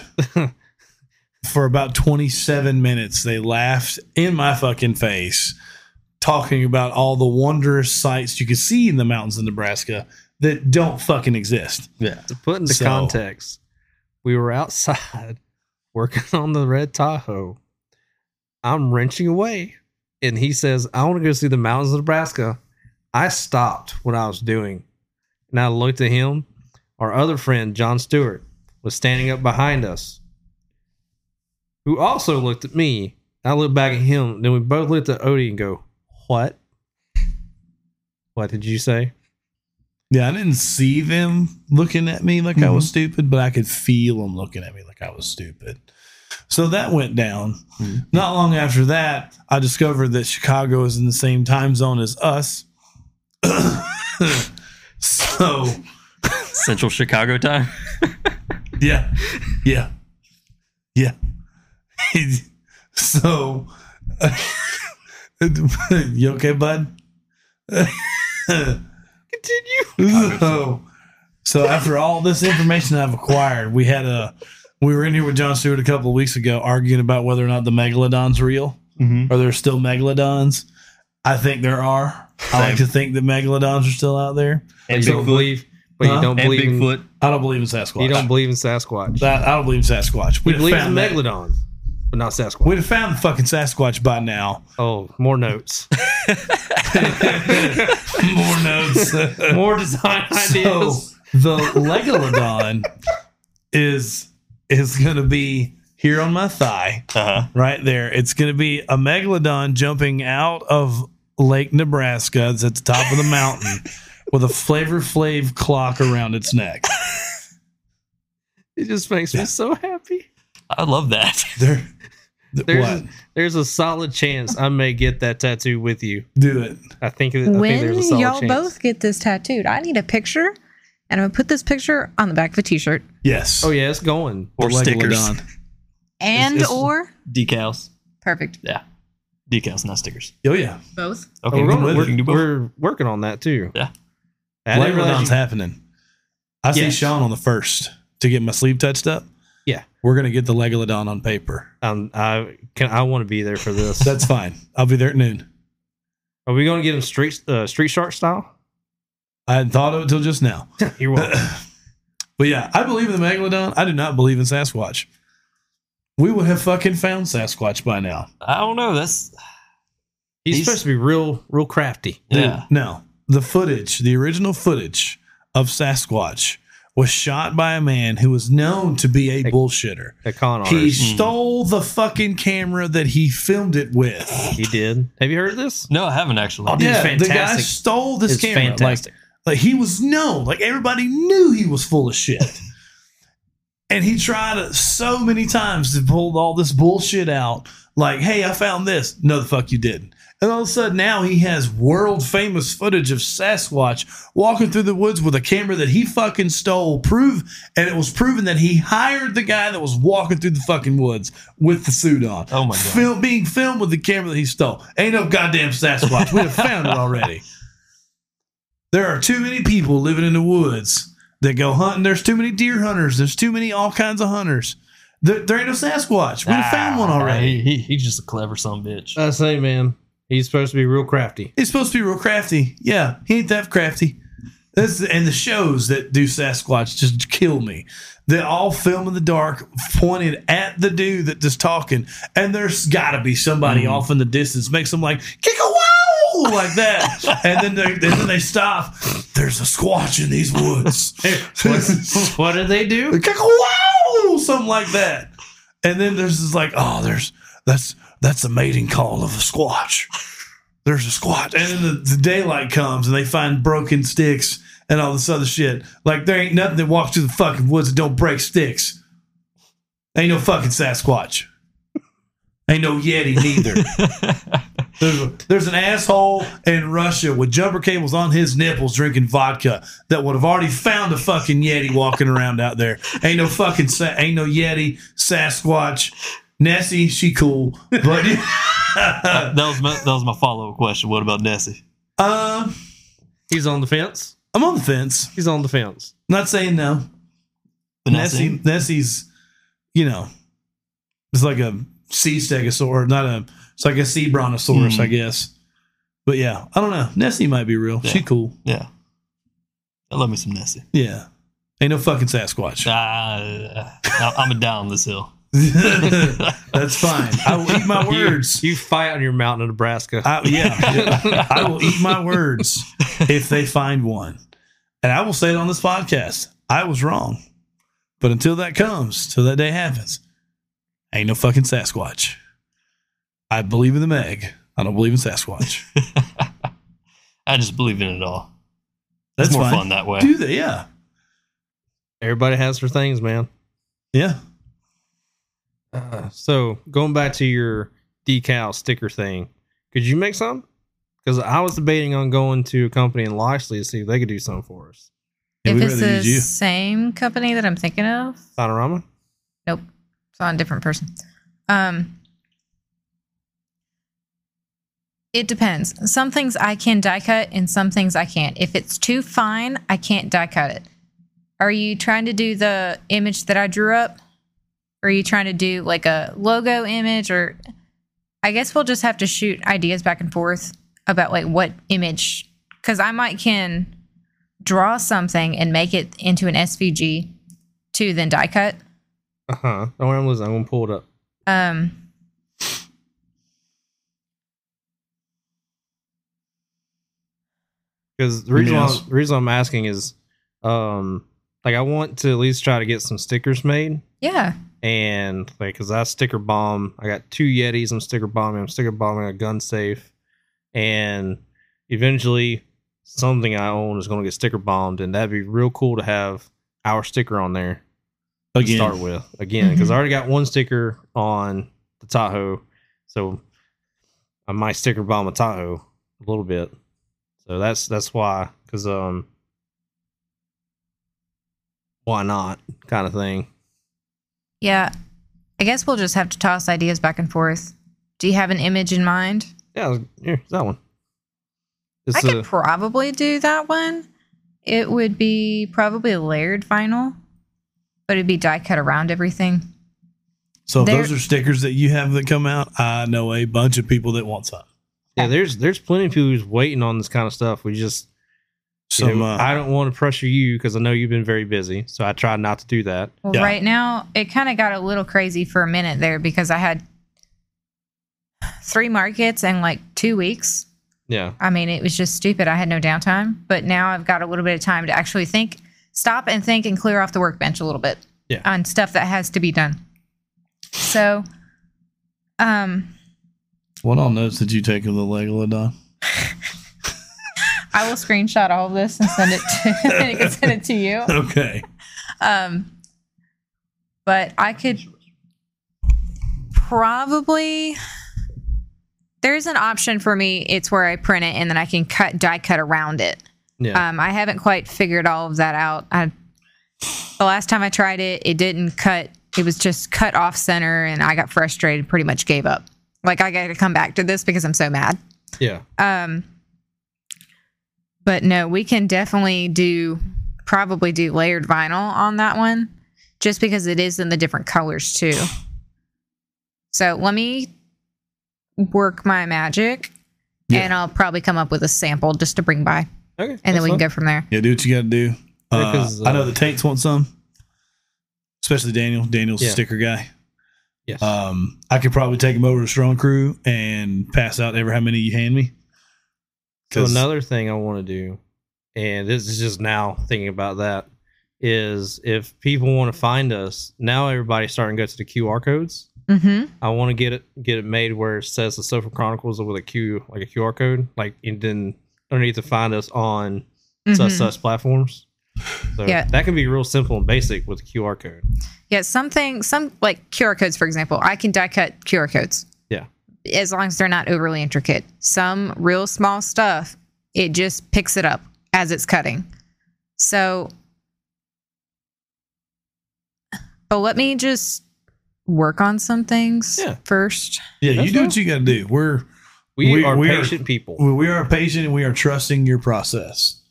[SPEAKER 1] for about 27 minutes. They laughed in my fucking face, talking about all the wondrous sights you can see in the mountains of Nebraska that don't fucking exist.
[SPEAKER 4] Yeah.
[SPEAKER 2] To put into
[SPEAKER 1] So-
[SPEAKER 2] context, we were outside working on the red Tahoe. I'm wrenching away. And he says, I want to go see the mountains of Nebraska. I stopped what I was doing. And I looked at him. Our other friend, John Stewart, was standing up behind us, who also looked at me. I looked back at him. Then we both looked at Odie and go, What? What did you say?
[SPEAKER 1] Yeah, I didn't see them looking at me like I was stupid, but I could feel them looking at me like I was stupid. So that went down.
[SPEAKER 4] Mhm.
[SPEAKER 1] Not long after that, I discovered that Chicago is in the same time zone as us. so,
[SPEAKER 4] Central Chicago time.
[SPEAKER 1] yeah, yeah, yeah. so, you okay, bud?
[SPEAKER 2] Continue.
[SPEAKER 1] So, so after all this information I've acquired, we had a we were in here with John Stewart a couple of weeks ago arguing about whether or not the megalodon's real.
[SPEAKER 4] Mm-hmm.
[SPEAKER 1] Are there still megalodons? I think there are. I like to think
[SPEAKER 4] Same.
[SPEAKER 1] that megalodons are still out there.
[SPEAKER 4] And
[SPEAKER 2] you don't
[SPEAKER 4] Bigfoot.
[SPEAKER 2] believe, but
[SPEAKER 1] Huh?
[SPEAKER 2] you don't
[SPEAKER 4] And
[SPEAKER 2] believe in-
[SPEAKER 4] Bigfoot.
[SPEAKER 1] I don't believe in Sasquatch.
[SPEAKER 2] You don't believe in Sasquatch.
[SPEAKER 1] I, I don't believe in Sasquatch.
[SPEAKER 2] you
[SPEAKER 1] We'd have,
[SPEAKER 2] believe in
[SPEAKER 1] found that-
[SPEAKER 2] Megalodon, but not Sasquatch.
[SPEAKER 1] we'd have found the fucking Sasquatch by now.
[SPEAKER 2] oh, more notes,
[SPEAKER 1] More notes.
[SPEAKER 2] more design
[SPEAKER 1] so
[SPEAKER 2] ideas.
[SPEAKER 1] the legalodon is is going to be here on my thigh.
[SPEAKER 4] Uh-huh.
[SPEAKER 1] right there. It's going to be a megalodon jumping out of Lake Nebraska. It's at the top of the mountain with a Flavor Flav clock around its neck.
[SPEAKER 2] it just makes me so happy.
[SPEAKER 4] I love that.
[SPEAKER 1] There, th-
[SPEAKER 2] There's
[SPEAKER 1] what?
[SPEAKER 2] there's a solid chance I may get that tattoo with you.
[SPEAKER 1] Do it.
[SPEAKER 2] I think. I think
[SPEAKER 3] when
[SPEAKER 2] there's a solid
[SPEAKER 3] y'all
[SPEAKER 2] chance.
[SPEAKER 3] both get this tattooed, I need a picture, and I'm gonna put this picture on the back of a t-shirt
[SPEAKER 1] Yes.
[SPEAKER 2] Oh yeah, it's going.
[SPEAKER 1] The
[SPEAKER 4] Or stickers.
[SPEAKER 1] Legalodon.
[SPEAKER 3] and
[SPEAKER 4] it's-
[SPEAKER 3] or
[SPEAKER 4] Decals.
[SPEAKER 3] perfect
[SPEAKER 4] Yeah. Decals, not stickers.
[SPEAKER 1] Oh yeah.
[SPEAKER 3] both.
[SPEAKER 2] Oh,
[SPEAKER 4] Okay.
[SPEAKER 2] we're,
[SPEAKER 1] you can
[SPEAKER 2] we're,
[SPEAKER 1] do both.
[SPEAKER 2] we're, working on that too.
[SPEAKER 4] Yeah.
[SPEAKER 2] I didn't realize
[SPEAKER 1] Legalodon's
[SPEAKER 2] you-
[SPEAKER 1] happening. I see
[SPEAKER 2] Yes.
[SPEAKER 1] Sean on the first to get my sleeve touched up.
[SPEAKER 2] Yeah.
[SPEAKER 1] We're gonna get the Legalodon on paper.
[SPEAKER 2] um, I can. I want to be there for this.
[SPEAKER 1] That's fine. I'll be there at noon.
[SPEAKER 2] Are we going to get him street uh, street shark style?
[SPEAKER 1] I hadn't thought of it till just now.
[SPEAKER 2] You're welcome.
[SPEAKER 1] But yeah, I believe in the Megalodon. I do not believe in Sasquatch. We would have fucking found Sasquatch by now.
[SPEAKER 4] I don't know. That's
[SPEAKER 2] He's,
[SPEAKER 4] He's-
[SPEAKER 2] supposed to be real, real crafty.
[SPEAKER 1] Dude,
[SPEAKER 4] yeah.
[SPEAKER 1] Now, the footage, the original footage of Sasquatch was shot by a man who was known to be a bullshitter.
[SPEAKER 2] A con artist.
[SPEAKER 1] He stole the fucking camera that he filmed it with.
[SPEAKER 2] He did. Have you heard this?
[SPEAKER 4] No, I haven't
[SPEAKER 1] Oh,
[SPEAKER 4] actually.
[SPEAKER 2] Oh, dude, it's
[SPEAKER 1] the guy
[SPEAKER 2] fantastic.
[SPEAKER 1] stole this
[SPEAKER 2] It's
[SPEAKER 1] camera. Like,
[SPEAKER 2] fantastic.
[SPEAKER 1] Like he was known, like everybody knew he was full of shit. and he tried so many times to pull all this bullshit out. Like, hey, I found this. No, the fuck you didn't. And all of a sudden, now he has world famous footage of Sasquatch walking through the woods with a camera that he fucking stole. Prove, and it was proven that he hired the guy that was walking through the fucking woods with the suit on.
[SPEAKER 4] Oh my God.
[SPEAKER 1] Film being filmed with the camera that he stole. Ain't no goddamn Sasquatch. We have found it already. There are too many people living in the woods that go hunting. There's too many deer hunters. There's too many all kinds of hunters. There, there ain't no Sasquatch. We have found one
[SPEAKER 4] Ah,
[SPEAKER 1] already.
[SPEAKER 4] He, he, he's just a clever son of a bitch.
[SPEAKER 2] I say, man, he's supposed to be real crafty.
[SPEAKER 1] He's supposed to be real crafty. Yeah, he ain't that crafty. That's and the shows that do Sasquatch just kill me. They all film in the dark, pointed at the dude that is talking, and there's got to be somebody off in the distance makes them like kick a wow like that, and then they and then they stop. There's a squatch in these woods.
[SPEAKER 2] What, what did they do?
[SPEAKER 1] wow, something like that. And then there's this like, oh, there's that's that's the mating call of a squatch. There's a squatch, and then the, the daylight comes and they find broken sticks and all this other shit. Like there ain't nothing that walks through the fucking woods that don't break sticks. Ain't no fucking Sasquatch. Ain't no Yeti neither. There's, a, there's an asshole in Russia with jumper cables on his nipples drinking vodka that would have already found a fucking Yeti walking around out there. Ain't no fucking, sa- ain't no Yeti, Sasquatch, Nessie, she cool. But,
[SPEAKER 4] that was my that was my follow up question. What about Nessie?
[SPEAKER 1] um,
[SPEAKER 2] He's on the fence.
[SPEAKER 1] I'm on the fence.
[SPEAKER 2] He's on the fence.
[SPEAKER 1] Not saying no.
[SPEAKER 4] The
[SPEAKER 1] Nessie, Nessie's, you know, It's like a sea stegosaurus, not a. It's like a sea brontosaurus,
[SPEAKER 4] Mm.
[SPEAKER 1] I guess. But yeah, I don't know. Nessie might be real. She
[SPEAKER 4] Yeah.
[SPEAKER 1] cool.
[SPEAKER 4] Yeah. I love me some Nessie.
[SPEAKER 1] Yeah, ain't no fucking Sasquatch.
[SPEAKER 4] Ah, I- I'm a down this hill.
[SPEAKER 1] That's fine. I will eat my words.
[SPEAKER 2] You fight on your mountain in Nebraska.
[SPEAKER 1] I, yeah, yeah. I will eat my words if they find one, and I will say it on this podcast. I was wrong, but until that comes, till that day happens, ain't no fucking Sasquatch. I believe in the Meg. I don't believe in Sasquatch.
[SPEAKER 4] I just believe in it all.
[SPEAKER 1] That's
[SPEAKER 4] it's more
[SPEAKER 1] fine.
[SPEAKER 4] fun that way.
[SPEAKER 1] Do they? Yeah,
[SPEAKER 2] Everybody has their things, man.
[SPEAKER 1] yeah.
[SPEAKER 2] Uh, so going back to your decal sticker thing, could you make some? Because I was debating on going to a company in Loxley to see if they could do something for us.
[SPEAKER 1] Yeah,
[SPEAKER 3] if
[SPEAKER 1] we'd
[SPEAKER 3] it's
[SPEAKER 1] rather
[SPEAKER 3] the
[SPEAKER 1] use you.
[SPEAKER 3] same company that I'm thinking of,
[SPEAKER 2] Sonorama?
[SPEAKER 3] Nope. It's on a different person. Um it depends. Some things I can die cut and some things I can't. If it's too fine, I can't die cut it. Are you trying to do the image that I drew up? Or are you trying to do like a logo image or I guess we'll just have to shoot ideas back and forth about like what image cuz I might can draw something and make it into an SVG to then die cut.
[SPEAKER 2] Uh huh. Don't worry, I'm losing. I'm gonna pull it up.
[SPEAKER 3] Um,
[SPEAKER 2] Because the reason why-
[SPEAKER 1] Yes.
[SPEAKER 2] the reason I'm asking is, um, like I want to at least try to get some stickers made,
[SPEAKER 3] yeah,
[SPEAKER 2] and like because I sticker bomb, I got two Yetis. I'm sticker bombing. I'm sticker bombing a gun safe, and eventually something I own is gonna get sticker bombed, and that'd be real cool to have our sticker on there to
[SPEAKER 1] Again,
[SPEAKER 2] start with again because I already got one sticker on the Tahoe, so I might sticker bomb a Tahoe a little bit. So that's that's why because um why not kind of thing.
[SPEAKER 3] yeah. I guess we'll just have to toss ideas back and forth. Do you have an image in mind?
[SPEAKER 2] Yeah, here, that one. It's uh,
[SPEAKER 3] I could
[SPEAKER 2] a-
[SPEAKER 3] probably do that one. It would be probably layered vinyl, but it'd be die cut around everything.
[SPEAKER 1] so if
[SPEAKER 3] there-
[SPEAKER 1] those are stickers that you have that come out. I know a bunch of people that want some.
[SPEAKER 2] yeah. There's there's plenty of people who's waiting on this kind of stuff. We just you
[SPEAKER 1] Some
[SPEAKER 2] know,
[SPEAKER 1] uh,
[SPEAKER 2] I don't want to pressure you because I know you've been very busy. So I try not to do that.
[SPEAKER 3] Well,
[SPEAKER 1] Yeah.
[SPEAKER 3] right now, it kind of got a little crazy for a minute there because I had three markets in like two weeks.
[SPEAKER 2] Yeah.
[SPEAKER 3] I mean, it was just stupid. I had no downtime, but now I've got a little bit of time to actually think, stop and think and clear off the workbench a little bit
[SPEAKER 1] Yeah.
[SPEAKER 3] on stuff that has to be done. So, um,
[SPEAKER 1] what all notes did you take of the Legoladon?
[SPEAKER 3] I will screenshot all of this and send it to, and I can send it to you.
[SPEAKER 1] Okay.
[SPEAKER 3] Um, but I could probably. There's an option for me. It's where I print it and then I can cut die cut around it.
[SPEAKER 2] Yeah.
[SPEAKER 3] Um, I haven't quite figured all of that out. I, the last time I tried it, it didn't cut. It was just cut off center, and I got frustrated. Pretty much gave up. Like I got to come back to this because I'm so mad.
[SPEAKER 2] yeah.
[SPEAKER 3] Um, but no, we can definitely do probably do layered vinyl on that one, just because it is in the different colors too. So let me work my magic, and I'll probably come up with a sample just to bring by,
[SPEAKER 2] Okay.
[SPEAKER 3] and then
[SPEAKER 2] that's
[SPEAKER 3] we can
[SPEAKER 2] fine.
[SPEAKER 3] go from there.
[SPEAKER 1] Yeah, do what you got to do.
[SPEAKER 2] Yeah,
[SPEAKER 1] Uh,
[SPEAKER 2] 'cause,
[SPEAKER 1] I know
[SPEAKER 2] uh,
[SPEAKER 1] the Taints want some, especially Daniel. Daniel's
[SPEAKER 2] Yeah.
[SPEAKER 1] a sticker guy.
[SPEAKER 2] Yes.
[SPEAKER 1] Um, I could probably take him over to Strong Crew and pass out ever how many you hand me.
[SPEAKER 2] So
[SPEAKER 1] 'Cause-
[SPEAKER 2] another thing I want to do, and this is just now thinking about that, is if people want to find us now, everybody's starting to go to the QR codes.
[SPEAKER 3] Mm-hmm.
[SPEAKER 2] I want to get it get it made where it says the Sofa Chronicles with a Q, like a QR code, like and then underneath to find us on
[SPEAKER 3] Mm-hmm.
[SPEAKER 2] such such platforms. So
[SPEAKER 3] Yeah.
[SPEAKER 2] that can be real simple and basic with a QR code.
[SPEAKER 3] Yeah, something, some like QR codes, for example. I can die cut QR codes.
[SPEAKER 2] Yeah.
[SPEAKER 3] As long as they're not overly intricate. Some real small stuff, it just picks it up as it's cutting. So, but let me just work on some things
[SPEAKER 2] Yeah.
[SPEAKER 3] first.
[SPEAKER 1] yeah, you
[SPEAKER 2] That's
[SPEAKER 1] do
[SPEAKER 2] fine.
[SPEAKER 1] what you got to do. We're
[SPEAKER 2] We,
[SPEAKER 1] We-
[SPEAKER 2] are
[SPEAKER 1] we are-
[SPEAKER 2] patient people.
[SPEAKER 1] we are patient and we are trusting your process.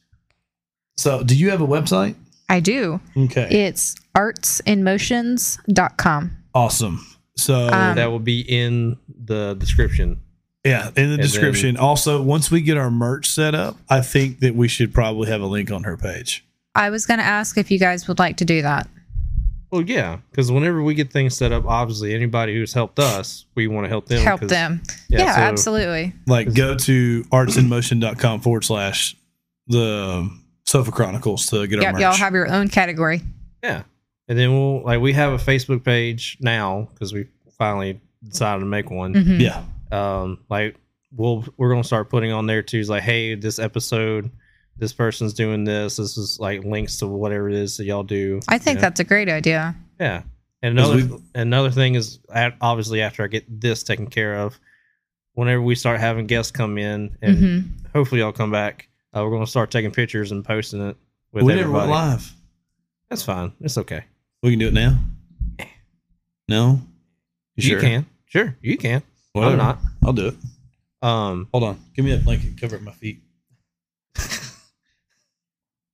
[SPEAKER 1] So, do you have a website?
[SPEAKER 3] I do.
[SPEAKER 1] Okay,
[SPEAKER 3] It's artsinmotions.com.
[SPEAKER 1] awesome. So
[SPEAKER 3] Um,
[SPEAKER 2] that will be in the description.
[SPEAKER 1] yeah, in the
[SPEAKER 2] then-
[SPEAKER 1] description. also, once we get our merch set up, I think that we should probably have a link on her page.
[SPEAKER 3] I was going to ask if you guys would like to do that.
[SPEAKER 2] Well, yeah, because whenever we get things set up, obviously anybody who's helped us, we want to help them.
[SPEAKER 3] Help
[SPEAKER 2] 'cause-
[SPEAKER 3] them.
[SPEAKER 2] yeah,
[SPEAKER 3] Yeah,
[SPEAKER 2] so-
[SPEAKER 3] absolutely.
[SPEAKER 1] Like go to artsinmotion.com forward slash the Sofa Chronicles to get our
[SPEAKER 3] Yep,
[SPEAKER 1] merch. Mm-hmm.
[SPEAKER 3] y'all have your own category.
[SPEAKER 2] Yeah, and then we'll like we have a Facebook page now because we finally decided to make one.
[SPEAKER 3] Mhm.
[SPEAKER 1] yeah.
[SPEAKER 2] um like we'll we're gonna start putting on there too is like hey this episode this person's doing this this is like links to whatever it is that y'all do
[SPEAKER 3] I think
[SPEAKER 2] you know?
[SPEAKER 3] that's a great idea.
[SPEAKER 2] yeah and
[SPEAKER 1] 'Cause
[SPEAKER 2] another
[SPEAKER 1] we've-
[SPEAKER 2] another thing is at, obviously after i get this taken care of whenever we start having guests come in and
[SPEAKER 3] hmm
[SPEAKER 2] hopefully y'all come back uh, we're gonna start taking pictures and posting it with
[SPEAKER 1] We never
[SPEAKER 2] everybody
[SPEAKER 1] went live.
[SPEAKER 2] that's fine it's okay
[SPEAKER 1] We can do it now. No?
[SPEAKER 2] you can sure you can
[SPEAKER 1] Whatever.
[SPEAKER 2] i'm not
[SPEAKER 1] I'll do it.
[SPEAKER 2] um
[SPEAKER 1] Hold on. Give me that blanket. Cover up my feet.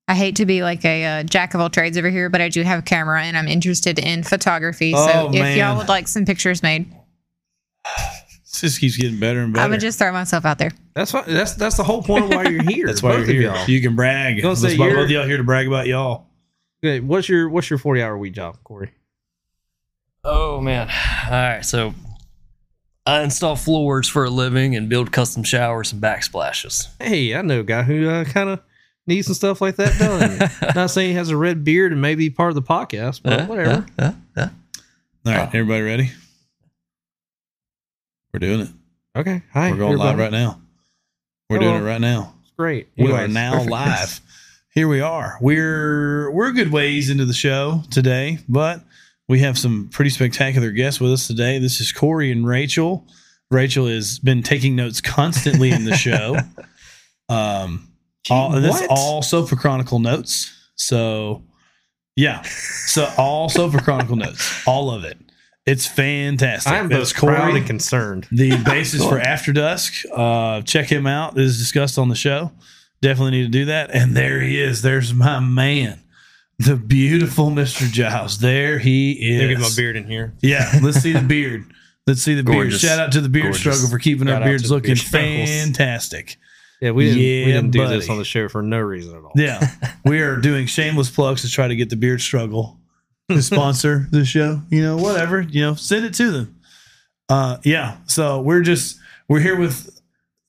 [SPEAKER 3] I hate to be like a uh, jack of all trades over here, but I do have a camera and I'm interested in photography.
[SPEAKER 1] Oh,
[SPEAKER 3] so if
[SPEAKER 1] man.
[SPEAKER 3] y'all would like some pictures made,
[SPEAKER 1] This just keeps getting better and better.
[SPEAKER 3] I'm going to just throw myself out there.
[SPEAKER 2] that's why that's that's the whole point of why you're here
[SPEAKER 1] That's why
[SPEAKER 2] both
[SPEAKER 1] you're here.
[SPEAKER 2] of y'all.
[SPEAKER 1] You can brag.
[SPEAKER 2] Don't
[SPEAKER 1] That's
[SPEAKER 2] say
[SPEAKER 1] why
[SPEAKER 2] you're-
[SPEAKER 1] both of y'all here to brag about y'all.
[SPEAKER 2] Okay, what's your what's your forty hour week job, Corey?
[SPEAKER 4] Oh man. All right. So I install floors for a living and build custom showers and backsplashes.
[SPEAKER 2] Hey, I know a guy who uh, kind of needs some stuff like that done. Not saying he has a red beard and maybe part of the podcast, but
[SPEAKER 4] Uh,
[SPEAKER 2] whatever.
[SPEAKER 4] uh, uh, uh.
[SPEAKER 1] All right,
[SPEAKER 4] Oh.
[SPEAKER 1] everybody ready? We're doing it.
[SPEAKER 2] Okay, hi.
[SPEAKER 1] We're going live
[SPEAKER 2] everybody.
[SPEAKER 1] right now. We're doing
[SPEAKER 2] Hello.
[SPEAKER 1] it right now.
[SPEAKER 2] It's great.
[SPEAKER 1] We are
[SPEAKER 2] Anyways,
[SPEAKER 1] now
[SPEAKER 2] perfect.
[SPEAKER 1] live. Here we are. We're we're a good ways into the show today, but we have some pretty spectacular guests with us today. This is Corey and Rachel. Rachel has been taking notes constantly in the show. um, all, and this is
[SPEAKER 2] what?
[SPEAKER 1] all Sofa Chronicle notes. So, yeah, so all Sofa Chronicle notes, all of it. It's fantastic.
[SPEAKER 2] I am
[SPEAKER 1] That's
[SPEAKER 2] both proud and concerned.
[SPEAKER 1] the basis for After Dusk. Uh, check him out. It is discussed on the show. Definitely need to do that. And there he is. There's my man, the beautiful Mr. Giles. There he is.
[SPEAKER 2] Let me get my beard in here.
[SPEAKER 1] Yeah, let's see the beard. Let's see the
[SPEAKER 4] Gorgeous.
[SPEAKER 1] beard. Shout out to the beard
[SPEAKER 4] Gorgeous.
[SPEAKER 1] struggle for keeping
[SPEAKER 2] Shout out
[SPEAKER 1] our beards
[SPEAKER 2] to the
[SPEAKER 1] looking
[SPEAKER 2] beard struggles.
[SPEAKER 1] fantastic.
[SPEAKER 2] Yeah, we didn't, we
[SPEAKER 1] Yeah,
[SPEAKER 2] didn't do this
[SPEAKER 1] buddy.
[SPEAKER 2] on the show for no reason at all.
[SPEAKER 1] Yeah, we are doing shameless plugs to try to get the beard struggle to sponsor the show. You know, whatever. You know, send it to them. Uh, yeah. So we're just we're here with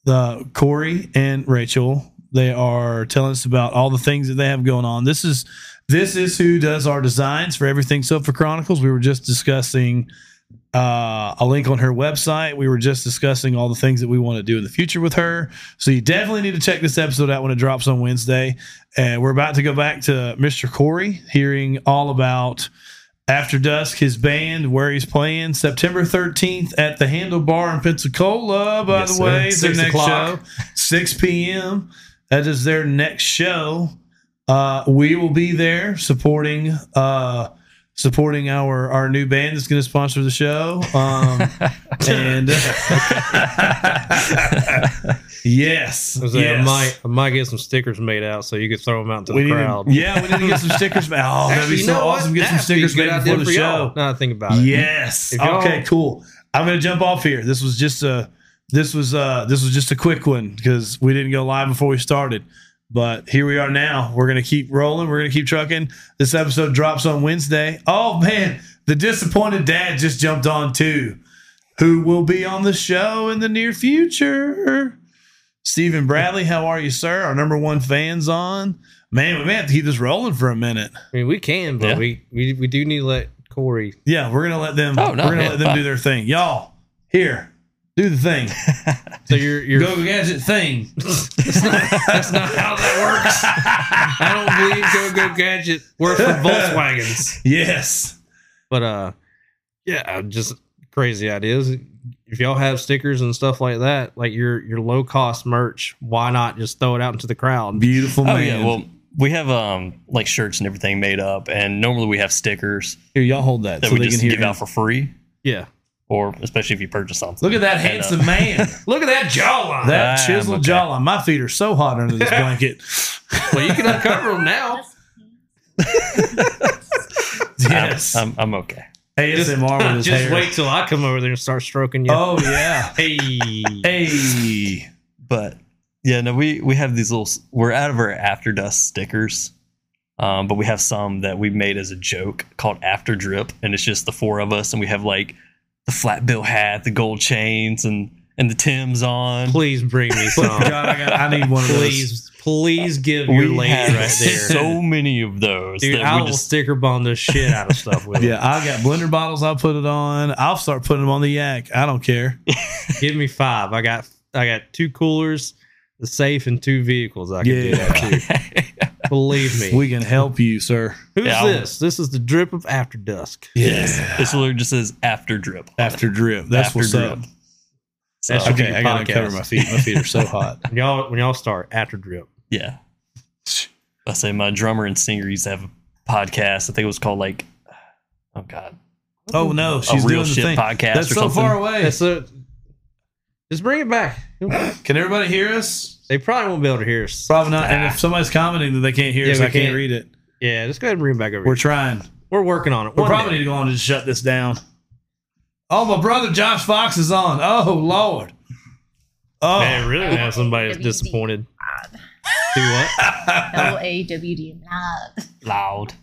[SPEAKER 1] the Corey and Rachel. They are telling us about all the things that they have going on. This is this is who does our designs for everything. So for Chronicles, we were just discussing uh, a link on her website. We were just discussing all the things that we want to do in the future with her. So you definitely need to check this episode out when it drops on Wednesday. And we're about to go back to Mr. Corey, hearing all about After Dusk, his band, where he's playing September 13th at the Handlebar in Pensacola. By
[SPEAKER 2] Yes,
[SPEAKER 1] the way,
[SPEAKER 2] sir.
[SPEAKER 1] their
[SPEAKER 2] Six
[SPEAKER 1] next
[SPEAKER 2] o'clock.
[SPEAKER 1] show, 6 p.m. That is their next show. Uh, we will be there supporting uh, supporting our our new band that's going to sponsor the show. Um, and yes,
[SPEAKER 2] I, was like, I
[SPEAKER 1] yes.
[SPEAKER 2] might I might get some stickers made out so you could throw them out to
[SPEAKER 1] we
[SPEAKER 2] the
[SPEAKER 1] need
[SPEAKER 2] crowd.
[SPEAKER 1] to, yeah, we need to get some stickers. made. Oh, that'd be
[SPEAKER 2] Actually,
[SPEAKER 1] so
[SPEAKER 2] you know what?
[SPEAKER 1] awesome. Get some
[SPEAKER 2] That'd be a
[SPEAKER 1] stickers
[SPEAKER 2] good
[SPEAKER 1] made
[SPEAKER 2] idea
[SPEAKER 1] before the
[SPEAKER 2] for y'all.
[SPEAKER 1] show.
[SPEAKER 2] Now that I think about it.
[SPEAKER 1] Yes.
[SPEAKER 2] If y'all-
[SPEAKER 1] Okay, cool. I'm gonna jump off here. This was just a this was uh this was just a quick one because we didn't go live before we started. But here we are now. We're gonna keep rolling, we're gonna keep trucking. This episode drops on Wednesday. Oh man, the disappointed dad just jumped on too, who will be on the show in the near future. Stephen Bradley, how are you, sir? Our number one fan's on. Man, we may have to keep this rolling for a minute.
[SPEAKER 2] I mean we can, but
[SPEAKER 4] Yeah.
[SPEAKER 2] we, we we do need to let Corey
[SPEAKER 1] Yeah, we're gonna let them.
[SPEAKER 4] Oh, no,
[SPEAKER 1] we're gonna
[SPEAKER 4] yeah,
[SPEAKER 1] let them do their thing. Y'all here, do the thing.
[SPEAKER 2] so you're you're
[SPEAKER 1] Go gadget thing.
[SPEAKER 2] That's not how that works. I don't believe Go Go Gadget works for Volkswagens.
[SPEAKER 1] Yes.
[SPEAKER 2] But uh, yeah, uh, just crazy ideas. If y'all have stickers and stuff like that, like your your low cost merch, why not just throw it out into the crowd?
[SPEAKER 1] Beautiful
[SPEAKER 4] Oh
[SPEAKER 1] man.
[SPEAKER 4] yeah. Well, we have um like shirts and everything made up, and normally we have stickers
[SPEAKER 1] here, y'all hold that,
[SPEAKER 4] that
[SPEAKER 1] so
[SPEAKER 4] we
[SPEAKER 1] they can
[SPEAKER 4] just
[SPEAKER 1] hear.
[SPEAKER 4] give
[SPEAKER 1] you.
[SPEAKER 4] out for free,
[SPEAKER 2] Yeah,
[SPEAKER 4] or especially if you purchase something.
[SPEAKER 1] Look at that
[SPEAKER 4] And,
[SPEAKER 1] handsome
[SPEAKER 4] uh,
[SPEAKER 1] man.
[SPEAKER 2] look at that jawline.
[SPEAKER 1] That
[SPEAKER 4] I'm
[SPEAKER 1] chiseled
[SPEAKER 4] okay.
[SPEAKER 1] jawline. My feet are so hot under this blanket.
[SPEAKER 2] well, you can uncover them now.
[SPEAKER 4] I'm-
[SPEAKER 1] Yes.
[SPEAKER 4] Um, I'm, I'm okay.
[SPEAKER 1] ASMR with his
[SPEAKER 2] Just
[SPEAKER 1] hair.
[SPEAKER 2] wait till I come over there and start stroking you.
[SPEAKER 1] Oh yeah.
[SPEAKER 2] hey,
[SPEAKER 1] hey.
[SPEAKER 4] but yeah, no, we we have these little. s- We're out of our After Dust stickers, um, but we have some that we made as a joke called After Drip, and it's just the four of us, and we have like the flat bill hat, the gold chains, and and the Tim's on.
[SPEAKER 2] please bring me some.
[SPEAKER 1] God, I, got, I need one of those.
[SPEAKER 2] please, please give your lady right there.
[SPEAKER 4] so many of those.
[SPEAKER 2] Dude,
[SPEAKER 4] that
[SPEAKER 2] I
[SPEAKER 4] we
[SPEAKER 2] will
[SPEAKER 4] just,
[SPEAKER 2] sticker bond the shit out of stuff with.
[SPEAKER 1] Yeah, I got blender bottles. I'll put it on. I'll start putting them on the yak. I don't care.
[SPEAKER 2] it. Give me five. I got I got two coolers, the safe, and two vehicles. I can do
[SPEAKER 1] Yeah.
[SPEAKER 2] that too. Believe me.
[SPEAKER 1] We can help you, sir.
[SPEAKER 2] Who's
[SPEAKER 4] Yeah, I'll-
[SPEAKER 2] this? This is the drip of after dusk.
[SPEAKER 4] yes, it's literally just says After Drip.
[SPEAKER 1] After drip. That's
[SPEAKER 4] After
[SPEAKER 1] what's
[SPEAKER 4] Drip.
[SPEAKER 1] up.
[SPEAKER 4] So,
[SPEAKER 2] That's
[SPEAKER 1] Uh, Okay, I gotta
[SPEAKER 2] Podcast.
[SPEAKER 1] cover my feet. My feet are so hot.
[SPEAKER 2] When y'all when y'all start after drip.
[SPEAKER 4] Yeah. I say my drummer and singer used to have a podcast. I think it was called like, oh god,
[SPEAKER 1] Oh no,
[SPEAKER 4] a
[SPEAKER 1] she's
[SPEAKER 4] real
[SPEAKER 1] doing the
[SPEAKER 4] shit
[SPEAKER 1] thing.
[SPEAKER 4] podcast
[SPEAKER 1] That's
[SPEAKER 4] or
[SPEAKER 1] so
[SPEAKER 4] something.
[SPEAKER 1] far away.
[SPEAKER 2] That's a, just bring it back.
[SPEAKER 1] Can everybody hear us?
[SPEAKER 2] They probably won't be able to hear us.
[SPEAKER 1] Probably not. And if somebody's commenting that they can't hear
[SPEAKER 2] Yeah,
[SPEAKER 1] us, I
[SPEAKER 2] we
[SPEAKER 1] can't,
[SPEAKER 2] can't.
[SPEAKER 1] read it.
[SPEAKER 2] Yeah, just go ahead and bring it back over.
[SPEAKER 1] We're
[SPEAKER 2] here.
[SPEAKER 1] trying.
[SPEAKER 2] We're working on it.
[SPEAKER 1] We
[SPEAKER 2] One
[SPEAKER 1] probably
[SPEAKER 2] day.
[SPEAKER 1] need to go on and shut this down. Oh, my brother Josh Fox is on. Oh Lord. Oh,
[SPEAKER 2] Man, really have somebody that's disappointed. Do what?
[SPEAKER 5] L A W D. Love.
[SPEAKER 4] loud.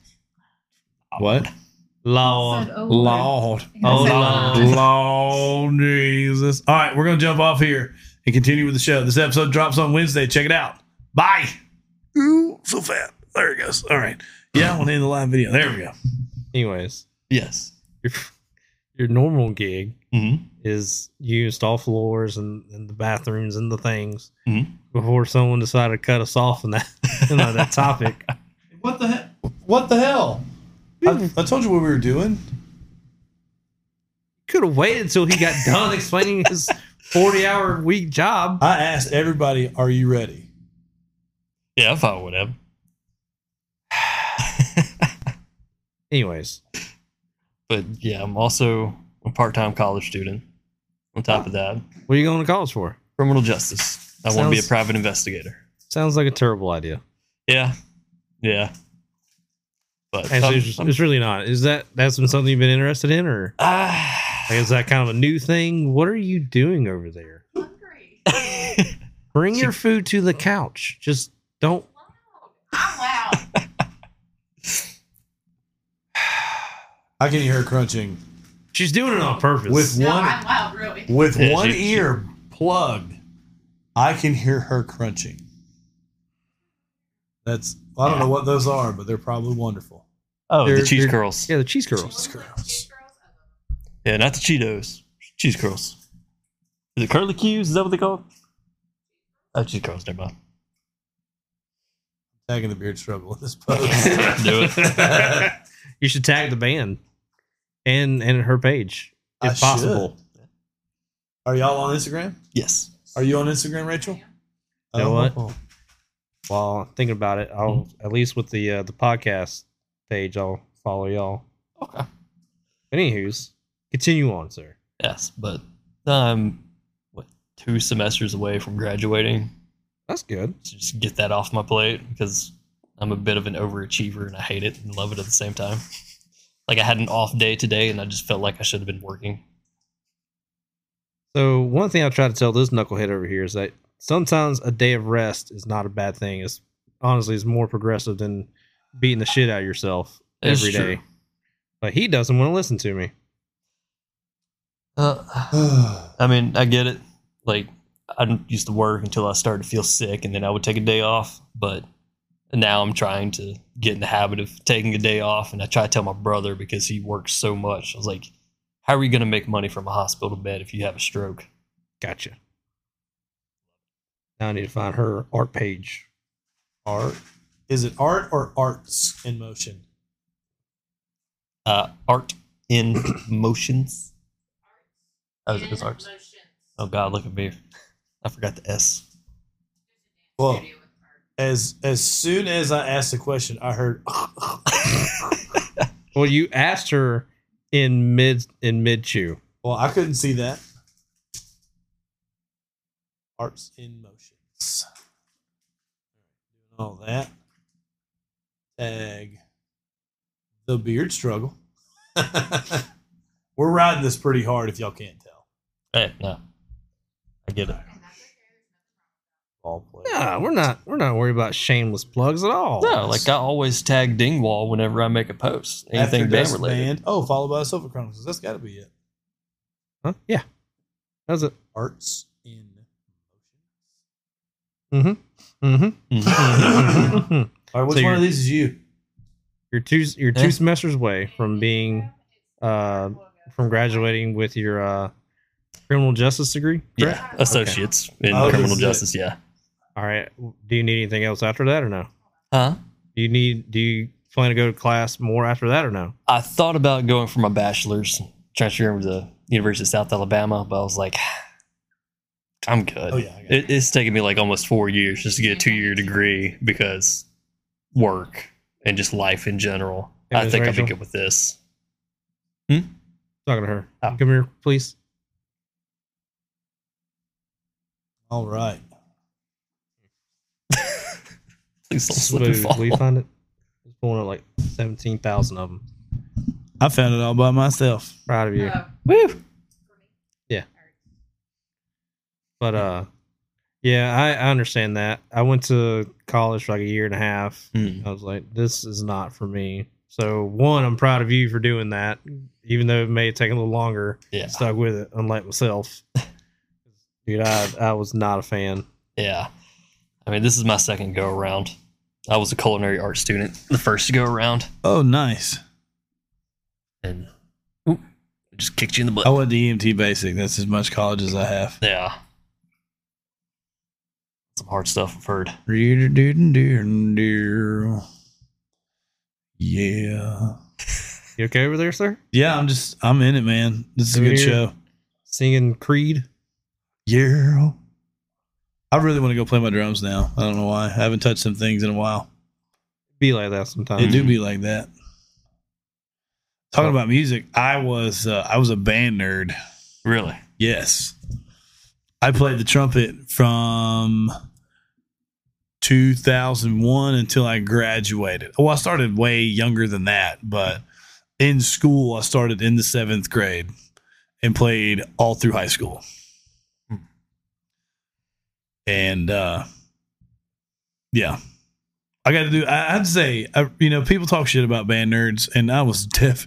[SPEAKER 1] what?
[SPEAKER 2] Lord.
[SPEAKER 1] Lord.
[SPEAKER 2] Oh,
[SPEAKER 1] Lord Jesus. All right, we're going to jump off here and continue with the show. This episode drops on Wednesday. Check it out. Bye. Ooh, so fat. There it goes. All right. Yeah, I want to end the live video. There we go.
[SPEAKER 2] Anyways,
[SPEAKER 4] Yes.
[SPEAKER 2] your your normal gig
[SPEAKER 4] hmm
[SPEAKER 2] is you install floors and, and the bathrooms and the things
[SPEAKER 1] Mm-hmm.
[SPEAKER 4] Mhm.
[SPEAKER 2] before someone decided to cut us off on that on that topic.
[SPEAKER 1] What the hell? What the hell? I, I told you what we were doing.
[SPEAKER 2] Could have waited until he got done explaining his forty hour week job.
[SPEAKER 1] I asked everybody, "Are you ready?"
[SPEAKER 4] Yeah, I thought would have.
[SPEAKER 2] Anyways,
[SPEAKER 4] But yeah, I'm also a part-time college student. On top of that,
[SPEAKER 2] what are you going to college for?
[SPEAKER 4] criminal justice. I want to be a
[SPEAKER 2] Sounds-
[SPEAKER 4] private investigator.
[SPEAKER 2] Sounds like a terrible idea.
[SPEAKER 4] Yeah, yeah. But I'm-
[SPEAKER 2] Actually, it's,
[SPEAKER 4] I'm-
[SPEAKER 2] it's really not. Is that that's been something you've been interested in, or
[SPEAKER 4] Ah.
[SPEAKER 2] like, is that kind of a new thing? What are you doing over there? Bring your food to the couch. Just don't.
[SPEAKER 1] I can hear her crunching
[SPEAKER 2] She's doing it on purpose.
[SPEAKER 1] with one
[SPEAKER 5] I'm loud, really.
[SPEAKER 1] with
[SPEAKER 4] Yeah,
[SPEAKER 1] one
[SPEAKER 4] she- she-
[SPEAKER 1] ear plugged. I can hear her crunching. That's I don't know what those are, but they're probably wonderful.
[SPEAKER 4] oh, the
[SPEAKER 2] They're-
[SPEAKER 4] cheese
[SPEAKER 2] they're-
[SPEAKER 4] curls.
[SPEAKER 2] yeah, the cheese curls.
[SPEAKER 4] Yeah, not the Cheetos. Cheese curls. Is it curly cues? Is that what they call? it? Oh, cheese curls. Never mind.
[SPEAKER 1] Tagging the beard struggle in this post.
[SPEAKER 4] Do it.
[SPEAKER 2] You should tag the band and and her page
[SPEAKER 1] I
[SPEAKER 2] if possible.
[SPEAKER 1] Are y'all on Instagram?
[SPEAKER 4] yes.
[SPEAKER 1] Are you on Instagram, Rachel?
[SPEAKER 2] You know what?
[SPEAKER 1] Oh.
[SPEAKER 2] While I'm thinking about it, I'll at least with the uh, the podcast page, I'll follow y'all.
[SPEAKER 4] Okay.
[SPEAKER 2] Anywho's, continue on, sir.
[SPEAKER 4] Yes, but I'm what two semesters away from graduating.
[SPEAKER 2] That's good.
[SPEAKER 4] to just get that off my plate because I'm a bit of an overachiever and I hate it and love it at the same time. Like I had an off day today and I just felt like I should have been working.
[SPEAKER 2] So one thing I try to tell this knucklehead over here is that sometimes a day of rest is not a bad thing. It's honestly it's more progressive than beating the shit out of yourself
[SPEAKER 4] It's
[SPEAKER 2] every
[SPEAKER 4] true.
[SPEAKER 2] day. But he doesn't want to listen to me.
[SPEAKER 4] Uh,
[SPEAKER 1] Oh.
[SPEAKER 4] I mean, I get it. Like I used to work until I started to feel sick and then I would take a day off, but now I'm trying to get in the habit of taking a day off and I try to tell my brother because he works so much. I was like, how are you going to make money from a hospital bed if you have a stroke?
[SPEAKER 2] Gotcha. Now I need to find her art page.
[SPEAKER 1] art. Is it art or arts in motion?
[SPEAKER 4] Uh, art in motions. Oh, it's arts. Oh God, look at me. I forgot the S.
[SPEAKER 1] Well, as as soon as I asked the question, I heard
[SPEAKER 2] Well, you asked her in mid in mid chew.
[SPEAKER 1] Well, I couldn't see that. Arts in motions. All that. Tag. The beard struggle.
[SPEAKER 6] We're riding this pretty hard if y'all can't tell.
[SPEAKER 4] Hey, no. I get it.
[SPEAKER 6] Ball play.
[SPEAKER 2] Nah, we're not. We're not worried about shameless plugs at all.
[SPEAKER 4] No, like I always tag Dingwall whenever I make a post.
[SPEAKER 6] After
[SPEAKER 4] Anything band
[SPEAKER 6] Dust
[SPEAKER 4] related.
[SPEAKER 6] Band. Oh, followed by Silver Chronicles. That's got to be it.
[SPEAKER 2] Huh?
[SPEAKER 4] uh,
[SPEAKER 2] Yeah. How's it?
[SPEAKER 6] Arts in
[SPEAKER 2] Mm-hmm.
[SPEAKER 4] Mhm.
[SPEAKER 6] All right, which
[SPEAKER 2] So
[SPEAKER 6] one of
[SPEAKER 2] you're-
[SPEAKER 6] these is you?
[SPEAKER 2] you're two. You're two
[SPEAKER 4] Yeah.
[SPEAKER 2] semesters away from being, uh,
[SPEAKER 3] Oh,
[SPEAKER 2] from graduating with your uh, criminal justice degree. correct?
[SPEAKER 4] yeah, associates in
[SPEAKER 6] Oh,
[SPEAKER 4] criminal
[SPEAKER 6] this is it.
[SPEAKER 4] justice. Yeah.
[SPEAKER 2] All right. Do you need anything else after that or no?
[SPEAKER 4] Huh?
[SPEAKER 2] Do you need? Do you plan to go to class more after that or no?
[SPEAKER 4] I thought about going for my bachelor's, transferring to the University of South Alabama, but I was like, I'm good.
[SPEAKER 6] Oh yeah, I got it.
[SPEAKER 4] It, it's taken me like almost four years just to get a two year degree because work and just life in general.
[SPEAKER 2] Hey,
[SPEAKER 4] I
[SPEAKER 2] Miss
[SPEAKER 4] think I'll be
[SPEAKER 2] Rachel.
[SPEAKER 4] good with this.
[SPEAKER 2] Talking to her.
[SPEAKER 4] Oh.
[SPEAKER 2] Come here, please.
[SPEAKER 6] All right.
[SPEAKER 4] Please don't slip and fall.
[SPEAKER 2] Smooth. We find it. It's pulling up like seventeen thousand of them.
[SPEAKER 6] I found it all by myself.
[SPEAKER 2] Proud of you.
[SPEAKER 4] Woo!
[SPEAKER 2] But uh, yeah, I, I understand that. I went to college for like a year and a half.
[SPEAKER 4] Mm.
[SPEAKER 2] I was like, this is not for me. So one, I'm proud of you for doing that, even though it may take a little longer.
[SPEAKER 4] Yeah.
[SPEAKER 2] Stuck with it, unlike myself. Dude, I I was not a fan.
[SPEAKER 4] Yeah. I mean, this is my second go around. I was a culinary arts student the first go around
[SPEAKER 6] Oh, nice.
[SPEAKER 4] and oop, just kicked you in the butt.
[SPEAKER 6] I went to EMT basic. That's as much college as I have.
[SPEAKER 4] Yeah. Some hard stuff I've heard.
[SPEAKER 6] Dear, dear, dear, dear. Yeah.
[SPEAKER 2] You okay over there, sir?
[SPEAKER 6] Yeah, I'm just I'm in it, man. This is a good
[SPEAKER 2] Dear.
[SPEAKER 6] show.
[SPEAKER 2] Singing Creed.
[SPEAKER 6] Yeah. I really want to go play my drums now. I don't know why. I haven't touched some things in a while.
[SPEAKER 2] Be like that sometimes.
[SPEAKER 6] It do be like that. Talking about music, I was uh, I was a band nerd.
[SPEAKER 4] Really?
[SPEAKER 6] Yes. I played the trumpet from 2001 until I graduated. Well, I started way younger than that, but in school, I started in the seventh grade and played all through high school.
[SPEAKER 4] Hmm.
[SPEAKER 6] And uh, yeah, I got to do, I, I'd say, I, you know, people talk shit about band nerds, and I was def,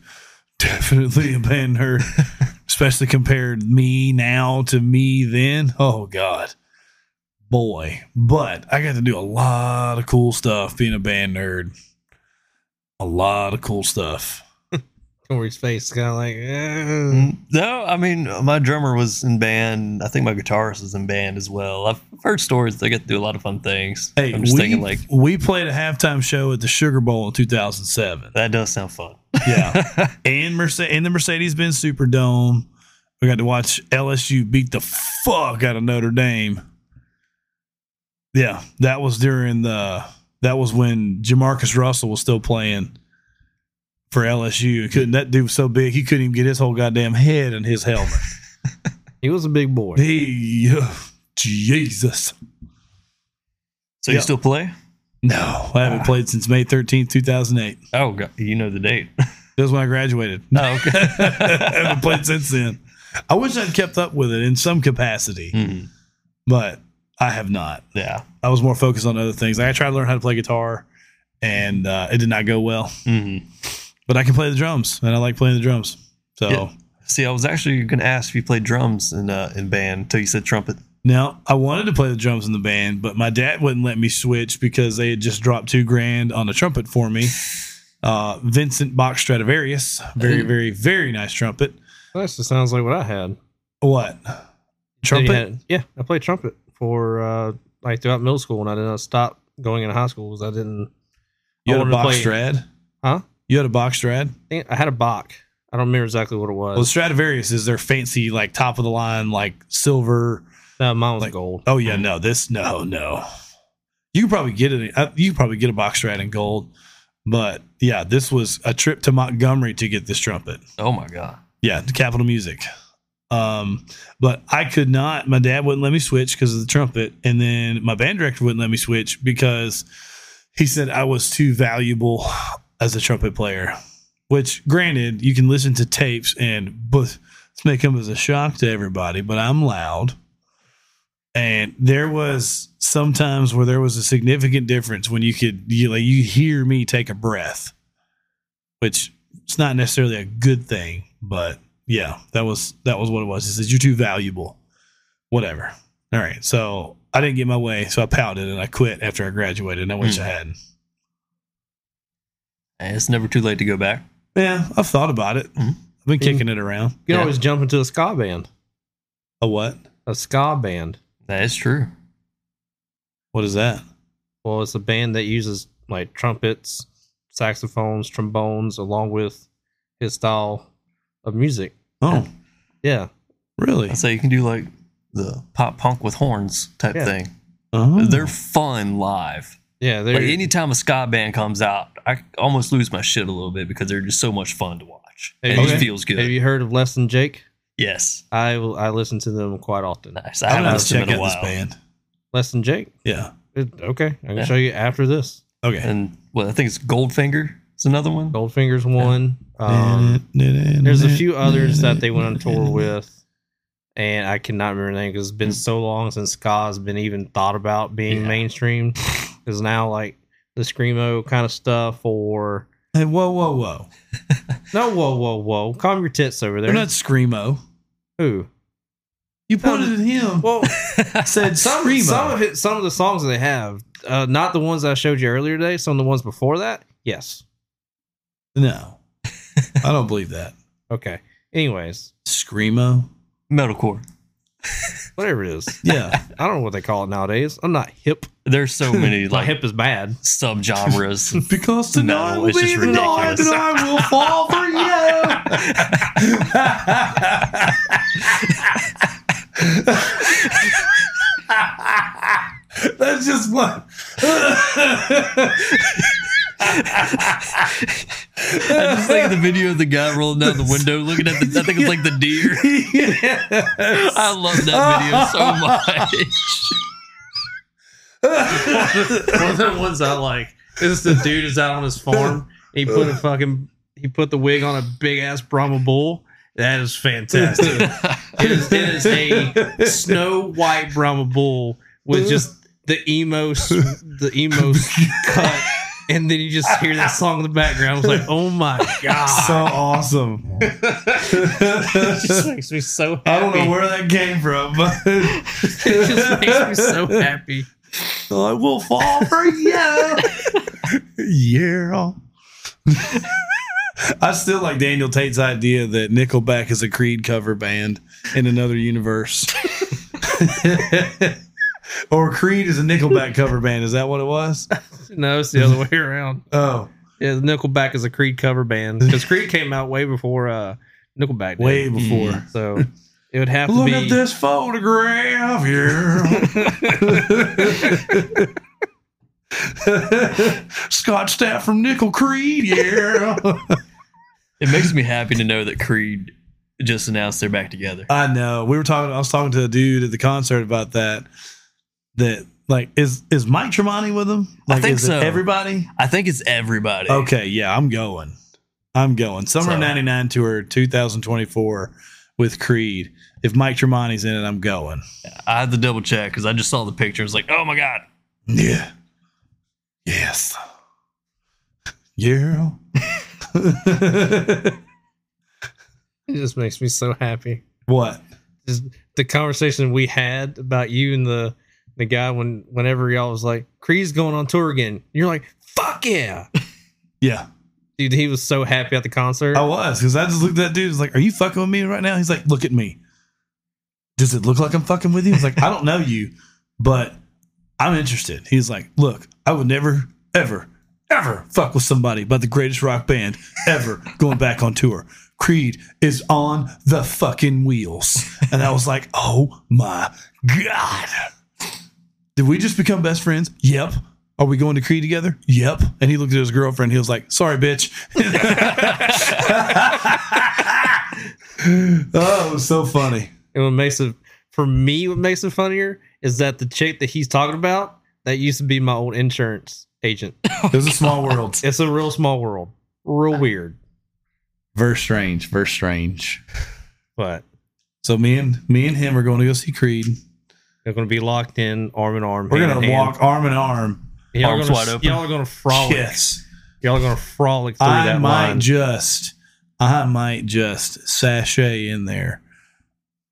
[SPEAKER 6] definitely a band nerd especially compared me now to me then. Oh God, boy! But I got to do a lot of cool stuff being a band nerd. A lot of cool stuff.
[SPEAKER 2] Corey's face kind of like. eh.
[SPEAKER 4] Mm, No, I mean my drummer was in band. I think my guitarist was in band as well. I've heard stories. They get to do a lot of fun things.
[SPEAKER 6] Hey,
[SPEAKER 4] I'm just
[SPEAKER 6] we,
[SPEAKER 4] thinking like
[SPEAKER 6] we played a halftime show at the Sugar Bowl in 2007.
[SPEAKER 4] that does sound fun.
[SPEAKER 6] Yeah, and Mercedes in the Mercedes Benz Superdome. We got to watch LSU beat the fuck out of Notre Dame. Yeah, that was during the that was when Jamarcus Russell was still playing for LSU. Couldn't that dude was so big he couldn't even get his whole goddamn head in his helmet.
[SPEAKER 2] He was a big boy.
[SPEAKER 6] hey, ugh, Jesus.
[SPEAKER 4] So
[SPEAKER 6] Yeah.
[SPEAKER 4] you still play?
[SPEAKER 6] No, I
[SPEAKER 1] Ah.
[SPEAKER 6] haven't played since May 13th, 2008.
[SPEAKER 4] Oh, God, you know the date.
[SPEAKER 6] That's when I graduated.
[SPEAKER 4] Oh, okay.
[SPEAKER 6] haven't played since then. I wish I'd kept up with it in some capacity,
[SPEAKER 4] Mm,
[SPEAKER 6] but I have not.
[SPEAKER 4] yeah.
[SPEAKER 6] I was more focused on other things. Like I tried to learn how to play guitar, and uh, it did not go well.
[SPEAKER 4] hmm
[SPEAKER 6] But I can play the drums, and I like playing the drums. So
[SPEAKER 4] Yeah. See, I was actually going to ask if you played drums in uh, in band until you said trumpet.
[SPEAKER 6] now I wanted to play the drums in the band, but my dad wouldn't let me switch because they had just dropped two grand on a trumpet for me. Uh, Vincent Bach Stradivarius, very,
[SPEAKER 4] Ooh.
[SPEAKER 6] very, very nice trumpet.
[SPEAKER 2] That actually sounds like what I had.
[SPEAKER 6] What
[SPEAKER 2] Then you
[SPEAKER 6] trumpet?
[SPEAKER 2] had- yeah, I played trumpet for uh, like throughout middle school, and I did not stop going into high school because I didn't.
[SPEAKER 6] You
[SPEAKER 2] I
[SPEAKER 6] had a
[SPEAKER 2] wanted to
[SPEAKER 6] Bach
[SPEAKER 2] play-
[SPEAKER 6] Strad?
[SPEAKER 2] Huh?
[SPEAKER 6] You had a Bach Strad?
[SPEAKER 2] I think I had a Bach. I don't remember exactly what it was.
[SPEAKER 6] Well, Stradivarius is their fancy, like top of the line, like silver.
[SPEAKER 2] no, mine was
[SPEAKER 6] like-
[SPEAKER 2] gold.
[SPEAKER 6] Oh yeah, no, this no, no. You could probably get it. uh, You could probably get a box strat in gold, but yeah, this was a trip to Montgomery to get this trumpet.
[SPEAKER 4] Oh my god.
[SPEAKER 6] Yeah, to Capital Music. Um, but I could not. My dad wouldn't let me switch because of the trumpet, and then my band director wouldn't let me switch because he said I was too valuable as a trumpet player.
[SPEAKER 1] Which, granted, you can listen to tapes and but it's may come as a shock to everybody, but I'm loud. And there was sometimes where there was a significant difference when you could you like you hear me take a breath, which it's not necessarily a good thing, but yeah, that was that was what it was. Is that you're too valuable, whatever. All right, so I didn't get my way, so I pouted and I quit after I graduated, and I wish
[SPEAKER 4] Mm.
[SPEAKER 1] I hadn't.
[SPEAKER 4] And it's never too late to go back.
[SPEAKER 1] Yeah, I've thought about it.
[SPEAKER 4] Mhm.
[SPEAKER 1] I've been
[SPEAKER 2] Mm.
[SPEAKER 1] kicking it around.
[SPEAKER 2] You can
[SPEAKER 4] Yeah.
[SPEAKER 2] always jump into a ska band.
[SPEAKER 1] A what?
[SPEAKER 2] A ska band.
[SPEAKER 4] That is true.
[SPEAKER 1] What is that?
[SPEAKER 2] Well, it's a band that uses like trumpets, saxophones, trombones, along with his style of music.
[SPEAKER 1] Oh,
[SPEAKER 2] Yeah.
[SPEAKER 1] really?
[SPEAKER 4] I say you can do like the pop punk with horns type
[SPEAKER 2] Yeah.
[SPEAKER 4] thing.
[SPEAKER 1] Oh.
[SPEAKER 6] Uh-huh.
[SPEAKER 4] They're fun live.
[SPEAKER 2] Yeah. They're,
[SPEAKER 4] Like anytime a ska band comes out, I almost lose my shit a little bit because they're just so much fun to watch.
[SPEAKER 2] Have
[SPEAKER 4] It
[SPEAKER 2] you-
[SPEAKER 4] just feels good.
[SPEAKER 2] Have you heard of Less Than Jake?
[SPEAKER 4] yes.
[SPEAKER 2] I will. I listen to them quite often.
[SPEAKER 4] Nice. I
[SPEAKER 1] I'm
[SPEAKER 4] haven't
[SPEAKER 1] gonna have to
[SPEAKER 4] listened
[SPEAKER 1] check
[SPEAKER 4] in a
[SPEAKER 1] out
[SPEAKER 4] while.
[SPEAKER 1] this band.
[SPEAKER 2] Less Than Jake.
[SPEAKER 1] Yeah.
[SPEAKER 2] It- okay, I can
[SPEAKER 4] Yeah.
[SPEAKER 2] show you after this.
[SPEAKER 1] Okay.
[SPEAKER 4] And well, I think it's Goldfinger. It's another one.
[SPEAKER 2] Goldfinger's one. Um, there's a few others that they went on tour with, and I cannot remember the name because it's been so long since ska has been even thought about being
[SPEAKER 4] Yeah.
[SPEAKER 2] mainstream. Because now, like the screamo kind of stuff, or
[SPEAKER 1] Hey, whoa, whoa, whoa!
[SPEAKER 2] no, whoa, whoa, whoa, calm your tits over
[SPEAKER 1] They're
[SPEAKER 2] there.
[SPEAKER 1] not screamo.
[SPEAKER 2] Who?
[SPEAKER 1] You pointed at him.
[SPEAKER 2] Well,
[SPEAKER 1] said
[SPEAKER 2] some
[SPEAKER 1] screamo.
[SPEAKER 2] some of it, some of the songs that they have, uh, not the ones that I showed you earlier today, some of the ones before that. Yes.
[SPEAKER 1] no, I don't believe that.
[SPEAKER 2] Okay. Anyways,
[SPEAKER 1] Screamo.
[SPEAKER 4] Metalcore.
[SPEAKER 2] whatever it is.
[SPEAKER 1] Yeah.
[SPEAKER 2] I don't know what they call it nowadays. I'm not hip.
[SPEAKER 4] There's so many
[SPEAKER 2] My
[SPEAKER 4] like
[SPEAKER 2] hip is bad.
[SPEAKER 4] subgenres.
[SPEAKER 1] because
[SPEAKER 4] No,
[SPEAKER 1] tonight will
[SPEAKER 4] it's
[SPEAKER 1] be
[SPEAKER 4] just
[SPEAKER 1] the night
[SPEAKER 4] ridiculous.
[SPEAKER 1] that I will fall for you. That's just what.
[SPEAKER 4] I just think of the video of the guy rolling down the window looking at the. I think it's like the deer. I love that video so much.
[SPEAKER 2] One of the ones I like is the dude is out on his farm. He put a fucking he put the wig on a big ass Brahma bull. That is fantastic. it, is, it is a snow white Brahma bull with just the emo s- the emo s- cut, and then you just hear that song in the background. I was like, oh my god,
[SPEAKER 1] so awesome.
[SPEAKER 2] it just makes me so. Happy.
[SPEAKER 1] I don't know where that came from, but
[SPEAKER 2] it just makes me so happy.
[SPEAKER 1] I will fall for you. yeah. I still like Daniel Tate's idea that Nickelback is a Creed cover band in another universe. or Creed is a Nickelback cover band. Is that what it was?
[SPEAKER 2] No, it's the other way around.
[SPEAKER 1] Oh,
[SPEAKER 2] Yeah, Nickelback is a Creed cover band because Creed came out way before uh, Nickelback. Did. Mm-hmm.
[SPEAKER 1] way before.
[SPEAKER 2] so it would have to
[SPEAKER 1] Look
[SPEAKER 2] be.
[SPEAKER 1] at this photograph here. Scott Stapp from Nickel Creed, yeah.
[SPEAKER 4] It makes me happy to know that Creed just announced they're back together.
[SPEAKER 1] I know. We were talking. I was talking to a dude at the concert about that. That like is is Mike Tremonti with him?
[SPEAKER 4] I
[SPEAKER 1] Like,
[SPEAKER 4] think
[SPEAKER 1] is it
[SPEAKER 4] so.
[SPEAKER 1] Everybody.
[SPEAKER 4] I think it's everybody.
[SPEAKER 1] Okay. Yeah, I'm going. I'm going. Summer
[SPEAKER 4] So-
[SPEAKER 1] of '99 tour 2024 with Creed. If Mike Tremonti's in it, I'm going.
[SPEAKER 4] I had to double check because I just saw the picture. I was like, oh my god.
[SPEAKER 1] Yeah. Yes. Yeah.
[SPEAKER 2] it just makes me so happy.
[SPEAKER 1] what?
[SPEAKER 2] Just the conversation we had about you and the the guy when whenever y'all was like Creed's going on tour again, you're like fuck yeah,
[SPEAKER 1] Yeah.
[SPEAKER 2] dude. He was so happy at the concert.
[SPEAKER 1] I was because I just looked at that dude. I was like, "Are you fucking with me right now?" He's like, "Look at me. Does it look like I'm fucking with you?" I was like, "I don't know you, but I'm interested." He's like, "Look, I would never, ever, ever fuck with somebody but the greatest rock band ever going back on tour. Creed is on the fucking wheels," and I was like, "Oh my god." Did we just become best friends? Yep. Are we going to Creed together? Yep. And he looked at his girlfriend. He was like, "Sorry, bitch." oh, it was so funny.
[SPEAKER 2] And what makes it for me, what makes it funnier is that the chick that he's talking about that used to be my old insurance agent.
[SPEAKER 1] It was a small world.
[SPEAKER 2] It's a real small world, real weird.
[SPEAKER 6] Verse strange, verse strange.
[SPEAKER 2] But
[SPEAKER 1] So me and me and him are going to go see Creed.
[SPEAKER 2] they're going to be locked in arm in arm.
[SPEAKER 1] We're
[SPEAKER 2] hand
[SPEAKER 1] gonna
[SPEAKER 2] in hand.
[SPEAKER 1] walk arm in arm.
[SPEAKER 2] Y'all are
[SPEAKER 4] arms
[SPEAKER 2] gonna,
[SPEAKER 4] wide open.
[SPEAKER 2] Y'all are going to frolic.
[SPEAKER 1] Yes,
[SPEAKER 2] Y'all are going to frolic through
[SPEAKER 1] I
[SPEAKER 2] that
[SPEAKER 1] might
[SPEAKER 2] line.
[SPEAKER 1] just, I might just sashay in there,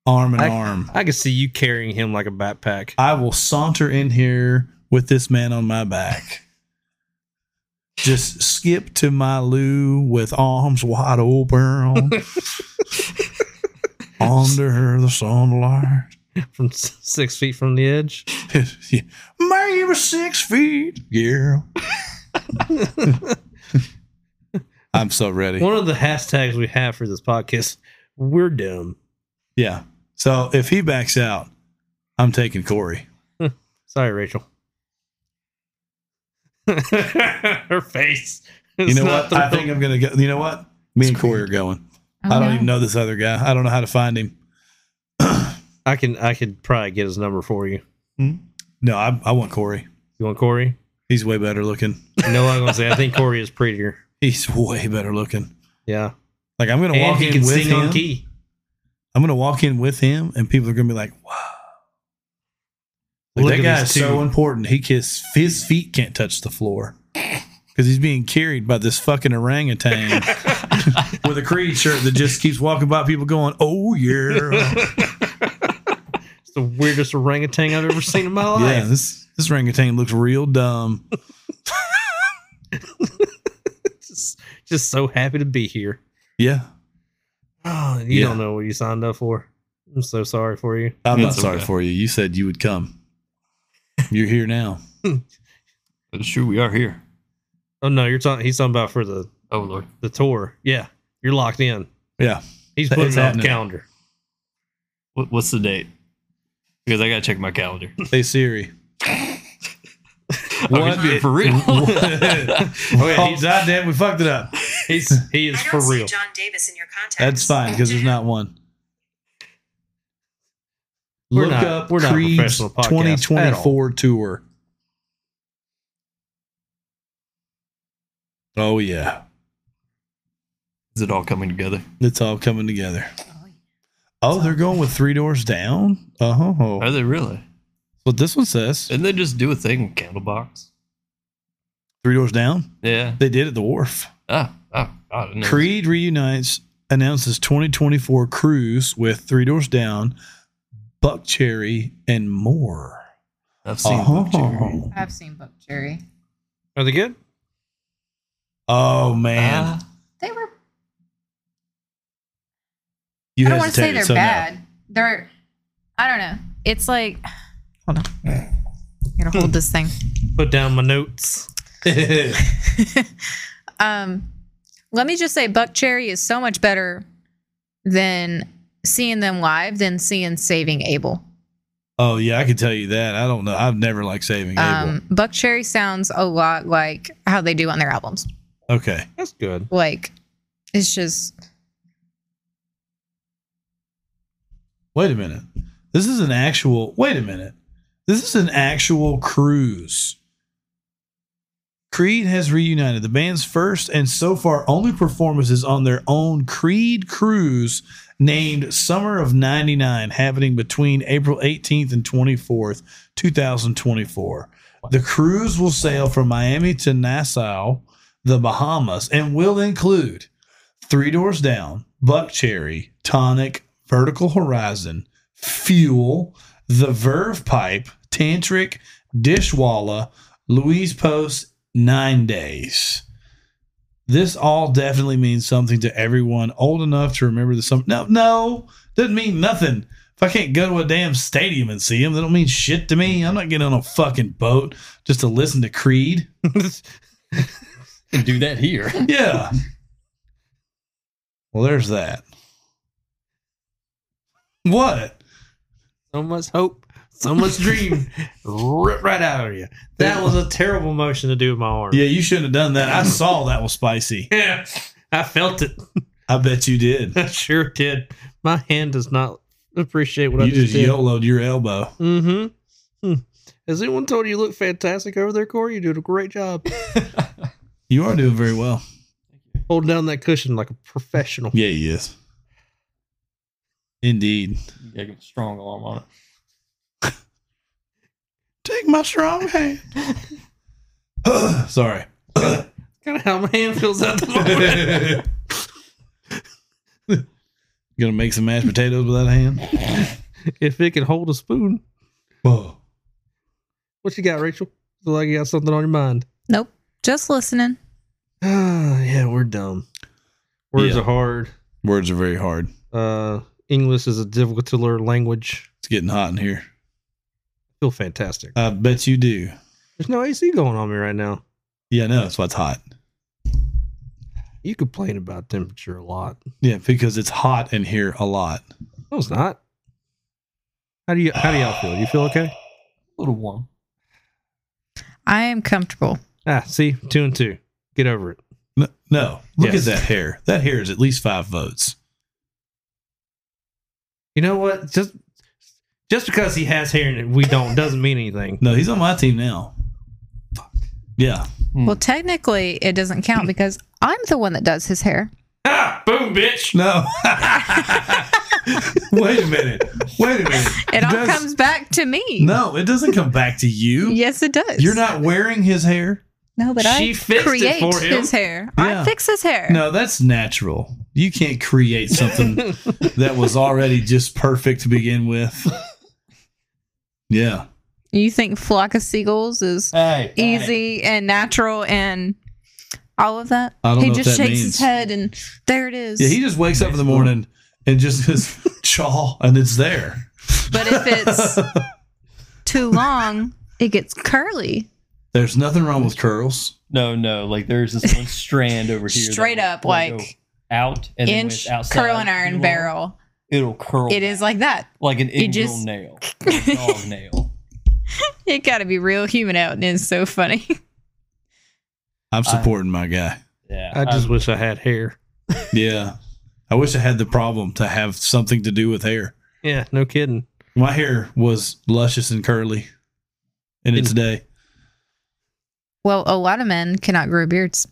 [SPEAKER 1] arm in
[SPEAKER 2] I-
[SPEAKER 1] arm.
[SPEAKER 2] I can see you carrying him like a backpack.
[SPEAKER 1] I will saunter in here with this man on my back. Just skip to my loo with arms wide open under the sunlight.
[SPEAKER 2] from s- six feet from the edge.
[SPEAKER 1] Maybe six feet, yeah. I'm so ready.
[SPEAKER 2] One of the hashtags we have for this podcast, we're dumb.
[SPEAKER 1] Yeah. So if he backs out, I'm taking Corey.
[SPEAKER 2] Sorry, Rachel. Her face.
[SPEAKER 1] You know what? I think I'm gonna go. You know what? Me and Corey are going.
[SPEAKER 3] Oh,
[SPEAKER 1] I don't
[SPEAKER 3] no.
[SPEAKER 1] even know this other guy. I don't know how to find him.
[SPEAKER 2] I can. I could probably get his number for you.
[SPEAKER 1] No, I, I want Corey.
[SPEAKER 2] You want Corey?
[SPEAKER 1] He's way better looking.
[SPEAKER 2] You know what I'm gonna say? I think Corey is prettier.
[SPEAKER 1] He's way better looking.
[SPEAKER 2] Yeah,
[SPEAKER 1] Like I'm gonna
[SPEAKER 2] and
[SPEAKER 1] walk
[SPEAKER 2] he
[SPEAKER 1] in
[SPEAKER 2] can
[SPEAKER 1] with
[SPEAKER 2] sing
[SPEAKER 1] him.
[SPEAKER 2] on key.
[SPEAKER 1] I'm gonna walk in with him, and people are gonna be like, "Wow." Like,
[SPEAKER 2] Look
[SPEAKER 1] that
[SPEAKER 2] at
[SPEAKER 1] guy
[SPEAKER 2] these
[SPEAKER 1] is so
[SPEAKER 2] two.
[SPEAKER 1] important. He kiss his feet can't touch the floor because he's being carried by this fucking orangutan with a Creed shirt that just keeps walking by people going, "Oh yeah,
[SPEAKER 2] It's the weirdest orangutan I've ever seen in my
[SPEAKER 1] yeah."
[SPEAKER 2] life.
[SPEAKER 1] This this orangutan looks real dumb.
[SPEAKER 2] Just, just so happy to be here.
[SPEAKER 1] Yeah,
[SPEAKER 2] Oh, you
[SPEAKER 1] Yeah.
[SPEAKER 2] don't know what you signed up for. I'm so sorry for you.
[SPEAKER 1] I'm not
[SPEAKER 4] It's
[SPEAKER 1] sorry
[SPEAKER 4] okay.
[SPEAKER 1] for you. You said you would come. You're here now.
[SPEAKER 4] It's true, we are here.
[SPEAKER 2] Oh no, you're talking. He's talking about for the
[SPEAKER 4] Oh Lord.
[SPEAKER 2] the tour. Yeah, you're locked in.
[SPEAKER 1] Yeah,
[SPEAKER 2] He's
[SPEAKER 1] It's
[SPEAKER 2] putting it on the
[SPEAKER 1] happening.
[SPEAKER 2] calendar.
[SPEAKER 4] What, what's the date? Because I gotta check my calendar.
[SPEAKER 1] hey Siri.
[SPEAKER 4] Are we being for real?
[SPEAKER 2] Oh, yeah,
[SPEAKER 1] Oh
[SPEAKER 2] he's,
[SPEAKER 1] goddamn, we fucked it up.
[SPEAKER 2] he's he is
[SPEAKER 7] I
[SPEAKER 2] for
[SPEAKER 7] don't see
[SPEAKER 2] real.
[SPEAKER 7] John Davis in your contacts.
[SPEAKER 1] That's fine because there's not one.
[SPEAKER 2] We're
[SPEAKER 1] Look
[SPEAKER 2] not-
[SPEAKER 1] up
[SPEAKER 2] we're not a
[SPEAKER 1] Creed's
[SPEAKER 2] professional podcast at all.
[SPEAKER 1] 2024 tour. Oh yeah,
[SPEAKER 4] Is it all coming together?
[SPEAKER 1] it's all coming together. Oh, they're going with Three Doors Down. Uh huh.
[SPEAKER 4] Are
[SPEAKER 1] That's
[SPEAKER 4] they really?
[SPEAKER 1] what this one says.
[SPEAKER 4] Didn't they just do a thing with Candlebox?
[SPEAKER 1] Three Doors Down.
[SPEAKER 4] Yeah.
[SPEAKER 1] They did at the Wharf.
[SPEAKER 4] Ah, ah, I didn't know.
[SPEAKER 1] Creed reunites announces 2024 cruise with Three Doors Down, Buck Cherry, and more.
[SPEAKER 4] I've seen
[SPEAKER 1] Uh-huh.
[SPEAKER 4] Book Cherry.
[SPEAKER 3] I've seen Book Cherry.
[SPEAKER 2] Are they good?
[SPEAKER 1] Oh man,
[SPEAKER 4] Ah,
[SPEAKER 3] They were.
[SPEAKER 1] you
[SPEAKER 3] I don't want to say
[SPEAKER 1] hesitated,
[SPEAKER 3] they're
[SPEAKER 1] so no.
[SPEAKER 3] bad. They're. I don't know. It's like. Hold on.
[SPEAKER 1] Mm.
[SPEAKER 3] I gotta hold this thing.
[SPEAKER 2] Put down my notes.
[SPEAKER 3] um, let me just say, Buck Cherry is so much better than seeing them live than seeing Saving Abel.
[SPEAKER 1] Oh yeah, I can tell you that. I don't know. I've never liked Saving
[SPEAKER 3] Um, Buck Cherry sounds a lot like how they do on their albums.
[SPEAKER 1] Abel. Okay,
[SPEAKER 2] That's good.
[SPEAKER 3] Like, it's just
[SPEAKER 1] wait a minute. This is an actual. Wait a minute. This is an actual cruise. Creed has reunited the band's first and so far only performances on their own Creed cruise named Summer of 99 happening between April 18th and 24th, 2024. The cruise will sail from Miami to Nassau, the Bahamas, and will include Three Doors Down, Buck Cherry, Tonic, Vertical Horizon, Fuel, The Verve Pipe, Tantric, Dishwalla, Louise Post, Nine Days. This all definitely means something to everyone old enough to remember the summer. No, no, doesn't mean nothing. If I can't go to a damn stadium and see them, that don't mean shit to me. I'm not getting on a fucking boat just to listen to Creed.
[SPEAKER 4] can do that here.
[SPEAKER 1] Yeah. well, there's that. What?
[SPEAKER 2] So much hope, so much dream, rip right out of you. That was a terrible motion to do with my arm.
[SPEAKER 1] Yeah, you shouldn't have done that. I saw that was spicy.
[SPEAKER 2] Yeah, I felt it.
[SPEAKER 1] I bet you did.
[SPEAKER 2] I sure did. My hand does not appreciate what I
[SPEAKER 1] You
[SPEAKER 2] just,
[SPEAKER 1] just
[SPEAKER 2] did.
[SPEAKER 1] YOLO'd your elbow.
[SPEAKER 2] Mm-hmm. Hmm. Has anyone told you you look fantastic over there, Corey? You're doing a great job.
[SPEAKER 1] You are doing very well.
[SPEAKER 2] Hold down that cushion like a professional.
[SPEAKER 6] Yeah, he is. Indeed.
[SPEAKER 4] Yeah, get a strong arm on it.
[SPEAKER 6] Take my strong hand.
[SPEAKER 1] Sorry.
[SPEAKER 2] Kind of how my hand feels at the moment.
[SPEAKER 1] Gonna
[SPEAKER 6] make some mashed potatoes with that hand?
[SPEAKER 2] if it can hold a spoon,
[SPEAKER 1] Whoa.
[SPEAKER 2] what you got, Rachel? Feel like you got something on your mind.
[SPEAKER 3] Nope. Just listening.
[SPEAKER 2] Ah, yeah, we're dumb. Words
[SPEAKER 6] Yeah.
[SPEAKER 2] are hard.
[SPEAKER 6] Words are very hard.
[SPEAKER 2] Uh, English is a difficult to learn language.
[SPEAKER 6] It's getting hot in here.
[SPEAKER 2] Feel fantastic.
[SPEAKER 6] I bet you do.
[SPEAKER 2] There's no AC going on me right now.
[SPEAKER 6] Yeah, no, that's why it's hot.
[SPEAKER 2] You complain about temperature a lot.
[SPEAKER 6] Yeah, because it's hot in here a lot.
[SPEAKER 2] No, it's not. How do you? How do y'all feel? You feel okay?
[SPEAKER 4] A little warm.
[SPEAKER 3] I am comfortable.
[SPEAKER 2] Ah, see, two and two. Get over it.
[SPEAKER 6] No, no. look
[SPEAKER 2] Yes.
[SPEAKER 6] at that hair. That hair is at least five votes.
[SPEAKER 2] You know what? Just just because he has hair and we don't doesn't mean anything.
[SPEAKER 6] No, he's on my team now. Yeah.
[SPEAKER 3] Well, technically, it doesn't count because I'm the one that does his hair.
[SPEAKER 2] Ah, boom, bitch.
[SPEAKER 6] No. Wait a minute. Wait a minute.
[SPEAKER 3] It all
[SPEAKER 6] does-
[SPEAKER 3] comes back to me.
[SPEAKER 6] No, it doesn't come back to you.
[SPEAKER 3] Yes, it does.
[SPEAKER 6] You're not wearing his hair.
[SPEAKER 3] No, but
[SPEAKER 2] She
[SPEAKER 3] I
[SPEAKER 2] fixed it
[SPEAKER 3] create
[SPEAKER 2] for him.
[SPEAKER 3] his hair.
[SPEAKER 6] Yeah.
[SPEAKER 3] I fix his hair.
[SPEAKER 6] No, that's natural. You can't create something that was already just perfect to begin with. Yeah.
[SPEAKER 3] You think flock of seagulls is
[SPEAKER 4] Hey,
[SPEAKER 3] easy and natural and all of that?
[SPEAKER 6] I don't
[SPEAKER 3] he
[SPEAKER 6] know what
[SPEAKER 3] just
[SPEAKER 6] that
[SPEAKER 3] shakes
[SPEAKER 6] means.
[SPEAKER 3] his head and there it is.
[SPEAKER 6] Yeah, he just wakes up in the morning and just his chaw and it's there.
[SPEAKER 3] but if it's too long, it gets curly.
[SPEAKER 6] There's nothing wrong with curls.
[SPEAKER 4] No, no. Like there's this one strand over here. that
[SPEAKER 3] Straight
[SPEAKER 4] will-
[SPEAKER 3] up,
[SPEAKER 4] will go
[SPEAKER 3] like
[SPEAKER 4] out and then when
[SPEAKER 3] inch
[SPEAKER 4] it's outside,
[SPEAKER 3] curl and
[SPEAKER 4] too
[SPEAKER 3] iron
[SPEAKER 4] long,
[SPEAKER 3] barrel.
[SPEAKER 4] It'll curl.
[SPEAKER 3] It is like that.
[SPEAKER 4] like an inguinal
[SPEAKER 3] just-
[SPEAKER 4] nail, like a dog nail.
[SPEAKER 3] It got to be real human out, and it's so funny.
[SPEAKER 6] I'm supporting my guy.
[SPEAKER 4] Yeah,
[SPEAKER 2] I just
[SPEAKER 4] I'm-
[SPEAKER 2] wish I had hair.
[SPEAKER 6] Yeah. I wish I had the problem to have something to do with hair.
[SPEAKER 2] Yeah, no kidding.
[SPEAKER 6] My hair was luscious and curly in its day.
[SPEAKER 3] well, a lot of men cannot grow beards.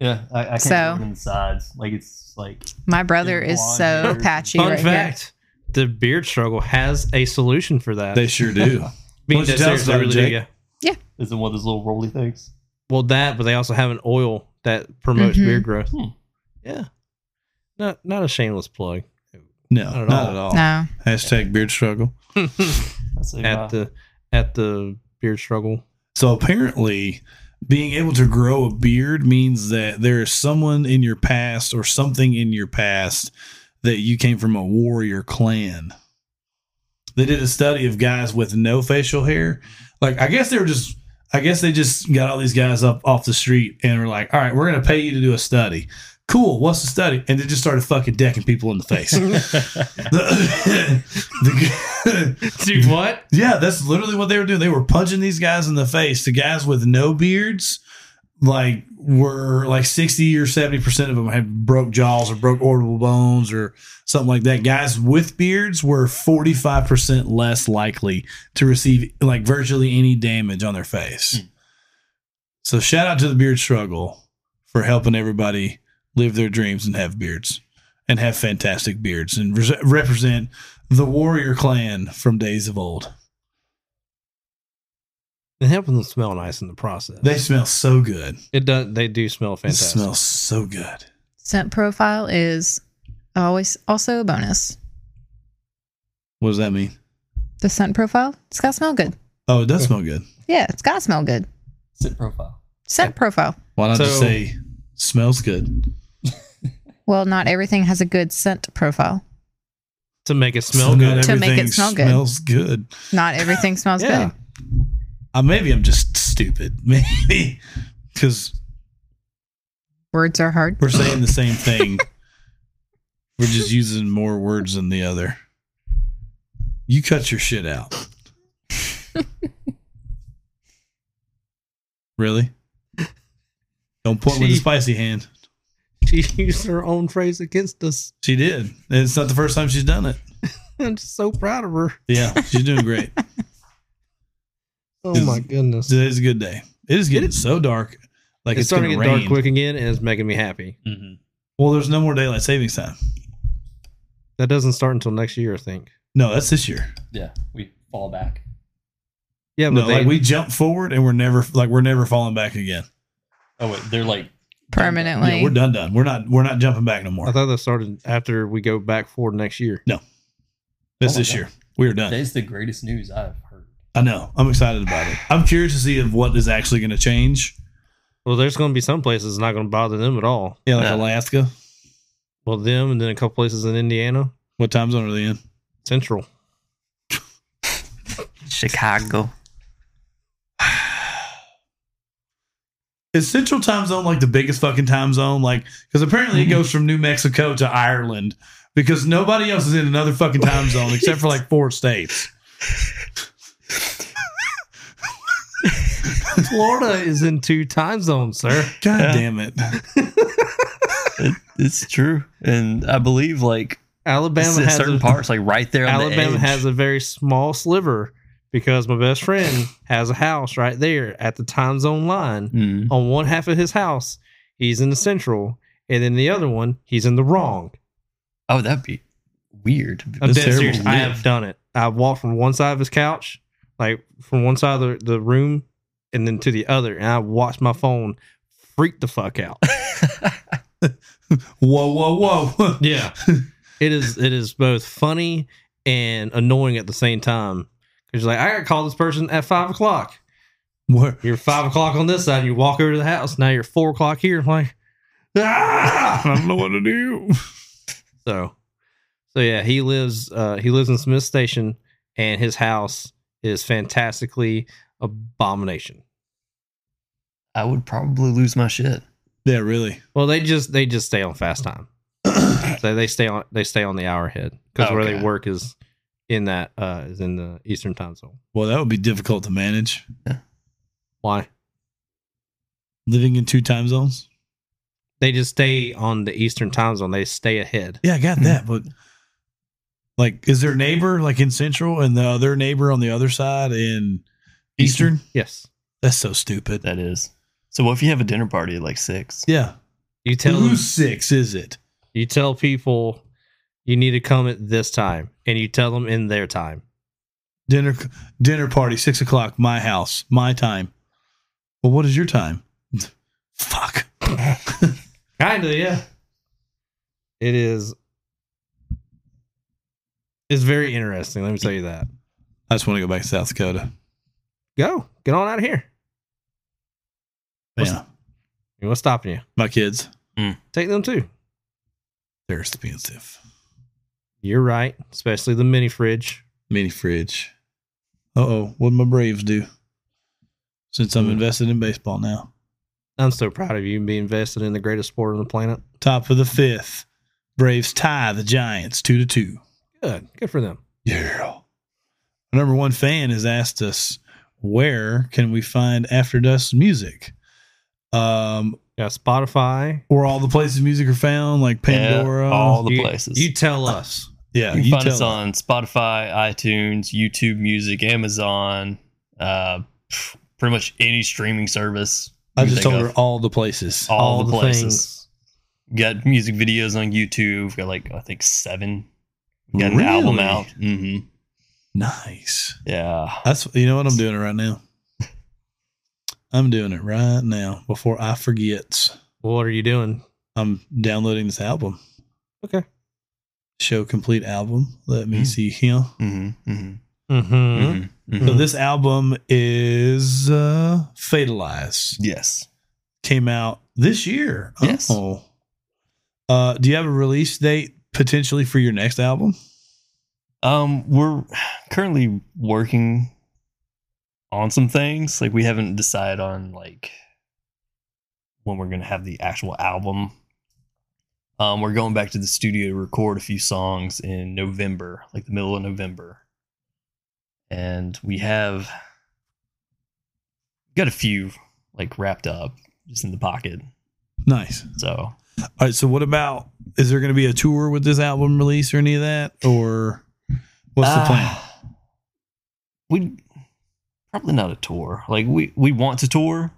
[SPEAKER 4] yeah. I, I can't
[SPEAKER 3] So-
[SPEAKER 4] so. in the sides. Like it's like
[SPEAKER 3] My brother
[SPEAKER 4] Yeah,
[SPEAKER 3] is
[SPEAKER 4] blonde
[SPEAKER 3] so
[SPEAKER 4] beard.
[SPEAKER 3] patchy
[SPEAKER 2] Fun
[SPEAKER 3] right here.
[SPEAKER 2] fact: the beard struggle has a solution for that.
[SPEAKER 6] They sure do.
[SPEAKER 2] Being
[SPEAKER 6] Why don't you
[SPEAKER 2] dead
[SPEAKER 6] tell us
[SPEAKER 2] serious, they
[SPEAKER 6] about it,
[SPEAKER 2] really do,
[SPEAKER 6] Jake?
[SPEAKER 2] yeah.
[SPEAKER 4] is it one of those little roly things?
[SPEAKER 2] Well, that, but they also have an oil that promotes
[SPEAKER 3] Mhm.
[SPEAKER 2] beard growth.
[SPEAKER 4] Hmm.
[SPEAKER 2] Yeah, not not a shameless plug.
[SPEAKER 6] No,
[SPEAKER 2] Not
[SPEAKER 6] not
[SPEAKER 2] at all.
[SPEAKER 6] at
[SPEAKER 4] Oh.
[SPEAKER 6] all.
[SPEAKER 3] No,
[SPEAKER 6] Hashtag beard struggle.
[SPEAKER 4] That's a,
[SPEAKER 2] at the at the beard struggle.
[SPEAKER 6] So apparently, being able to grow a beard means that there is someone in your past or something in your past that you came from a warrior clan. They did a study of guys with no facial hair. Like, I guess they were just, I guess they just got all these guys up off the street and were like, all right, we're going to pay you to do a study. Cool. What's the study? And they just started fucking decking people in the face. The- the-
[SPEAKER 2] Dude, what?
[SPEAKER 6] yeah, that's literally what they were doing. They were punching these guys in the face. The guys with no beards, like, were like 60 or 70% of them had broke jaws or broke orbital bones or something like that. Guys with beards were 45% less likely to receive like virtually any damage on their face.
[SPEAKER 4] Hmm.
[SPEAKER 6] So, shout out to the beard struggle for helping everybody live their dreams and have beards and have fantastic beards and re- represent the warrior clan from days of old.
[SPEAKER 2] It helps them smell nice in the process.
[SPEAKER 6] They smell so good.
[SPEAKER 2] it does. They do smell
[SPEAKER 6] It
[SPEAKER 2] fantastic.
[SPEAKER 6] smells so good.
[SPEAKER 3] scent profile is always also a bonus.
[SPEAKER 6] What does that mean?
[SPEAKER 3] The scent profile, it's gotta smell good.
[SPEAKER 6] Oh, it does smell good.
[SPEAKER 3] Yeah, it's gotta smell good.
[SPEAKER 4] sit profile.
[SPEAKER 3] Scent profile.
[SPEAKER 6] Why not just
[SPEAKER 2] So-
[SPEAKER 6] say smells good?
[SPEAKER 3] Well, not everything has a good scent profile.
[SPEAKER 2] to make it smell
[SPEAKER 6] So
[SPEAKER 2] good.
[SPEAKER 6] not
[SPEAKER 3] To make it
[SPEAKER 6] everything
[SPEAKER 3] smell good.
[SPEAKER 6] Smells good.
[SPEAKER 3] Not everything smells
[SPEAKER 2] Yeah.
[SPEAKER 3] good.
[SPEAKER 6] Uh, maybe I'm just stupid. Maybe because
[SPEAKER 3] Words are hard.
[SPEAKER 6] we're saying the same thing. we're just using more words than the other. You cut your shit out. really? Don't point with a
[SPEAKER 2] She-
[SPEAKER 6] spicy hand.
[SPEAKER 2] She used her own phrase against us.
[SPEAKER 6] She did. And it's not the first time she's done it.
[SPEAKER 2] I'm just so proud of her.
[SPEAKER 6] Yeah, she's doing great.
[SPEAKER 2] Oh my goodness.
[SPEAKER 6] Today's a good day. It is getting so dark.
[SPEAKER 1] Like
[SPEAKER 2] it's,
[SPEAKER 1] it's,
[SPEAKER 2] starting to
[SPEAKER 1] gonna
[SPEAKER 2] get
[SPEAKER 1] rain.
[SPEAKER 2] dark quick again, and it's making me happy.
[SPEAKER 4] Mm-hmm.
[SPEAKER 1] Mhm. Well, there's no more daylight savings time.
[SPEAKER 2] That doesn't start until next year, I think.
[SPEAKER 1] No, that's this year.
[SPEAKER 4] Yeah, we fall back.
[SPEAKER 2] Yeah, but
[SPEAKER 1] No,
[SPEAKER 2] they,
[SPEAKER 1] like we jump forward and we're never like we're never falling back again.
[SPEAKER 4] Oh wait, they're like
[SPEAKER 3] permanently.
[SPEAKER 1] yeah, we're done. Done. We're not. We're not jumping back no
[SPEAKER 2] I
[SPEAKER 1] more.
[SPEAKER 2] thought that started after we go back forward next year.
[SPEAKER 1] That's
[SPEAKER 4] Oh my
[SPEAKER 1] this
[SPEAKER 4] God.
[SPEAKER 1] year. We are done.
[SPEAKER 4] that is the greatest news I've heard.
[SPEAKER 1] I know. I'm excited about it. I'm curious to see if what is actually going to change.
[SPEAKER 2] Well, there's going to be some places not going to bother them at all.
[SPEAKER 1] Yeah, like
[SPEAKER 4] Nah.
[SPEAKER 1] Alaska.
[SPEAKER 2] Well, them and then a couple places in Indiana,
[SPEAKER 1] What time zone are they in?
[SPEAKER 2] Central.
[SPEAKER 8] Chicago.
[SPEAKER 1] Is Central Time Zone like the biggest fucking time zone? Like, because apparently it goes from New Mexico to Ireland because nobody else is in another fucking time zone except for like four states.
[SPEAKER 2] Florida is in two time zones, sir.
[SPEAKER 1] God
[SPEAKER 4] Yeah.
[SPEAKER 1] damn it!
[SPEAKER 4] It, it's true, and I believe like
[SPEAKER 2] Alabama has
[SPEAKER 4] certain
[SPEAKER 2] a,
[SPEAKER 4] parts like right there. On
[SPEAKER 2] Alabama
[SPEAKER 4] the edge.
[SPEAKER 2] has a very small sliver because my best friend has a house right there at the time zone line.
[SPEAKER 4] Mm.
[SPEAKER 2] On one half of his house, he's in the central, and then the other one, he's in the wrong.
[SPEAKER 4] Oh, that'd be weird.
[SPEAKER 2] I'm
[SPEAKER 4] That's
[SPEAKER 2] dead
[SPEAKER 4] terrible.
[SPEAKER 2] serious. I have done it. I've walked from one side of his couch, like from one side of the, the room, and then to the other, and I watched my phone freak the fuck out.
[SPEAKER 1] Whoa, whoa, whoa!
[SPEAKER 2] yeah, it is. It is both funny and annoying at the same time. Because you're like, I got to call this person at five o'clock.
[SPEAKER 1] Where-
[SPEAKER 2] You're five o'clock on this side. You walk over to the house. Now you're four o'clock here. I'm like, ah!
[SPEAKER 1] I don't know what to do.
[SPEAKER 2] So, so yeah, he lives. Uh, he lives in Smith Station, and his house is fantastically abomination.
[SPEAKER 4] I would probably lose my shit.
[SPEAKER 1] Yeah, really.
[SPEAKER 2] Well, they just they just stay on fast time. so they stay on they stay on the hour ahead because where they
[SPEAKER 4] Okay.
[SPEAKER 2] work is in that uh is in the Eastern time zone.
[SPEAKER 1] Well, that would be difficult to manage
[SPEAKER 2] Why?
[SPEAKER 1] living in two time zones.
[SPEAKER 2] They just stay on the Eastern time zone. They stay ahead.
[SPEAKER 1] Yeah, I got that, but like, is their neighbor like in Central and the other neighbor on the other side in Eastern?
[SPEAKER 2] Yes.
[SPEAKER 1] That's so stupid.
[SPEAKER 4] That is. So what if you have a dinner party at like six?
[SPEAKER 1] Yeah,
[SPEAKER 2] You tell them,
[SPEAKER 1] who's six? Is it?
[SPEAKER 2] you tell people you need to come at this time, and you tell them in their time.
[SPEAKER 1] dinner dinner party six o'clock my house my time well what is your time fuck
[SPEAKER 2] Kinda, yeah. It is. It's very interesting. Let me tell you that.
[SPEAKER 1] i just want to go back to south dakota
[SPEAKER 2] Go, get on out of here. What's-
[SPEAKER 1] yeah
[SPEAKER 2] What's stopping you?
[SPEAKER 1] my kids
[SPEAKER 2] Take them too.
[SPEAKER 1] they're expensive
[SPEAKER 2] You're right, especially the mini fridge.
[SPEAKER 1] mini fridge uh-oh what my braves do since i'm
[SPEAKER 2] Hmm.
[SPEAKER 1] invested in baseball now
[SPEAKER 2] I'm so proud of you and being invested in the greatest sport on the planet.
[SPEAKER 1] top of the fifth braves tie the giants two to two
[SPEAKER 2] Good, good for them.
[SPEAKER 1] yeah our number one fan has asked us where can we find after dust music um
[SPEAKER 2] Yeah, Spotify.
[SPEAKER 1] where all the places music are found, like Pandora.
[SPEAKER 4] Yeah, all the
[SPEAKER 2] You-
[SPEAKER 4] places.
[SPEAKER 2] You tell us.
[SPEAKER 1] yeah,
[SPEAKER 4] you can find us
[SPEAKER 1] tell
[SPEAKER 4] on Spotify, iTunes, YouTube Music, Amazon, uh, pff, pretty much any streaming service.
[SPEAKER 1] I
[SPEAKER 4] you
[SPEAKER 1] just
[SPEAKER 4] think
[SPEAKER 1] told her
[SPEAKER 4] of.
[SPEAKER 1] all the places.
[SPEAKER 4] all,
[SPEAKER 2] all
[SPEAKER 4] the,
[SPEAKER 2] the
[SPEAKER 4] places.
[SPEAKER 2] things.
[SPEAKER 4] Got music videos on YouTube. We've Got like I think seven. We Got an
[SPEAKER 1] Really?
[SPEAKER 4] album out. hmm
[SPEAKER 1] Nice.
[SPEAKER 4] Yeah.
[SPEAKER 1] That's you know what I'm doing it right now. I'm doing it right now before I forget.
[SPEAKER 2] What are you doing?
[SPEAKER 1] I'm downloading this album.
[SPEAKER 2] Okay.
[SPEAKER 1] Show complete album. Let me
[SPEAKER 4] Mm.
[SPEAKER 1] see here.
[SPEAKER 4] Mm-hmm. Mm-hmm.
[SPEAKER 2] Mm-hmm.
[SPEAKER 1] So this album is uh Fatalize.
[SPEAKER 4] Yes.
[SPEAKER 1] Came out this year.
[SPEAKER 4] Yes.
[SPEAKER 1] Oh. Uh, do you have a release date potentially for your next album?
[SPEAKER 4] Um, we're currently working on some things. Like we haven't decided on like when we're gonna have the actual album. Um, we're going back to the studio to record a few songs in November, like the middle of November. And we have got a few like wrapped up just in the pocket.
[SPEAKER 1] Nice.
[SPEAKER 4] So
[SPEAKER 1] All right. So, what about? Is there going to be a tour with this album release or any of that, or what's
[SPEAKER 4] Ah,
[SPEAKER 1] the plan?
[SPEAKER 4] We probably not a tour. Like we we want to tour,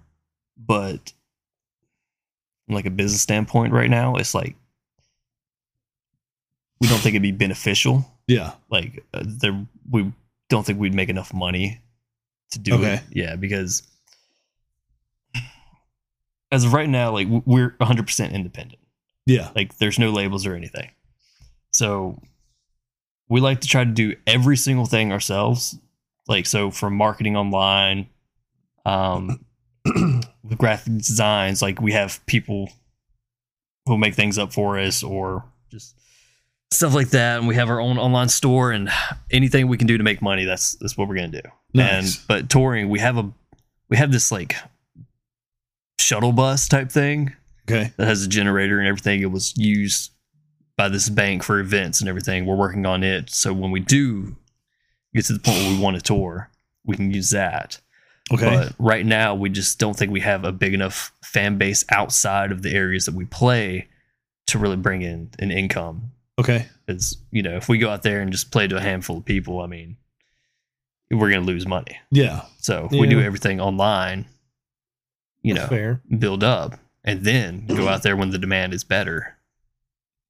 [SPEAKER 4] but from like a business standpoint right now, it's like we don't think it'd be beneficial.
[SPEAKER 6] Yeah.
[SPEAKER 4] Like uh, there, we don't think we'd make enough money to do
[SPEAKER 6] Okay.
[SPEAKER 4] it. Yeah, because as of right now, like w- we're 100 percent independent.
[SPEAKER 6] Yeah.
[SPEAKER 4] Like there's no labels or anything. So we like to try to do every single thing ourselves. Like so from marketing online, um with graphic designs, like we have people who make things up for us or just stuff like that. And we have our own online store and anything we can do to make money, that's that's what we're gonna do.
[SPEAKER 6] Nice.
[SPEAKER 4] And but touring, we have a we have this like shuttle bus type thing
[SPEAKER 6] okay.
[SPEAKER 4] that has a generator and everything. It was used by this bank for events and everything. We're working on it. So when we do get to the point where we want to tour, we can use that.
[SPEAKER 6] Okay.
[SPEAKER 4] But right now, we just don't think we have a big enough fan base outside of the areas that we play to really bring in an income.
[SPEAKER 6] okay.
[SPEAKER 4] Because, you know, if we go out there and just play to a handful of people, I mean, we're going to lose money.
[SPEAKER 6] Yeah.
[SPEAKER 4] So if we do
[SPEAKER 2] Yeah.
[SPEAKER 4] everything online, you know,
[SPEAKER 2] fair.
[SPEAKER 4] build up and then go out there when the demand is better.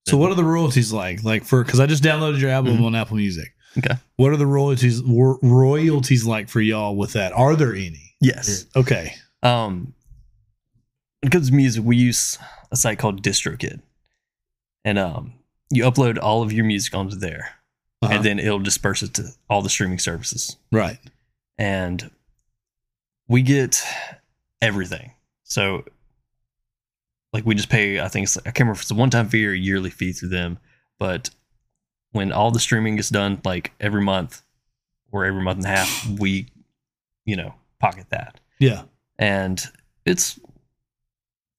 [SPEAKER 6] So what are the royalties like? Like for because I just downloaded your album
[SPEAKER 4] Mhm.
[SPEAKER 6] on Apple Music.
[SPEAKER 4] Okay.
[SPEAKER 6] What are the royalties wor- royalties like for y'all with that? Are there any?
[SPEAKER 4] Yes.
[SPEAKER 6] Okay.
[SPEAKER 4] Um, when it comes to music, we use a site called DistroKid, and um, you upload all of your music onto there,
[SPEAKER 6] Uh-huh.
[SPEAKER 4] and then it'll disperse it to all the streaming services.
[SPEAKER 6] right.
[SPEAKER 4] and we get everything. So, like, we just pay. I think it's, I can't remember if it's a one-time fee or a yearly fee through them. But when all the streaming is done, like every month or every month and a half, we, you know, pocket that,
[SPEAKER 6] Yeah.
[SPEAKER 4] and it's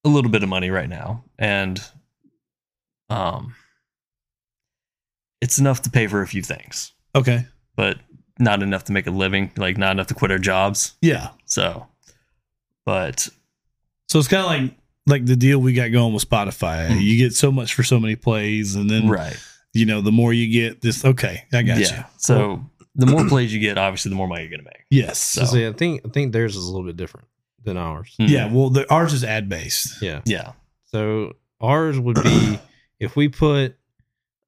[SPEAKER 4] a little bit of money right now, and um, it's enough to pay for a few things,
[SPEAKER 6] Okay.
[SPEAKER 4] but not enough to make a living. Like, not enough to quit our jobs.
[SPEAKER 6] Yeah.
[SPEAKER 4] So, but
[SPEAKER 6] So it's kind of like like the deal we got going with Spotify.
[SPEAKER 4] Mhm.
[SPEAKER 6] You get so much for so many plays, and then
[SPEAKER 4] right,
[SPEAKER 6] you know the more you get, this okay. I got you.
[SPEAKER 4] yeah. So the more plays you get, obviously, the more money you're gonna make.
[SPEAKER 6] Yes.
[SPEAKER 2] So,
[SPEAKER 4] So-
[SPEAKER 2] see, I think I think theirs is a little bit different than ours.
[SPEAKER 4] Mhm.
[SPEAKER 6] Yeah. Well, the, ours is ad based.
[SPEAKER 2] Yeah.
[SPEAKER 4] yeah,
[SPEAKER 2] So ours would be if we put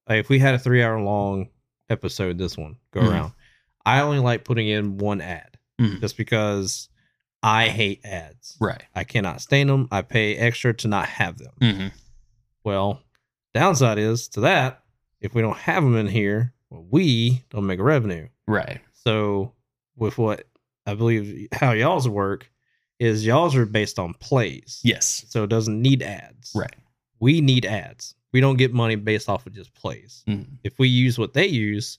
[SPEAKER 2] like, if we had a three hour long episode, this one go
[SPEAKER 1] Mm-hmm.
[SPEAKER 4] Mhm.
[SPEAKER 2] around. I only like putting in one ad
[SPEAKER 4] Mhm.
[SPEAKER 2] just because I hate ads.
[SPEAKER 4] right.
[SPEAKER 2] I cannot stand them. I pay extra to not have them.
[SPEAKER 4] hmm
[SPEAKER 2] Well, downside is to that if we don't have them in here, we don't make revenue.
[SPEAKER 4] Right.
[SPEAKER 2] So with what I believe how y'all's work is y'all's are based on plays.
[SPEAKER 4] Yes.
[SPEAKER 2] So it doesn't need ads.
[SPEAKER 4] Right.
[SPEAKER 2] We need ads. We don't get money based off of just plays.
[SPEAKER 4] Mhm.
[SPEAKER 2] If we use what they use,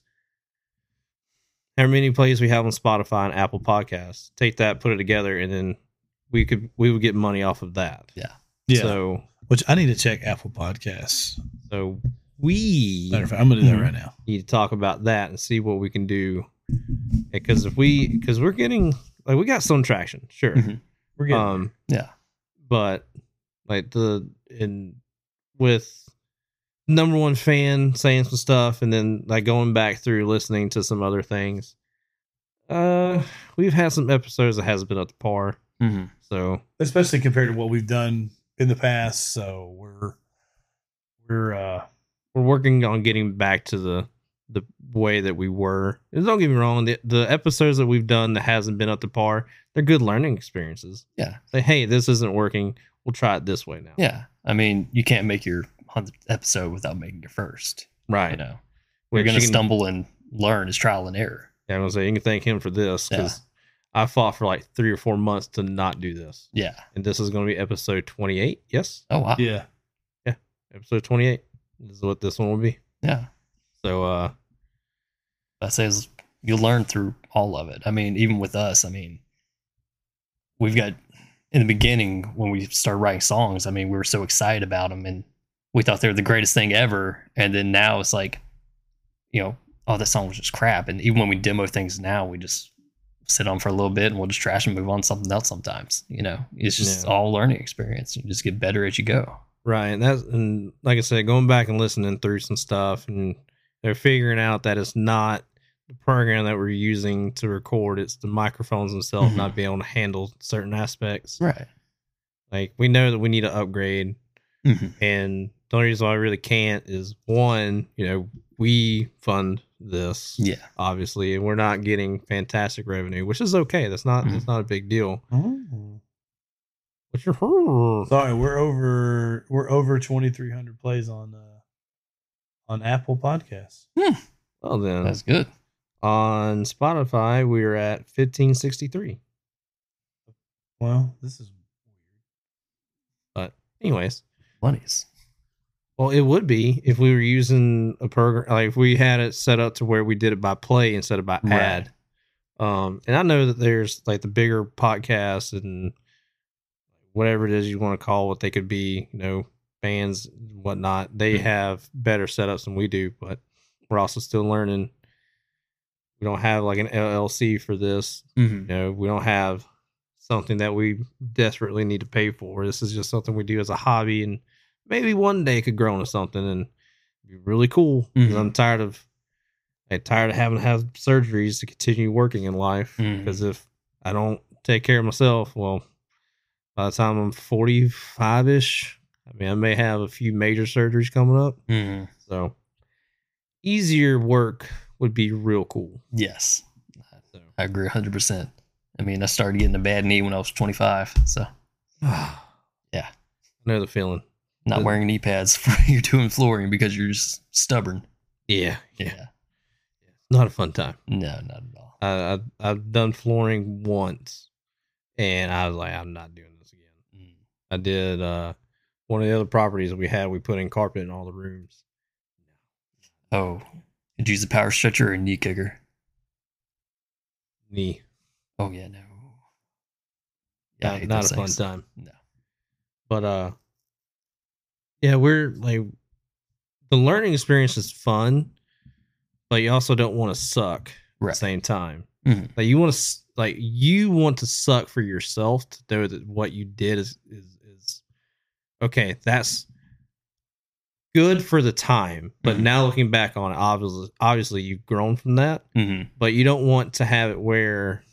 [SPEAKER 2] how many plays we have on Spotify and Apple Podcasts, take that, put it together, and then we could we would get money off of that.
[SPEAKER 6] Yeah.
[SPEAKER 2] So
[SPEAKER 6] Which I need to check Apple Podcasts.
[SPEAKER 2] so we
[SPEAKER 6] Matter of fact, I'm gonna do that
[SPEAKER 4] Mhm.
[SPEAKER 6] right now.
[SPEAKER 2] need to talk about that and see what we can do because if we because we're getting like we got some traction sure
[SPEAKER 4] Mhm.
[SPEAKER 2] we're
[SPEAKER 4] getting
[SPEAKER 2] um
[SPEAKER 4] Yeah.
[SPEAKER 2] but like the in with number one fan saying some stuff and then like going back through listening to some other things uh we've had some episodes that hasn't been up to par
[SPEAKER 4] hmm
[SPEAKER 2] so
[SPEAKER 6] especially compared to what we've done in the past. So we're we're uh
[SPEAKER 2] we're working on getting back to the the way that we were. And don't get me wrong, the, the episodes that we've done that hasn't been up to par, they're good learning experiences.
[SPEAKER 4] Yeah.
[SPEAKER 2] Like, hey, this isn't working. We'll try it this way now.
[SPEAKER 4] Yeah. I mean, you can't make your hundredth episode without making your first.
[SPEAKER 2] Right.
[SPEAKER 4] You know, we're
[SPEAKER 2] Which
[SPEAKER 4] gonna
[SPEAKER 2] you can-
[SPEAKER 4] stumble and learn is trial and error.
[SPEAKER 2] yeah, I'm gonna say you can thank him for this because I fought for like three or four months to not do this.
[SPEAKER 4] Yeah.
[SPEAKER 2] And this is gonna be episode twenty eight. Yes?
[SPEAKER 4] Oh wow.
[SPEAKER 6] yeah.
[SPEAKER 2] Episode twenty eight is what this one will be.
[SPEAKER 4] Yeah.
[SPEAKER 2] So uh
[SPEAKER 4] that says you learn through all of it. I mean, even with us, I mean, we've got in the beginning when we started writing songs, I mean, we were so excited about them and we thought they were the greatest thing ever. And then now it's like, you know, oh, that song was just crap. And even when we demo things now, we just sit on for a little bit and we'll just trash and move on to something else sometimes. You know, it's just
[SPEAKER 2] Yeah.
[SPEAKER 4] all learning experience. You just get better as you go.
[SPEAKER 2] Right, and that's and like I said, going back and listening through some stuff, and they're figuring out that it's not the program that we're using to record; it's the microphones themselves
[SPEAKER 4] Mhm.
[SPEAKER 2] not being able to handle certain aspects.
[SPEAKER 4] Right.
[SPEAKER 2] Like we know that we need to upgrade,
[SPEAKER 4] Mhm.
[SPEAKER 2] and the only reason why we really can't is one, you know, we fund this
[SPEAKER 4] Yeah.
[SPEAKER 2] obviously, and we're not getting fantastic revenue, which is okay. That's
[SPEAKER 4] Mm-hmm.
[SPEAKER 2] not that's not a big deal.
[SPEAKER 1] Oh.
[SPEAKER 2] What's your
[SPEAKER 1] Sorry, we're over we're over twenty three hundred plays on uh, on Apple Podcasts.
[SPEAKER 2] well then
[SPEAKER 4] That's good.
[SPEAKER 2] on Spotify we are at fifteen sixty three.
[SPEAKER 1] Well, this is
[SPEAKER 2] Anyways,
[SPEAKER 4] Monies.
[SPEAKER 2] well it would be if we were using a program like if we had it set up to where we did it by play instead of by
[SPEAKER 4] Right.
[SPEAKER 2] ad. Um, and I know that there's like the bigger podcasts and whatever it is you want to call what they could be, you know, bands, and whatnot. They
[SPEAKER 4] Mhm.
[SPEAKER 2] have better setups than we do, but we're also still learning. We don't have like an LLC for this.
[SPEAKER 4] Mm-hmm.
[SPEAKER 2] You know, we don't have something that we desperately need to pay for. This is just something we do as a hobby, and maybe one day it could grow into something and be really cool. 'Cause I'm tired of, I'm tired of having to have surgeries to continue working in life.
[SPEAKER 4] Mhm.
[SPEAKER 2] Because if I don't take care of myself, well, by the time I'm 45 ish, I mean I may have a few major surgeries coming up.
[SPEAKER 4] Mm-hmm.
[SPEAKER 2] So easier work would be real cool.
[SPEAKER 4] Yes.
[SPEAKER 2] So.
[SPEAKER 4] I agree 100%. I mean, I started getting a bad knee when I was 25, so
[SPEAKER 2] yeah, I know the feeling.
[SPEAKER 4] not
[SPEAKER 2] Uh,
[SPEAKER 4] wearing knee pads for you're doing flooring because you're just stubborn.
[SPEAKER 2] Yeah,
[SPEAKER 4] Yeah.
[SPEAKER 2] not a fun time.
[SPEAKER 4] No, not at all.
[SPEAKER 2] I, I I've done flooring once, and I was like, I'm not doing this again.
[SPEAKER 4] Mm.
[SPEAKER 2] I did uh, one of the other properties that we had. We put in carpet in all the rooms.
[SPEAKER 4] Oh, did you use a power stretcher or a knee kicker?
[SPEAKER 2] Knee,
[SPEAKER 4] Oh, yeah, no. I
[SPEAKER 2] yeah,
[SPEAKER 4] hate
[SPEAKER 2] not
[SPEAKER 4] those
[SPEAKER 2] a fun
[SPEAKER 4] things.
[SPEAKER 2] time.
[SPEAKER 4] No.
[SPEAKER 2] but uh, yeah, we're like the learning experience is fun, but you also don't want to suck at
[SPEAKER 4] Right.
[SPEAKER 2] the same time.
[SPEAKER 4] Mhm.
[SPEAKER 2] Like you want to like you want to suck for yourself to know that what you did is is is okay. That's good for the time, but
[SPEAKER 4] Mhm.
[SPEAKER 2] now looking back on it, obviously, obviously you've grown from that.
[SPEAKER 4] Mm-hmm.
[SPEAKER 2] But you don't want to have it where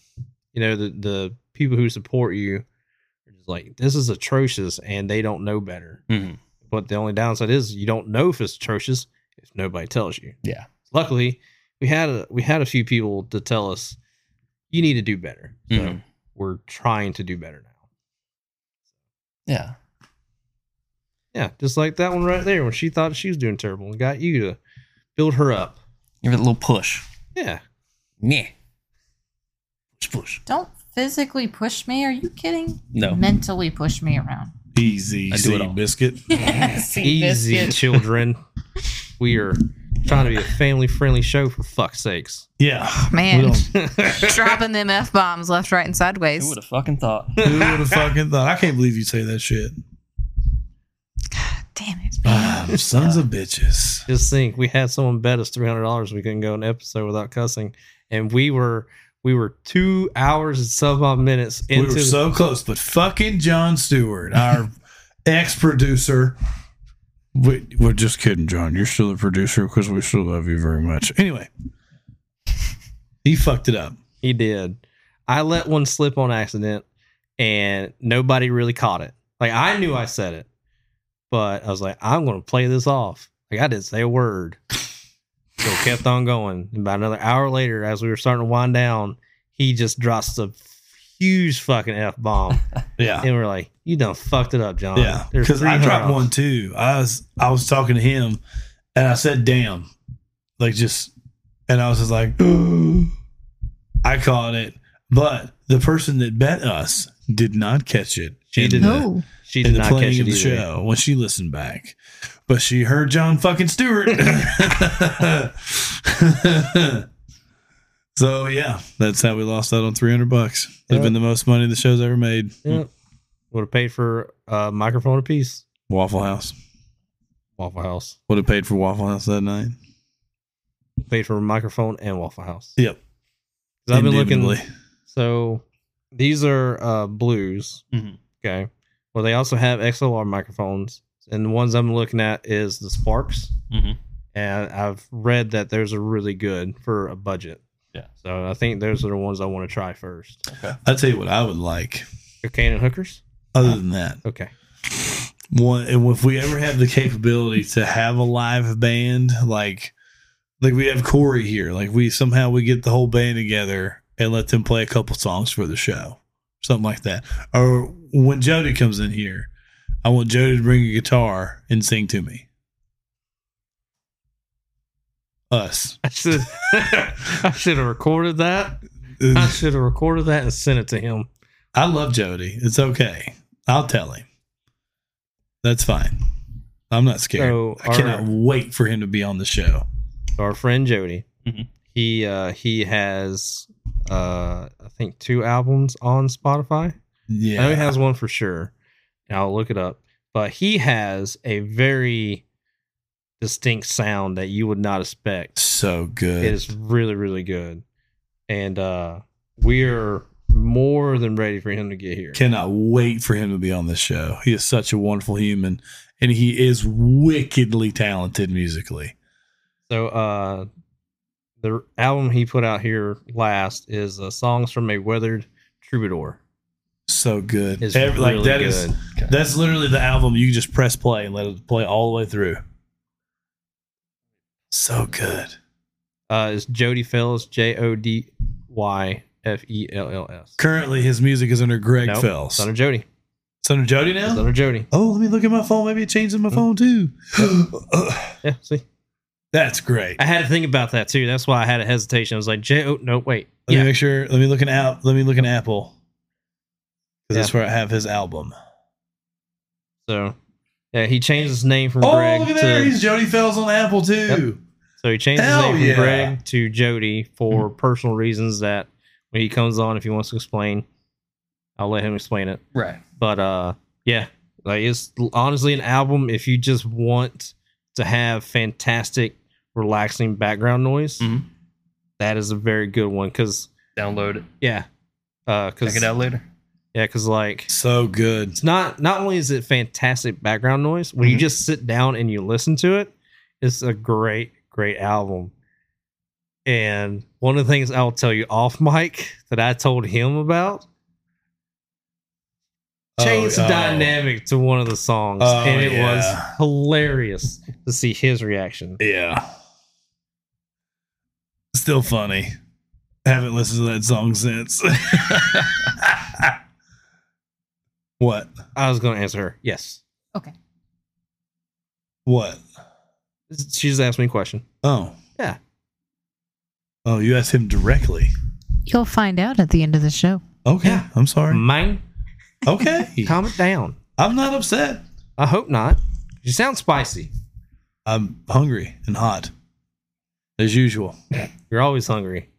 [SPEAKER 2] you know the the people who support you are just like this is atrocious and they don't know better.
[SPEAKER 4] Mm-hmm.
[SPEAKER 2] But the only downside is you don't know if it's atrocious if nobody tells you.
[SPEAKER 4] Yeah.
[SPEAKER 2] Luckily, we had a we had a few people to tell us you need to do better. So
[SPEAKER 4] Mhm.
[SPEAKER 2] we're trying to do better now.
[SPEAKER 4] Yeah.
[SPEAKER 2] Yeah, just like that one right there when she thought she was doing terrible and got you to build her up.
[SPEAKER 4] Give it a little push.
[SPEAKER 2] Yeah.
[SPEAKER 4] Yeah. Push, push.
[SPEAKER 5] Don't physically push me. Are you kidding?
[SPEAKER 4] No.
[SPEAKER 5] Mentally push me around.
[SPEAKER 6] Easy,
[SPEAKER 4] I do
[SPEAKER 6] sea
[SPEAKER 4] it all.
[SPEAKER 6] biscuit.
[SPEAKER 5] See, this
[SPEAKER 2] Easy,
[SPEAKER 5] is-
[SPEAKER 2] children. we are trying to be a family friendly show for fuck's sakes.
[SPEAKER 1] yeah.
[SPEAKER 3] Man,
[SPEAKER 2] That's
[SPEAKER 3] dropping them f bombs left, right, and
[SPEAKER 4] Who
[SPEAKER 3] sideways.
[SPEAKER 4] would have fucking thought?
[SPEAKER 1] Who would have fucking thought? I can't believe you say that shit.
[SPEAKER 3] Damn it!
[SPEAKER 1] Ah, sons of bitches.
[SPEAKER 2] Just think, we had someone bet us three hundred dollars we couldn't go an episode without cussing, and we were we were two hours and some odd minutes into.
[SPEAKER 1] we were
[SPEAKER 2] the-
[SPEAKER 1] so close, but fucking John Stewart, our ex producer.
[SPEAKER 6] We, we're just kidding, John. You're still the producer because we still love you very much.
[SPEAKER 1] Anyway, he fucked it up.
[SPEAKER 2] he did. I let one slip on accident, and nobody really caught it. Like I knew I said it, but I was like, I'm gonna play this off. Like I didn't say a word. So it kept on going. And about another hour later, as we were starting to wind down, he just drops a huge fucking f bomb.
[SPEAKER 1] Yeah.
[SPEAKER 2] and we're like, "You done fucked it up, John."
[SPEAKER 1] Yeah,
[SPEAKER 2] There's
[SPEAKER 1] because I
[SPEAKER 2] 300
[SPEAKER 1] dropped one
[SPEAKER 2] dollars.
[SPEAKER 1] too. I was I was talking to him, and I said, "Damn," like just, and I was just like, I caught it, but the person that bet us did not catch it.
[SPEAKER 2] She
[SPEAKER 1] in
[SPEAKER 2] did
[SPEAKER 1] the-
[SPEAKER 2] not. She
[SPEAKER 1] in
[SPEAKER 2] did
[SPEAKER 1] the
[SPEAKER 2] not catch
[SPEAKER 1] playing of
[SPEAKER 2] it
[SPEAKER 1] the
[SPEAKER 2] either.
[SPEAKER 1] show when she listened back, but she heard John fucking Stewart. so yeah, that's how we lost out on three hundred bucks. It's
[SPEAKER 2] Yeah.
[SPEAKER 1] been the most money the show's ever made.
[SPEAKER 2] Yep. Would have paid for a microphone apiece.
[SPEAKER 6] Waffle House
[SPEAKER 2] Waffle House.
[SPEAKER 6] would have paid for Waffle House that night.
[SPEAKER 2] Paid for a microphone and Waffle House.
[SPEAKER 1] Yep.
[SPEAKER 2] 'Cause I've been looking.
[SPEAKER 6] Indubitably.
[SPEAKER 2] So these are uh, blues.
[SPEAKER 1] Mm-hmm.
[SPEAKER 4] Mhm.
[SPEAKER 2] Okay. Well, they also have XLR microphones, and the ones I'm looking at is the Sparks.
[SPEAKER 1] Mm-hmm.
[SPEAKER 4] Mhm.
[SPEAKER 2] And I've read that those are really good for a budget.
[SPEAKER 4] Yeah.
[SPEAKER 2] So I think those are the ones I want to try first.
[SPEAKER 1] I tell you what, I would like
[SPEAKER 2] Cocaine and hookers.
[SPEAKER 6] Other than that,
[SPEAKER 2] Okay.
[SPEAKER 6] one and if we ever have the capability to have a live band, like like we have Corey here, like we somehow we get the whole band together and let them play a couple songs for the show, something like that. Or when Jody comes in here, I want Jody to bring a guitar and sing to me. Us.
[SPEAKER 2] I should I should have recorded that. I should have recorded that and sent it to him.
[SPEAKER 6] I love Jody. It's okay. I'll tell him. That's fine. I'm not scared.
[SPEAKER 2] So
[SPEAKER 6] I cannot
[SPEAKER 2] our,
[SPEAKER 6] wait for him to be on the show.
[SPEAKER 2] our friend Jody,
[SPEAKER 4] Mhm.
[SPEAKER 2] he uh he has uh I think two albums on Spotify. I
[SPEAKER 6] Yeah.
[SPEAKER 2] know he has one for sure. And I'll look it up. But he has a very distinct sound that you would not expect.
[SPEAKER 6] so good.
[SPEAKER 2] It is really, really good. And uh we're more than ready for him to get here.
[SPEAKER 6] Cannot wait for him to be on this show. He is such a wonderful human and he is wickedly talented musically.
[SPEAKER 2] So uh the album he put out here last is uh, Songs from a Weathered Troubadour.
[SPEAKER 6] So good.
[SPEAKER 2] It's
[SPEAKER 6] Every-
[SPEAKER 2] really
[SPEAKER 6] like that
[SPEAKER 2] good.
[SPEAKER 6] is that's literally the album you just press play and let it play all the way through. So good.
[SPEAKER 2] uh it's Jody Fells, J O D Y F E L L S.
[SPEAKER 6] Currently his music is under Greg
[SPEAKER 2] Nope,
[SPEAKER 6] Fells.
[SPEAKER 2] It's under Jody.
[SPEAKER 6] It's under Jody now?
[SPEAKER 2] It's under Jody.
[SPEAKER 6] Oh, let me look at my phone. Maybe it changed in my phone too.
[SPEAKER 2] Yeah, see.
[SPEAKER 6] That's great.
[SPEAKER 2] I had to think about that too. That's why I had a hesitation. I was like, J oh no, wait.
[SPEAKER 6] Let me
[SPEAKER 2] Yeah.
[SPEAKER 6] make sure. Let me look an app. Let me look an Apple. 'Cause That's where I have his album.
[SPEAKER 2] So yeah, he changed his name from
[SPEAKER 6] Oh,
[SPEAKER 2] Greg
[SPEAKER 6] look at
[SPEAKER 2] to
[SPEAKER 6] that. He's Jody Fells on Apple too.
[SPEAKER 2] so he changed his name
[SPEAKER 6] Hell
[SPEAKER 2] from
[SPEAKER 6] yeah. Mm.
[SPEAKER 2] Greg to Jody for personal reasons that when he comes on if he wants to explain, I'll let him explain it.
[SPEAKER 4] Right.
[SPEAKER 2] But uh yeah, like it's honestly an album if you just want to have fantastic relaxing background noise.
[SPEAKER 4] Mhm.
[SPEAKER 2] that is a very good one cuz
[SPEAKER 4] Download it.
[SPEAKER 2] yeah. Uh
[SPEAKER 4] Check
[SPEAKER 2] cuz
[SPEAKER 4] it out later.
[SPEAKER 2] yeah, cuz like
[SPEAKER 6] So good.
[SPEAKER 2] it's not not only is it fantastic background noise when
[SPEAKER 6] Mm-hmm.
[SPEAKER 2] you
[SPEAKER 4] Mhm.
[SPEAKER 2] just sit down and you listen to it it's a great great album and one of the things i'll tell you off mic that i told him about changed
[SPEAKER 6] Oh,
[SPEAKER 2] the
[SPEAKER 6] oh.
[SPEAKER 2] dynamic to one of the songs
[SPEAKER 6] Oh,
[SPEAKER 2] and it
[SPEAKER 6] yeah.
[SPEAKER 2] was hilarious to see his reaction
[SPEAKER 6] Yeah. Still funny. Haven't listened to that song since. what?
[SPEAKER 2] i was going to answer her yes
[SPEAKER 6] What?
[SPEAKER 2] she just asked me a question
[SPEAKER 6] Oh.
[SPEAKER 2] Yeah.
[SPEAKER 6] Oh, you asked him directly.
[SPEAKER 5] You'll find out at the end of the show.
[SPEAKER 6] Okay.
[SPEAKER 2] Yeah.
[SPEAKER 6] I'm sorry.
[SPEAKER 2] man
[SPEAKER 6] Okay.
[SPEAKER 2] calm it down
[SPEAKER 6] I'm not upset.
[SPEAKER 2] i hope not you sound spicy
[SPEAKER 6] I'm hungry and hot, as usual.
[SPEAKER 2] you're always hungry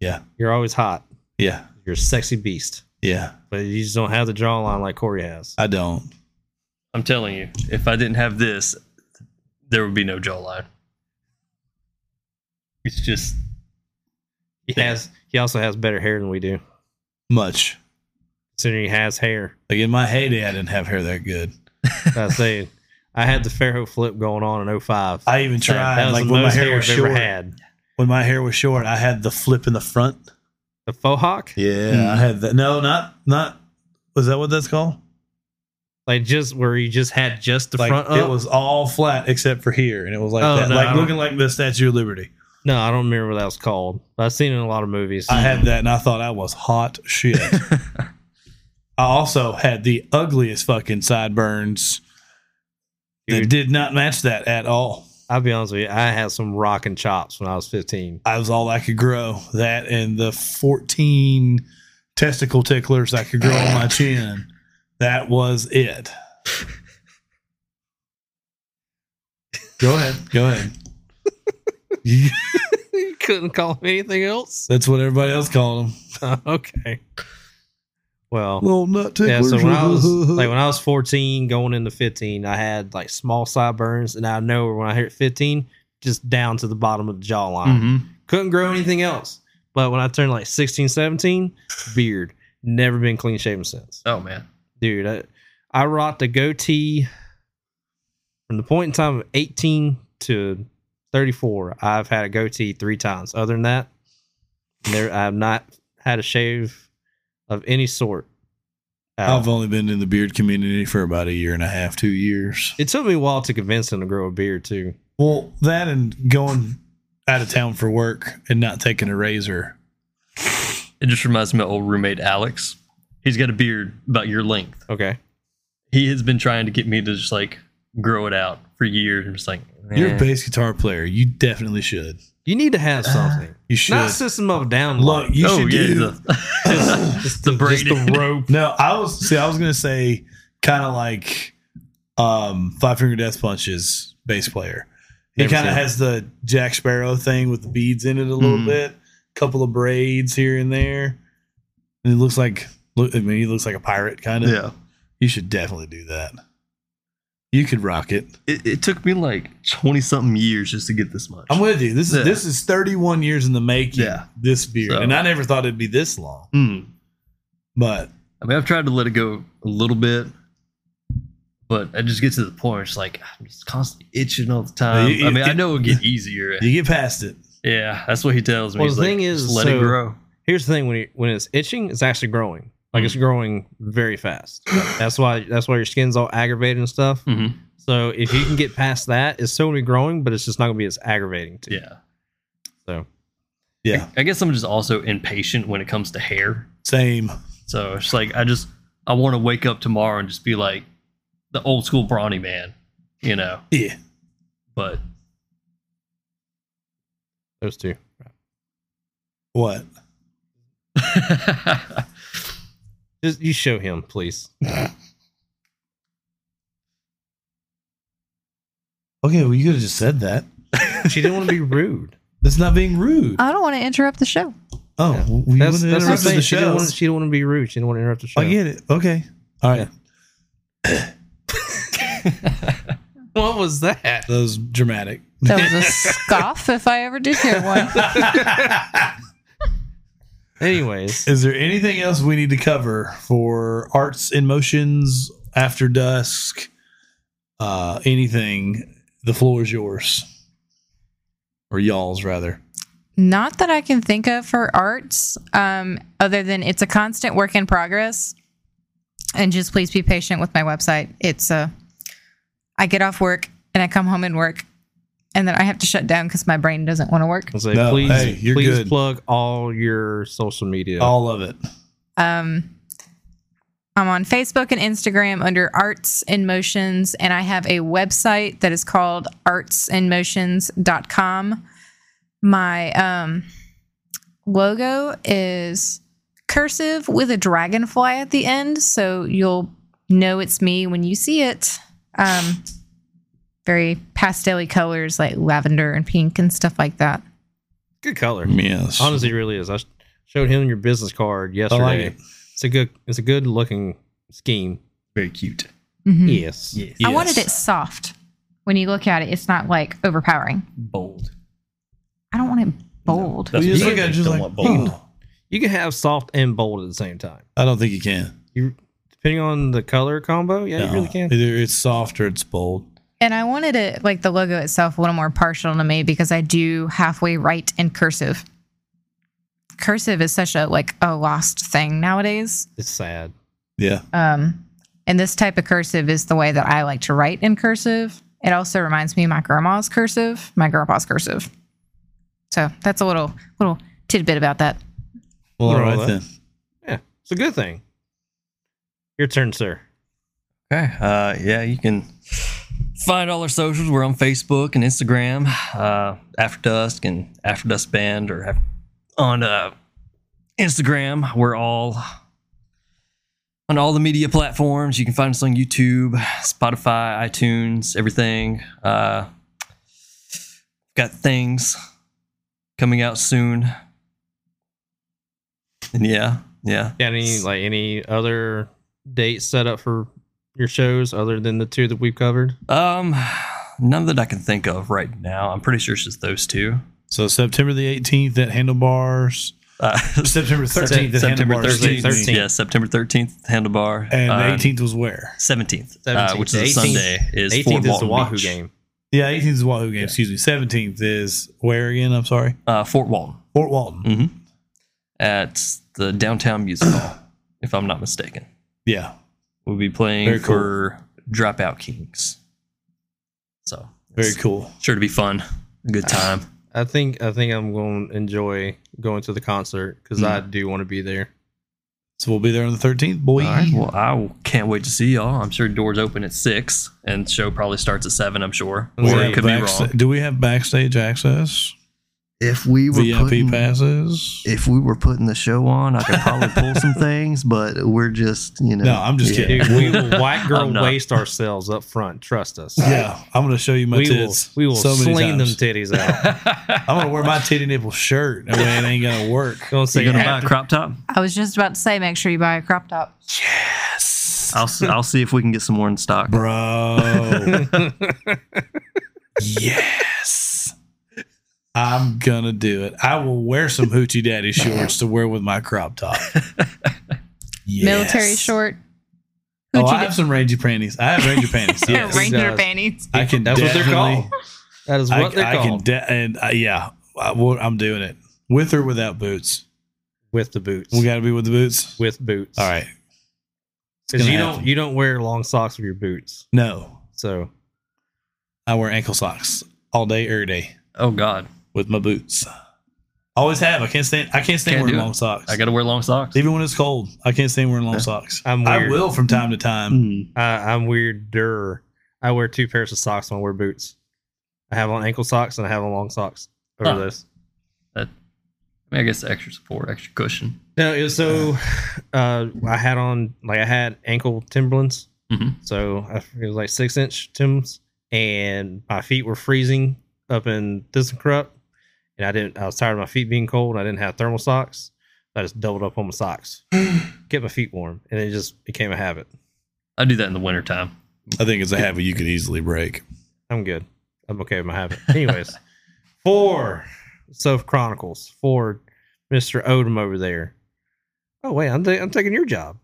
[SPEAKER 6] Yeah,
[SPEAKER 2] you're always hot
[SPEAKER 6] yeah,
[SPEAKER 2] You're a sexy beast,
[SPEAKER 6] yeah.
[SPEAKER 2] but you just don't have the jawline like Corey has.
[SPEAKER 6] I don't.
[SPEAKER 4] I'm telling you, if I didn't have this, there would be no jawline. It's just
[SPEAKER 2] He has. He also has better hair than we do.
[SPEAKER 6] Much.
[SPEAKER 2] Considering he has hair,
[SPEAKER 6] Like in my heyday, I didn't have hair that good.
[SPEAKER 2] I say, I had the Fairhope flip going on in 05.
[SPEAKER 6] I even
[SPEAKER 2] That-
[SPEAKER 6] tried.
[SPEAKER 2] That was
[SPEAKER 6] like
[SPEAKER 2] the
[SPEAKER 6] when my
[SPEAKER 2] most
[SPEAKER 6] hair,
[SPEAKER 2] hair,
[SPEAKER 6] was
[SPEAKER 2] I've ever
[SPEAKER 6] short.
[SPEAKER 2] had.
[SPEAKER 6] When my hair was short, I had the flip in the front.
[SPEAKER 2] The faux hawk,
[SPEAKER 6] Yeah,
[SPEAKER 2] Hmm.
[SPEAKER 6] I had that. No, not not. Was that what that's called?
[SPEAKER 2] like just where you just had just the
[SPEAKER 6] like
[SPEAKER 2] front
[SPEAKER 6] it
[SPEAKER 2] up.
[SPEAKER 6] was all flat except for here, and it was like
[SPEAKER 2] Oh,
[SPEAKER 6] that,
[SPEAKER 2] no, I
[SPEAKER 6] like
[SPEAKER 2] don't-
[SPEAKER 6] looking like the Statue of Liberty.
[SPEAKER 2] no, I don't remember what that was called. But I've seen it in a lot of movies.
[SPEAKER 6] I had that, and I thought I was hot shit. I also had the ugliest fucking sideburns that
[SPEAKER 2] Dude.
[SPEAKER 6] did not match that at all.
[SPEAKER 2] I'll be honest with you, I had some rocking chops when I was 15.
[SPEAKER 6] I was all I could grow. That and the 14 testicle ticklers I could grow on my chin. That was it. Go ahead. Go ahead.
[SPEAKER 2] you couldn't call him anything else.
[SPEAKER 6] That's what everybody else called them.
[SPEAKER 2] okay. Well,
[SPEAKER 6] Little nut
[SPEAKER 2] Yeah,
[SPEAKER 6] ticklers.
[SPEAKER 2] so when I was like when I was 14 going into 15, I had like small sideburns and I know when I hit 15, just down to the bottom of the jawline.
[SPEAKER 4] Mm-hmm.
[SPEAKER 6] Mm-hmm.
[SPEAKER 2] Couldn't grow anything else. But when I turned like 16, 17, beard. Never been clean shaven since.
[SPEAKER 4] oh man,
[SPEAKER 2] Dude, I, I rocked a goatee from the point in time of 18 to 34. I've had a goatee 3 times. Other than that, there I've not had a shave of any sort
[SPEAKER 1] Oh.
[SPEAKER 2] How-
[SPEAKER 6] I've only been in the beard community for about a year and a half, two years.
[SPEAKER 2] It took me a while to convince him to grow a beard too.
[SPEAKER 6] Well, that and going out of town for work and not taking a razor.
[SPEAKER 4] It just reminds me of my old roommate Alex. He's got a beard about your length.
[SPEAKER 2] Okay.
[SPEAKER 4] He has been trying to get me to just like grow it out for years. I'm just like,
[SPEAKER 6] You're a
[SPEAKER 4] "Eh."
[SPEAKER 6] bass guitar player. You definitely should.
[SPEAKER 2] You need to have something.
[SPEAKER 6] You should.
[SPEAKER 2] Not system of a down.
[SPEAKER 6] Look, you
[SPEAKER 4] oh
[SPEAKER 6] should
[SPEAKER 4] yeah,
[SPEAKER 6] do.
[SPEAKER 4] the, just the
[SPEAKER 2] just
[SPEAKER 4] braided.
[SPEAKER 2] the rope.
[SPEAKER 6] No, I was see. I was gonna say kind of like um Five Finger Death Punch's bass player. He
[SPEAKER 2] Never
[SPEAKER 6] kind of
[SPEAKER 2] seen
[SPEAKER 6] has the Jack Sparrow thing with the beads in it a little
[SPEAKER 4] Mm.
[SPEAKER 6] bit, couple of braids here and there. And it looks like look. I mean, he looks like a pirate kind of.
[SPEAKER 4] yeah.
[SPEAKER 6] you should definitely do that. You could rock it.
[SPEAKER 4] It, it took me like twenty something years just to get this much.
[SPEAKER 6] I'm with you. This is
[SPEAKER 4] Yeah.
[SPEAKER 6] this is 31 years in the making.
[SPEAKER 4] Yeah.
[SPEAKER 6] This beard,
[SPEAKER 4] So-
[SPEAKER 6] and I never thought it'd be this long.
[SPEAKER 4] Mm.
[SPEAKER 6] But
[SPEAKER 4] I mean, I've tried to let it go a little bit, but I just get to the point where it's like I'm just constantly itching all the time.
[SPEAKER 6] You-
[SPEAKER 4] I mean, I
[SPEAKER 6] it-
[SPEAKER 4] know it'll get easier.
[SPEAKER 6] you get past it.
[SPEAKER 4] Yeah, that's what he tells me.
[SPEAKER 2] Well,
[SPEAKER 4] He's
[SPEAKER 2] the
[SPEAKER 4] like,
[SPEAKER 2] thing is,
[SPEAKER 4] "Just let
[SPEAKER 2] so-
[SPEAKER 4] it grow.
[SPEAKER 2] Here's the thing: when it, when it's itching, it's actually growing. Like it's growing very fast. That's why that's why your skin's all aggravated and stuff.
[SPEAKER 4] Mhm.
[SPEAKER 2] So if you can get past that, it's still gonna be growing, but it's just not gonna be as aggravating to you.
[SPEAKER 4] Yeah.
[SPEAKER 2] So
[SPEAKER 6] Yeah.
[SPEAKER 4] I guess I'm just also impatient when it comes to hair.
[SPEAKER 6] Same.
[SPEAKER 4] So it's like I just I want to wake up tomorrow and just be like the old school brawny man, you know.
[SPEAKER 6] Yeah.
[SPEAKER 4] But
[SPEAKER 2] those two.
[SPEAKER 6] What?
[SPEAKER 2] Just you show him, please.
[SPEAKER 6] Okay, well, you could have just said that.
[SPEAKER 2] She didn't want to be rude.
[SPEAKER 6] That's not being rude.
[SPEAKER 5] I don't want to interrupt the show.
[SPEAKER 6] oh,
[SPEAKER 2] yeah.
[SPEAKER 6] well, you
[SPEAKER 2] That's,
[SPEAKER 6] wouldn't
[SPEAKER 2] that's what I'm
[SPEAKER 6] interrupt
[SPEAKER 2] saying.
[SPEAKER 6] the
[SPEAKER 2] She didn't,
[SPEAKER 6] show.
[SPEAKER 2] want, she didn't want to be rude. She didn't want to interrupt the show.
[SPEAKER 6] I get it. Okay. All right.
[SPEAKER 2] What was that?
[SPEAKER 6] That was dramatic.
[SPEAKER 3] That was a scoff if I ever did hear one.
[SPEAKER 2] Anyways,
[SPEAKER 6] Is there anything else we need to cover for arts in motions after dusk? Uh, anything? The floor is yours, or y'all's rather.
[SPEAKER 3] Not that I can think of for arts, um, other than it's a constant work in progress. And just please be patient with my website. It's uh, I get off work and I come home and work, and then I have to shut down because my brain doesn't want to work.
[SPEAKER 2] I'll say,
[SPEAKER 6] No,
[SPEAKER 2] please,
[SPEAKER 6] hey, you're
[SPEAKER 2] please
[SPEAKER 6] good.
[SPEAKER 2] plug all your social media.
[SPEAKER 6] All of it.
[SPEAKER 3] Um, I'm on Facebook and Instagram under Arts in Motions, and I have a website that is called artsinmotions.com. My um, logo is cursive with a dragonfly at the end, so you'll know it's me when you see it. Um, very pastel colors like lavender and pink and stuff like that.
[SPEAKER 2] good color.
[SPEAKER 6] Yes.
[SPEAKER 2] Honestly, it really is. I sh- showed him your business card yesterday.
[SPEAKER 6] it.
[SPEAKER 2] It's a good. It's a good looking scheme.
[SPEAKER 4] very cute.
[SPEAKER 6] Hmm.
[SPEAKER 3] Mhm.
[SPEAKER 2] Yes.
[SPEAKER 4] Yes.
[SPEAKER 3] I wanted it soft. When you look at it, it's not like overpowering.
[SPEAKER 4] Bold.
[SPEAKER 3] I don't want it bold.
[SPEAKER 6] We just
[SPEAKER 4] what
[SPEAKER 6] look
[SPEAKER 4] you
[SPEAKER 6] at it
[SPEAKER 4] don't
[SPEAKER 6] just like,
[SPEAKER 4] want bold.
[SPEAKER 6] "Oh."
[SPEAKER 2] You can have soft and bold at the same time.
[SPEAKER 6] I don't think you can.
[SPEAKER 2] You depending on the color combo. Yeah, you
[SPEAKER 6] No.
[SPEAKER 2] really can.
[SPEAKER 6] Either it's soft or it's bold.
[SPEAKER 3] And I wanted it like the logo itself a little more partial to me because I do halfway write in cursive. Cursive is such a like a lost thing nowadays.
[SPEAKER 2] It's sad.
[SPEAKER 6] Yeah.
[SPEAKER 3] Um, and this type of cursive is the way that I like to write in cursive. It also reminds me of my grandma's cursive, my grandpa's cursive. So that's a little little tidbit about that.
[SPEAKER 6] Well, all
[SPEAKER 2] They're all that.
[SPEAKER 6] right then.
[SPEAKER 2] Yeah, it's a good thing. Your turn, sir.
[SPEAKER 4] Okay. Uh, yeah, you can find all our socials. We're on Facebook and Instagram, uh, After Dusk and After Dusk Band, or af- on uh, Instagram. We're all on all the media platforms. You can find us on YouTube, Spotify, iTunes, everything. Uh, got things coming out soon. And yeah, yeah.
[SPEAKER 2] Got any like any other dates set up for your shows other than the two that we've covered?
[SPEAKER 4] Um, none that I can think of right now. I'm pretty sure it's just those two.
[SPEAKER 6] So September the 18th at Handlebars.
[SPEAKER 4] Uh,
[SPEAKER 6] September 13th at
[SPEAKER 4] September
[SPEAKER 6] Handlebars. excuse me.
[SPEAKER 4] 13th. Yeah, September 13th, Handlebar.
[SPEAKER 6] And
[SPEAKER 4] Uh,
[SPEAKER 6] the 18th was where?
[SPEAKER 4] 17th, uh,
[SPEAKER 2] 17th.
[SPEAKER 4] which is a
[SPEAKER 2] 18th
[SPEAKER 4] Sunday, is Fort
[SPEAKER 2] Eighteenth is the
[SPEAKER 4] Walton
[SPEAKER 2] Wahoo
[SPEAKER 4] Beach.
[SPEAKER 2] game.
[SPEAKER 6] Yeah, 18th is Wahoo game. Excuse me. 17th is where again? I'm sorry.
[SPEAKER 4] Uh, Fort Walton Mm-hmm.
[SPEAKER 6] Fort Walton.
[SPEAKER 4] at the Downtown Music Hall, if I'm not mistaken.
[SPEAKER 6] Yeah.
[SPEAKER 4] We'll be playing
[SPEAKER 6] Very cool.
[SPEAKER 4] for Dropout Kings. So
[SPEAKER 6] Very
[SPEAKER 4] it's
[SPEAKER 6] cool.
[SPEAKER 4] Sure to be fun. A Good time.
[SPEAKER 2] I think I think I'm going to enjoy going to the concert because I do want to be there.
[SPEAKER 6] So we'll be there on the 13th, boy.
[SPEAKER 4] All right. Well, I w- can't wait to see y'all. I'm sure doors open at six, and show probably starts at seven. I'm sure.
[SPEAKER 2] We'll
[SPEAKER 4] Or
[SPEAKER 2] have
[SPEAKER 4] it could be
[SPEAKER 6] Backsta-
[SPEAKER 4] wrong.
[SPEAKER 6] Do we have backstage access?
[SPEAKER 7] If we were
[SPEAKER 6] VIP
[SPEAKER 7] putting,
[SPEAKER 6] passes?
[SPEAKER 7] if we were putting the show on, I could probably pull some things, but we're just you know.
[SPEAKER 6] No, I'm just
[SPEAKER 7] yeah.
[SPEAKER 6] kidding.
[SPEAKER 2] Dude, we will white girl
[SPEAKER 4] I'm not.
[SPEAKER 2] waste ourselves up front. Trust us.
[SPEAKER 6] Yeah, I'm gonna show you my
[SPEAKER 2] we will
[SPEAKER 6] tits.
[SPEAKER 2] we will
[SPEAKER 6] so many
[SPEAKER 2] sling them
[SPEAKER 6] times.
[SPEAKER 2] titties out.
[SPEAKER 6] I'm gonna wear my titty nipple shirt. I mean, it ain't gonna work.
[SPEAKER 2] Don't
[SPEAKER 4] You
[SPEAKER 2] say
[SPEAKER 4] gonna buy a
[SPEAKER 2] after-
[SPEAKER 4] crop top?
[SPEAKER 5] I was just about to say, make sure you buy a crop top.
[SPEAKER 7] I'll s- I'll see if we can get some more in stock.
[SPEAKER 6] Bro. yes. I'm gonna do it. I will wear some hoochie daddy shorts to wear with my crop top. Yes.
[SPEAKER 3] Military short.
[SPEAKER 6] Oh,
[SPEAKER 3] Hoochie
[SPEAKER 6] I have some ranger panties. I have ranger panties. Yes.
[SPEAKER 2] Ranger
[SPEAKER 5] Regular
[SPEAKER 2] does.
[SPEAKER 5] panties.
[SPEAKER 6] I can.
[SPEAKER 2] That's what they're
[SPEAKER 6] definitely-
[SPEAKER 2] called. That is
[SPEAKER 6] I,
[SPEAKER 2] what they're
[SPEAKER 6] I can.
[SPEAKER 2] called
[SPEAKER 6] De- and uh, yeah, I, will- I'm doing it with or without boots.
[SPEAKER 2] with the boots.
[SPEAKER 6] We got to be with the boots.
[SPEAKER 2] with boots.
[SPEAKER 6] All right. It's
[SPEAKER 2] because
[SPEAKER 6] gonna
[SPEAKER 2] you
[SPEAKER 6] happen.
[SPEAKER 2] don't you don't wear long socks with your boots.
[SPEAKER 6] No,
[SPEAKER 2] So
[SPEAKER 6] I wear ankle socks all day, every day
[SPEAKER 4] Oh God,
[SPEAKER 6] with my boots. Always have. I can't stand. I can't stand
[SPEAKER 4] Can't
[SPEAKER 6] wearing
[SPEAKER 4] do it.
[SPEAKER 6] long socks.
[SPEAKER 4] I gotta wear long socks.
[SPEAKER 6] Even when it's cold, I can't stand wearing long socks.
[SPEAKER 2] I'm
[SPEAKER 6] I
[SPEAKER 2] weird.
[SPEAKER 6] will from time to time.
[SPEAKER 7] Mm.
[SPEAKER 2] I, I'm weirder. I wear two pairs of socks when I wear boots. I have on ankle socks and I have on long socks over
[SPEAKER 4] Huh.
[SPEAKER 2] this.
[SPEAKER 4] I, mean, I guess extra support, extra cushion.
[SPEAKER 2] No, it was so uh, I had on like I had ankle Timberlands,
[SPEAKER 4] Mhm.
[SPEAKER 2] so I, it was like six inch Tims, and my feet were freezing up in Thistlecrup, and I didn't. I was tired of my feet being cold. and I didn't have thermal socks. I just doubled up on my socks, get my feet warm, and it just became a habit.
[SPEAKER 4] I do that in the wintertime.
[SPEAKER 6] I think it's a habit you could easily break.
[SPEAKER 2] I'm good. I'm okay with my habit. Anyways, four Self Chronicles for Mister Odom over there. Oh wait, I'm ta- I'm taking your job.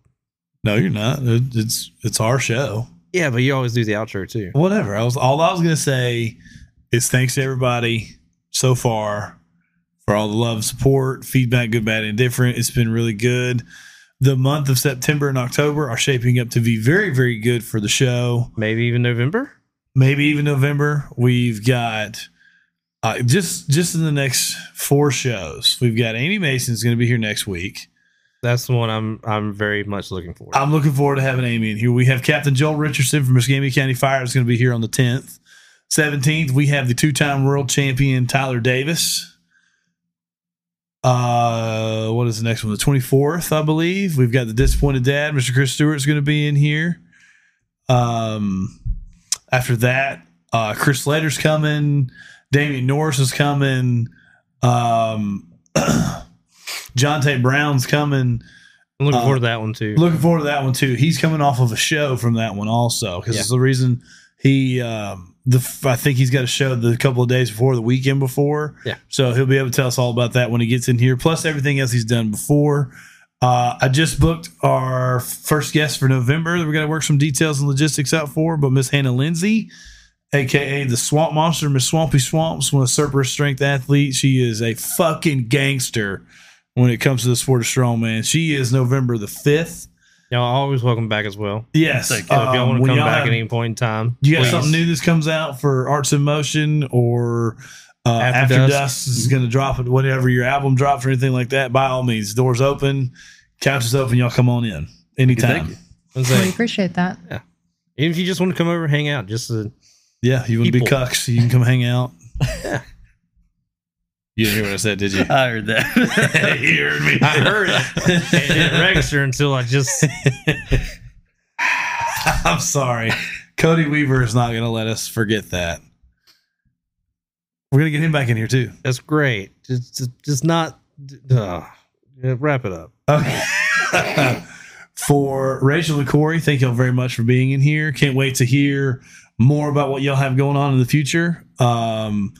[SPEAKER 6] No, you're not. It- It's it's our show.
[SPEAKER 2] Yeah, but you always do the outro too.
[SPEAKER 6] Whatever. I was all I was gonna say is thanks to everybody so far for all the love, support, feedback, good, bad, and different. It's been really good. The month of September and October are shaping up to be very, very good for the show.
[SPEAKER 2] Maybe even November.
[SPEAKER 6] Maybe even November. We've got uh, just just in the next four shows, we've got Amy Mason's going to be here next week.
[SPEAKER 2] That's the one I'm I'm very much looking for.
[SPEAKER 6] I'm looking forward to having Amy in here. We have Captain Joel Richardson from Muskogee County Fire is going to be here on the 10th. 17th, we have the two-time world champion Tyler Davis. Uh, what is the next one? The 24th, I believe. We've got the disappointed dad, Mr. Chris Stewart's going to be in here. Um, after that, uh, Chris Slater's coming. Damian Norris is coming. Um, Jonte Brown's coming.
[SPEAKER 2] I'm looking
[SPEAKER 6] uh,
[SPEAKER 2] forward to that one too.
[SPEAKER 6] Looking forward to that one too. He's coming off of a show from that one also because it's the reason he um, the f- I think he's got a show the couple of days before the weekend before.
[SPEAKER 2] Yeah.
[SPEAKER 6] So he'll be able to tell us all about that when he gets in here. Plus everything else he's done before. Uh, I just booked our first guest for November. that We're going to work some details and logistics out for, but Miss Hannah Lindsay, aka the Swamp Monster, Miss Swampy Swamps, one of Serpent's strength athlete. She is a fucking gangster when it comes to the sport of strongman. She is November the fifth.
[SPEAKER 2] Y'all are always welcome back as well.
[SPEAKER 6] Yes.
[SPEAKER 2] So if y'all
[SPEAKER 6] um,
[SPEAKER 2] want to
[SPEAKER 6] when
[SPEAKER 2] come
[SPEAKER 6] y'all
[SPEAKER 2] back
[SPEAKER 6] have-
[SPEAKER 2] at any point in time,
[SPEAKER 6] you got
[SPEAKER 2] please.
[SPEAKER 6] something new that's comes out for Arts in Motion or uh,
[SPEAKER 2] After
[SPEAKER 6] After, Dust,
[SPEAKER 2] Dusk. Mm-hmm.
[SPEAKER 6] is going to drop it whenever your album drops or anything like that. By all means, doors open, couch is open. Y'all come on in anytime.
[SPEAKER 2] Let's
[SPEAKER 3] We
[SPEAKER 2] say,
[SPEAKER 3] appreciate that.
[SPEAKER 2] even if you just want to come over, hang out. Just to,
[SPEAKER 6] Yeah, you want to be
[SPEAKER 2] People.
[SPEAKER 6] cucks? You can come hang out. you didn't hear what I said, did you?
[SPEAKER 4] I heard that.
[SPEAKER 6] you heard me.
[SPEAKER 2] I heard it. it didn't register until I just
[SPEAKER 6] I'm sorry. Cody Weaver is not going to let us forget that. We're going to get him back in here too.
[SPEAKER 2] that's great. Just just, just not. Uh, yeah, wrap it up.
[SPEAKER 6] Okay. for Rachel and Corey, thank y'all very much for being in here. Can't wait to hear more about what y'all have going on in the future. Um,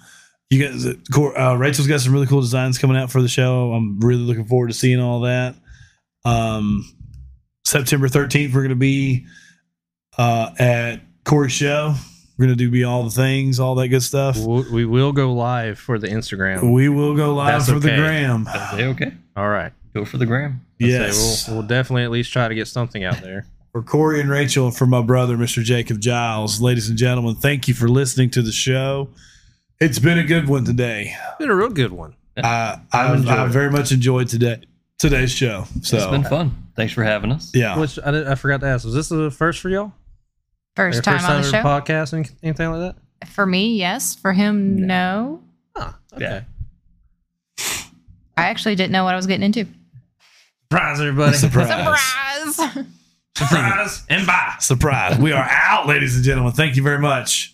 [SPEAKER 6] you guys, Cor- uh, Rachel's got some really cool designs coming out for the show. I'm really looking forward to seeing all that. Um, September 13th, we're going to be uh, at Corey's show. We're going to do be all the things, all that good stuff.
[SPEAKER 2] We'll, we will go live for the Instagram.
[SPEAKER 6] We will go live
[SPEAKER 4] That's
[SPEAKER 6] for the
[SPEAKER 4] okay.
[SPEAKER 6] gram.
[SPEAKER 4] Are they okay?
[SPEAKER 2] All right.
[SPEAKER 4] Go for the gram.
[SPEAKER 2] Let's say
[SPEAKER 6] Yes.
[SPEAKER 2] We'll, we'll definitely at least try to get something out there.
[SPEAKER 6] For Corey and Rachel, and for my brother, Mr. Jacob Giles, ladies and gentlemen, thank you for listening to the show. It's been a good one today.
[SPEAKER 2] Been a real good one.
[SPEAKER 6] I I've, I very much enjoyed today today's show. So
[SPEAKER 4] it's been fun. Thanks for having us.
[SPEAKER 6] yeah,
[SPEAKER 2] Which I, did, I forgot to ask. Was this the first for y'all?
[SPEAKER 3] First
[SPEAKER 2] Your
[SPEAKER 3] time on the
[SPEAKER 2] ever
[SPEAKER 3] show.
[SPEAKER 2] podcast, any- anything like that?
[SPEAKER 3] For me, yes. For him, no.
[SPEAKER 2] Huh. Okay.
[SPEAKER 4] Yeah.
[SPEAKER 3] I actually didn't know what I was getting into.
[SPEAKER 2] Surprise, everybody.
[SPEAKER 6] surprise,
[SPEAKER 3] Surprise!
[SPEAKER 2] Surprise and bye.
[SPEAKER 6] surprise. We are out, ladies and gentlemen. Thank you very much.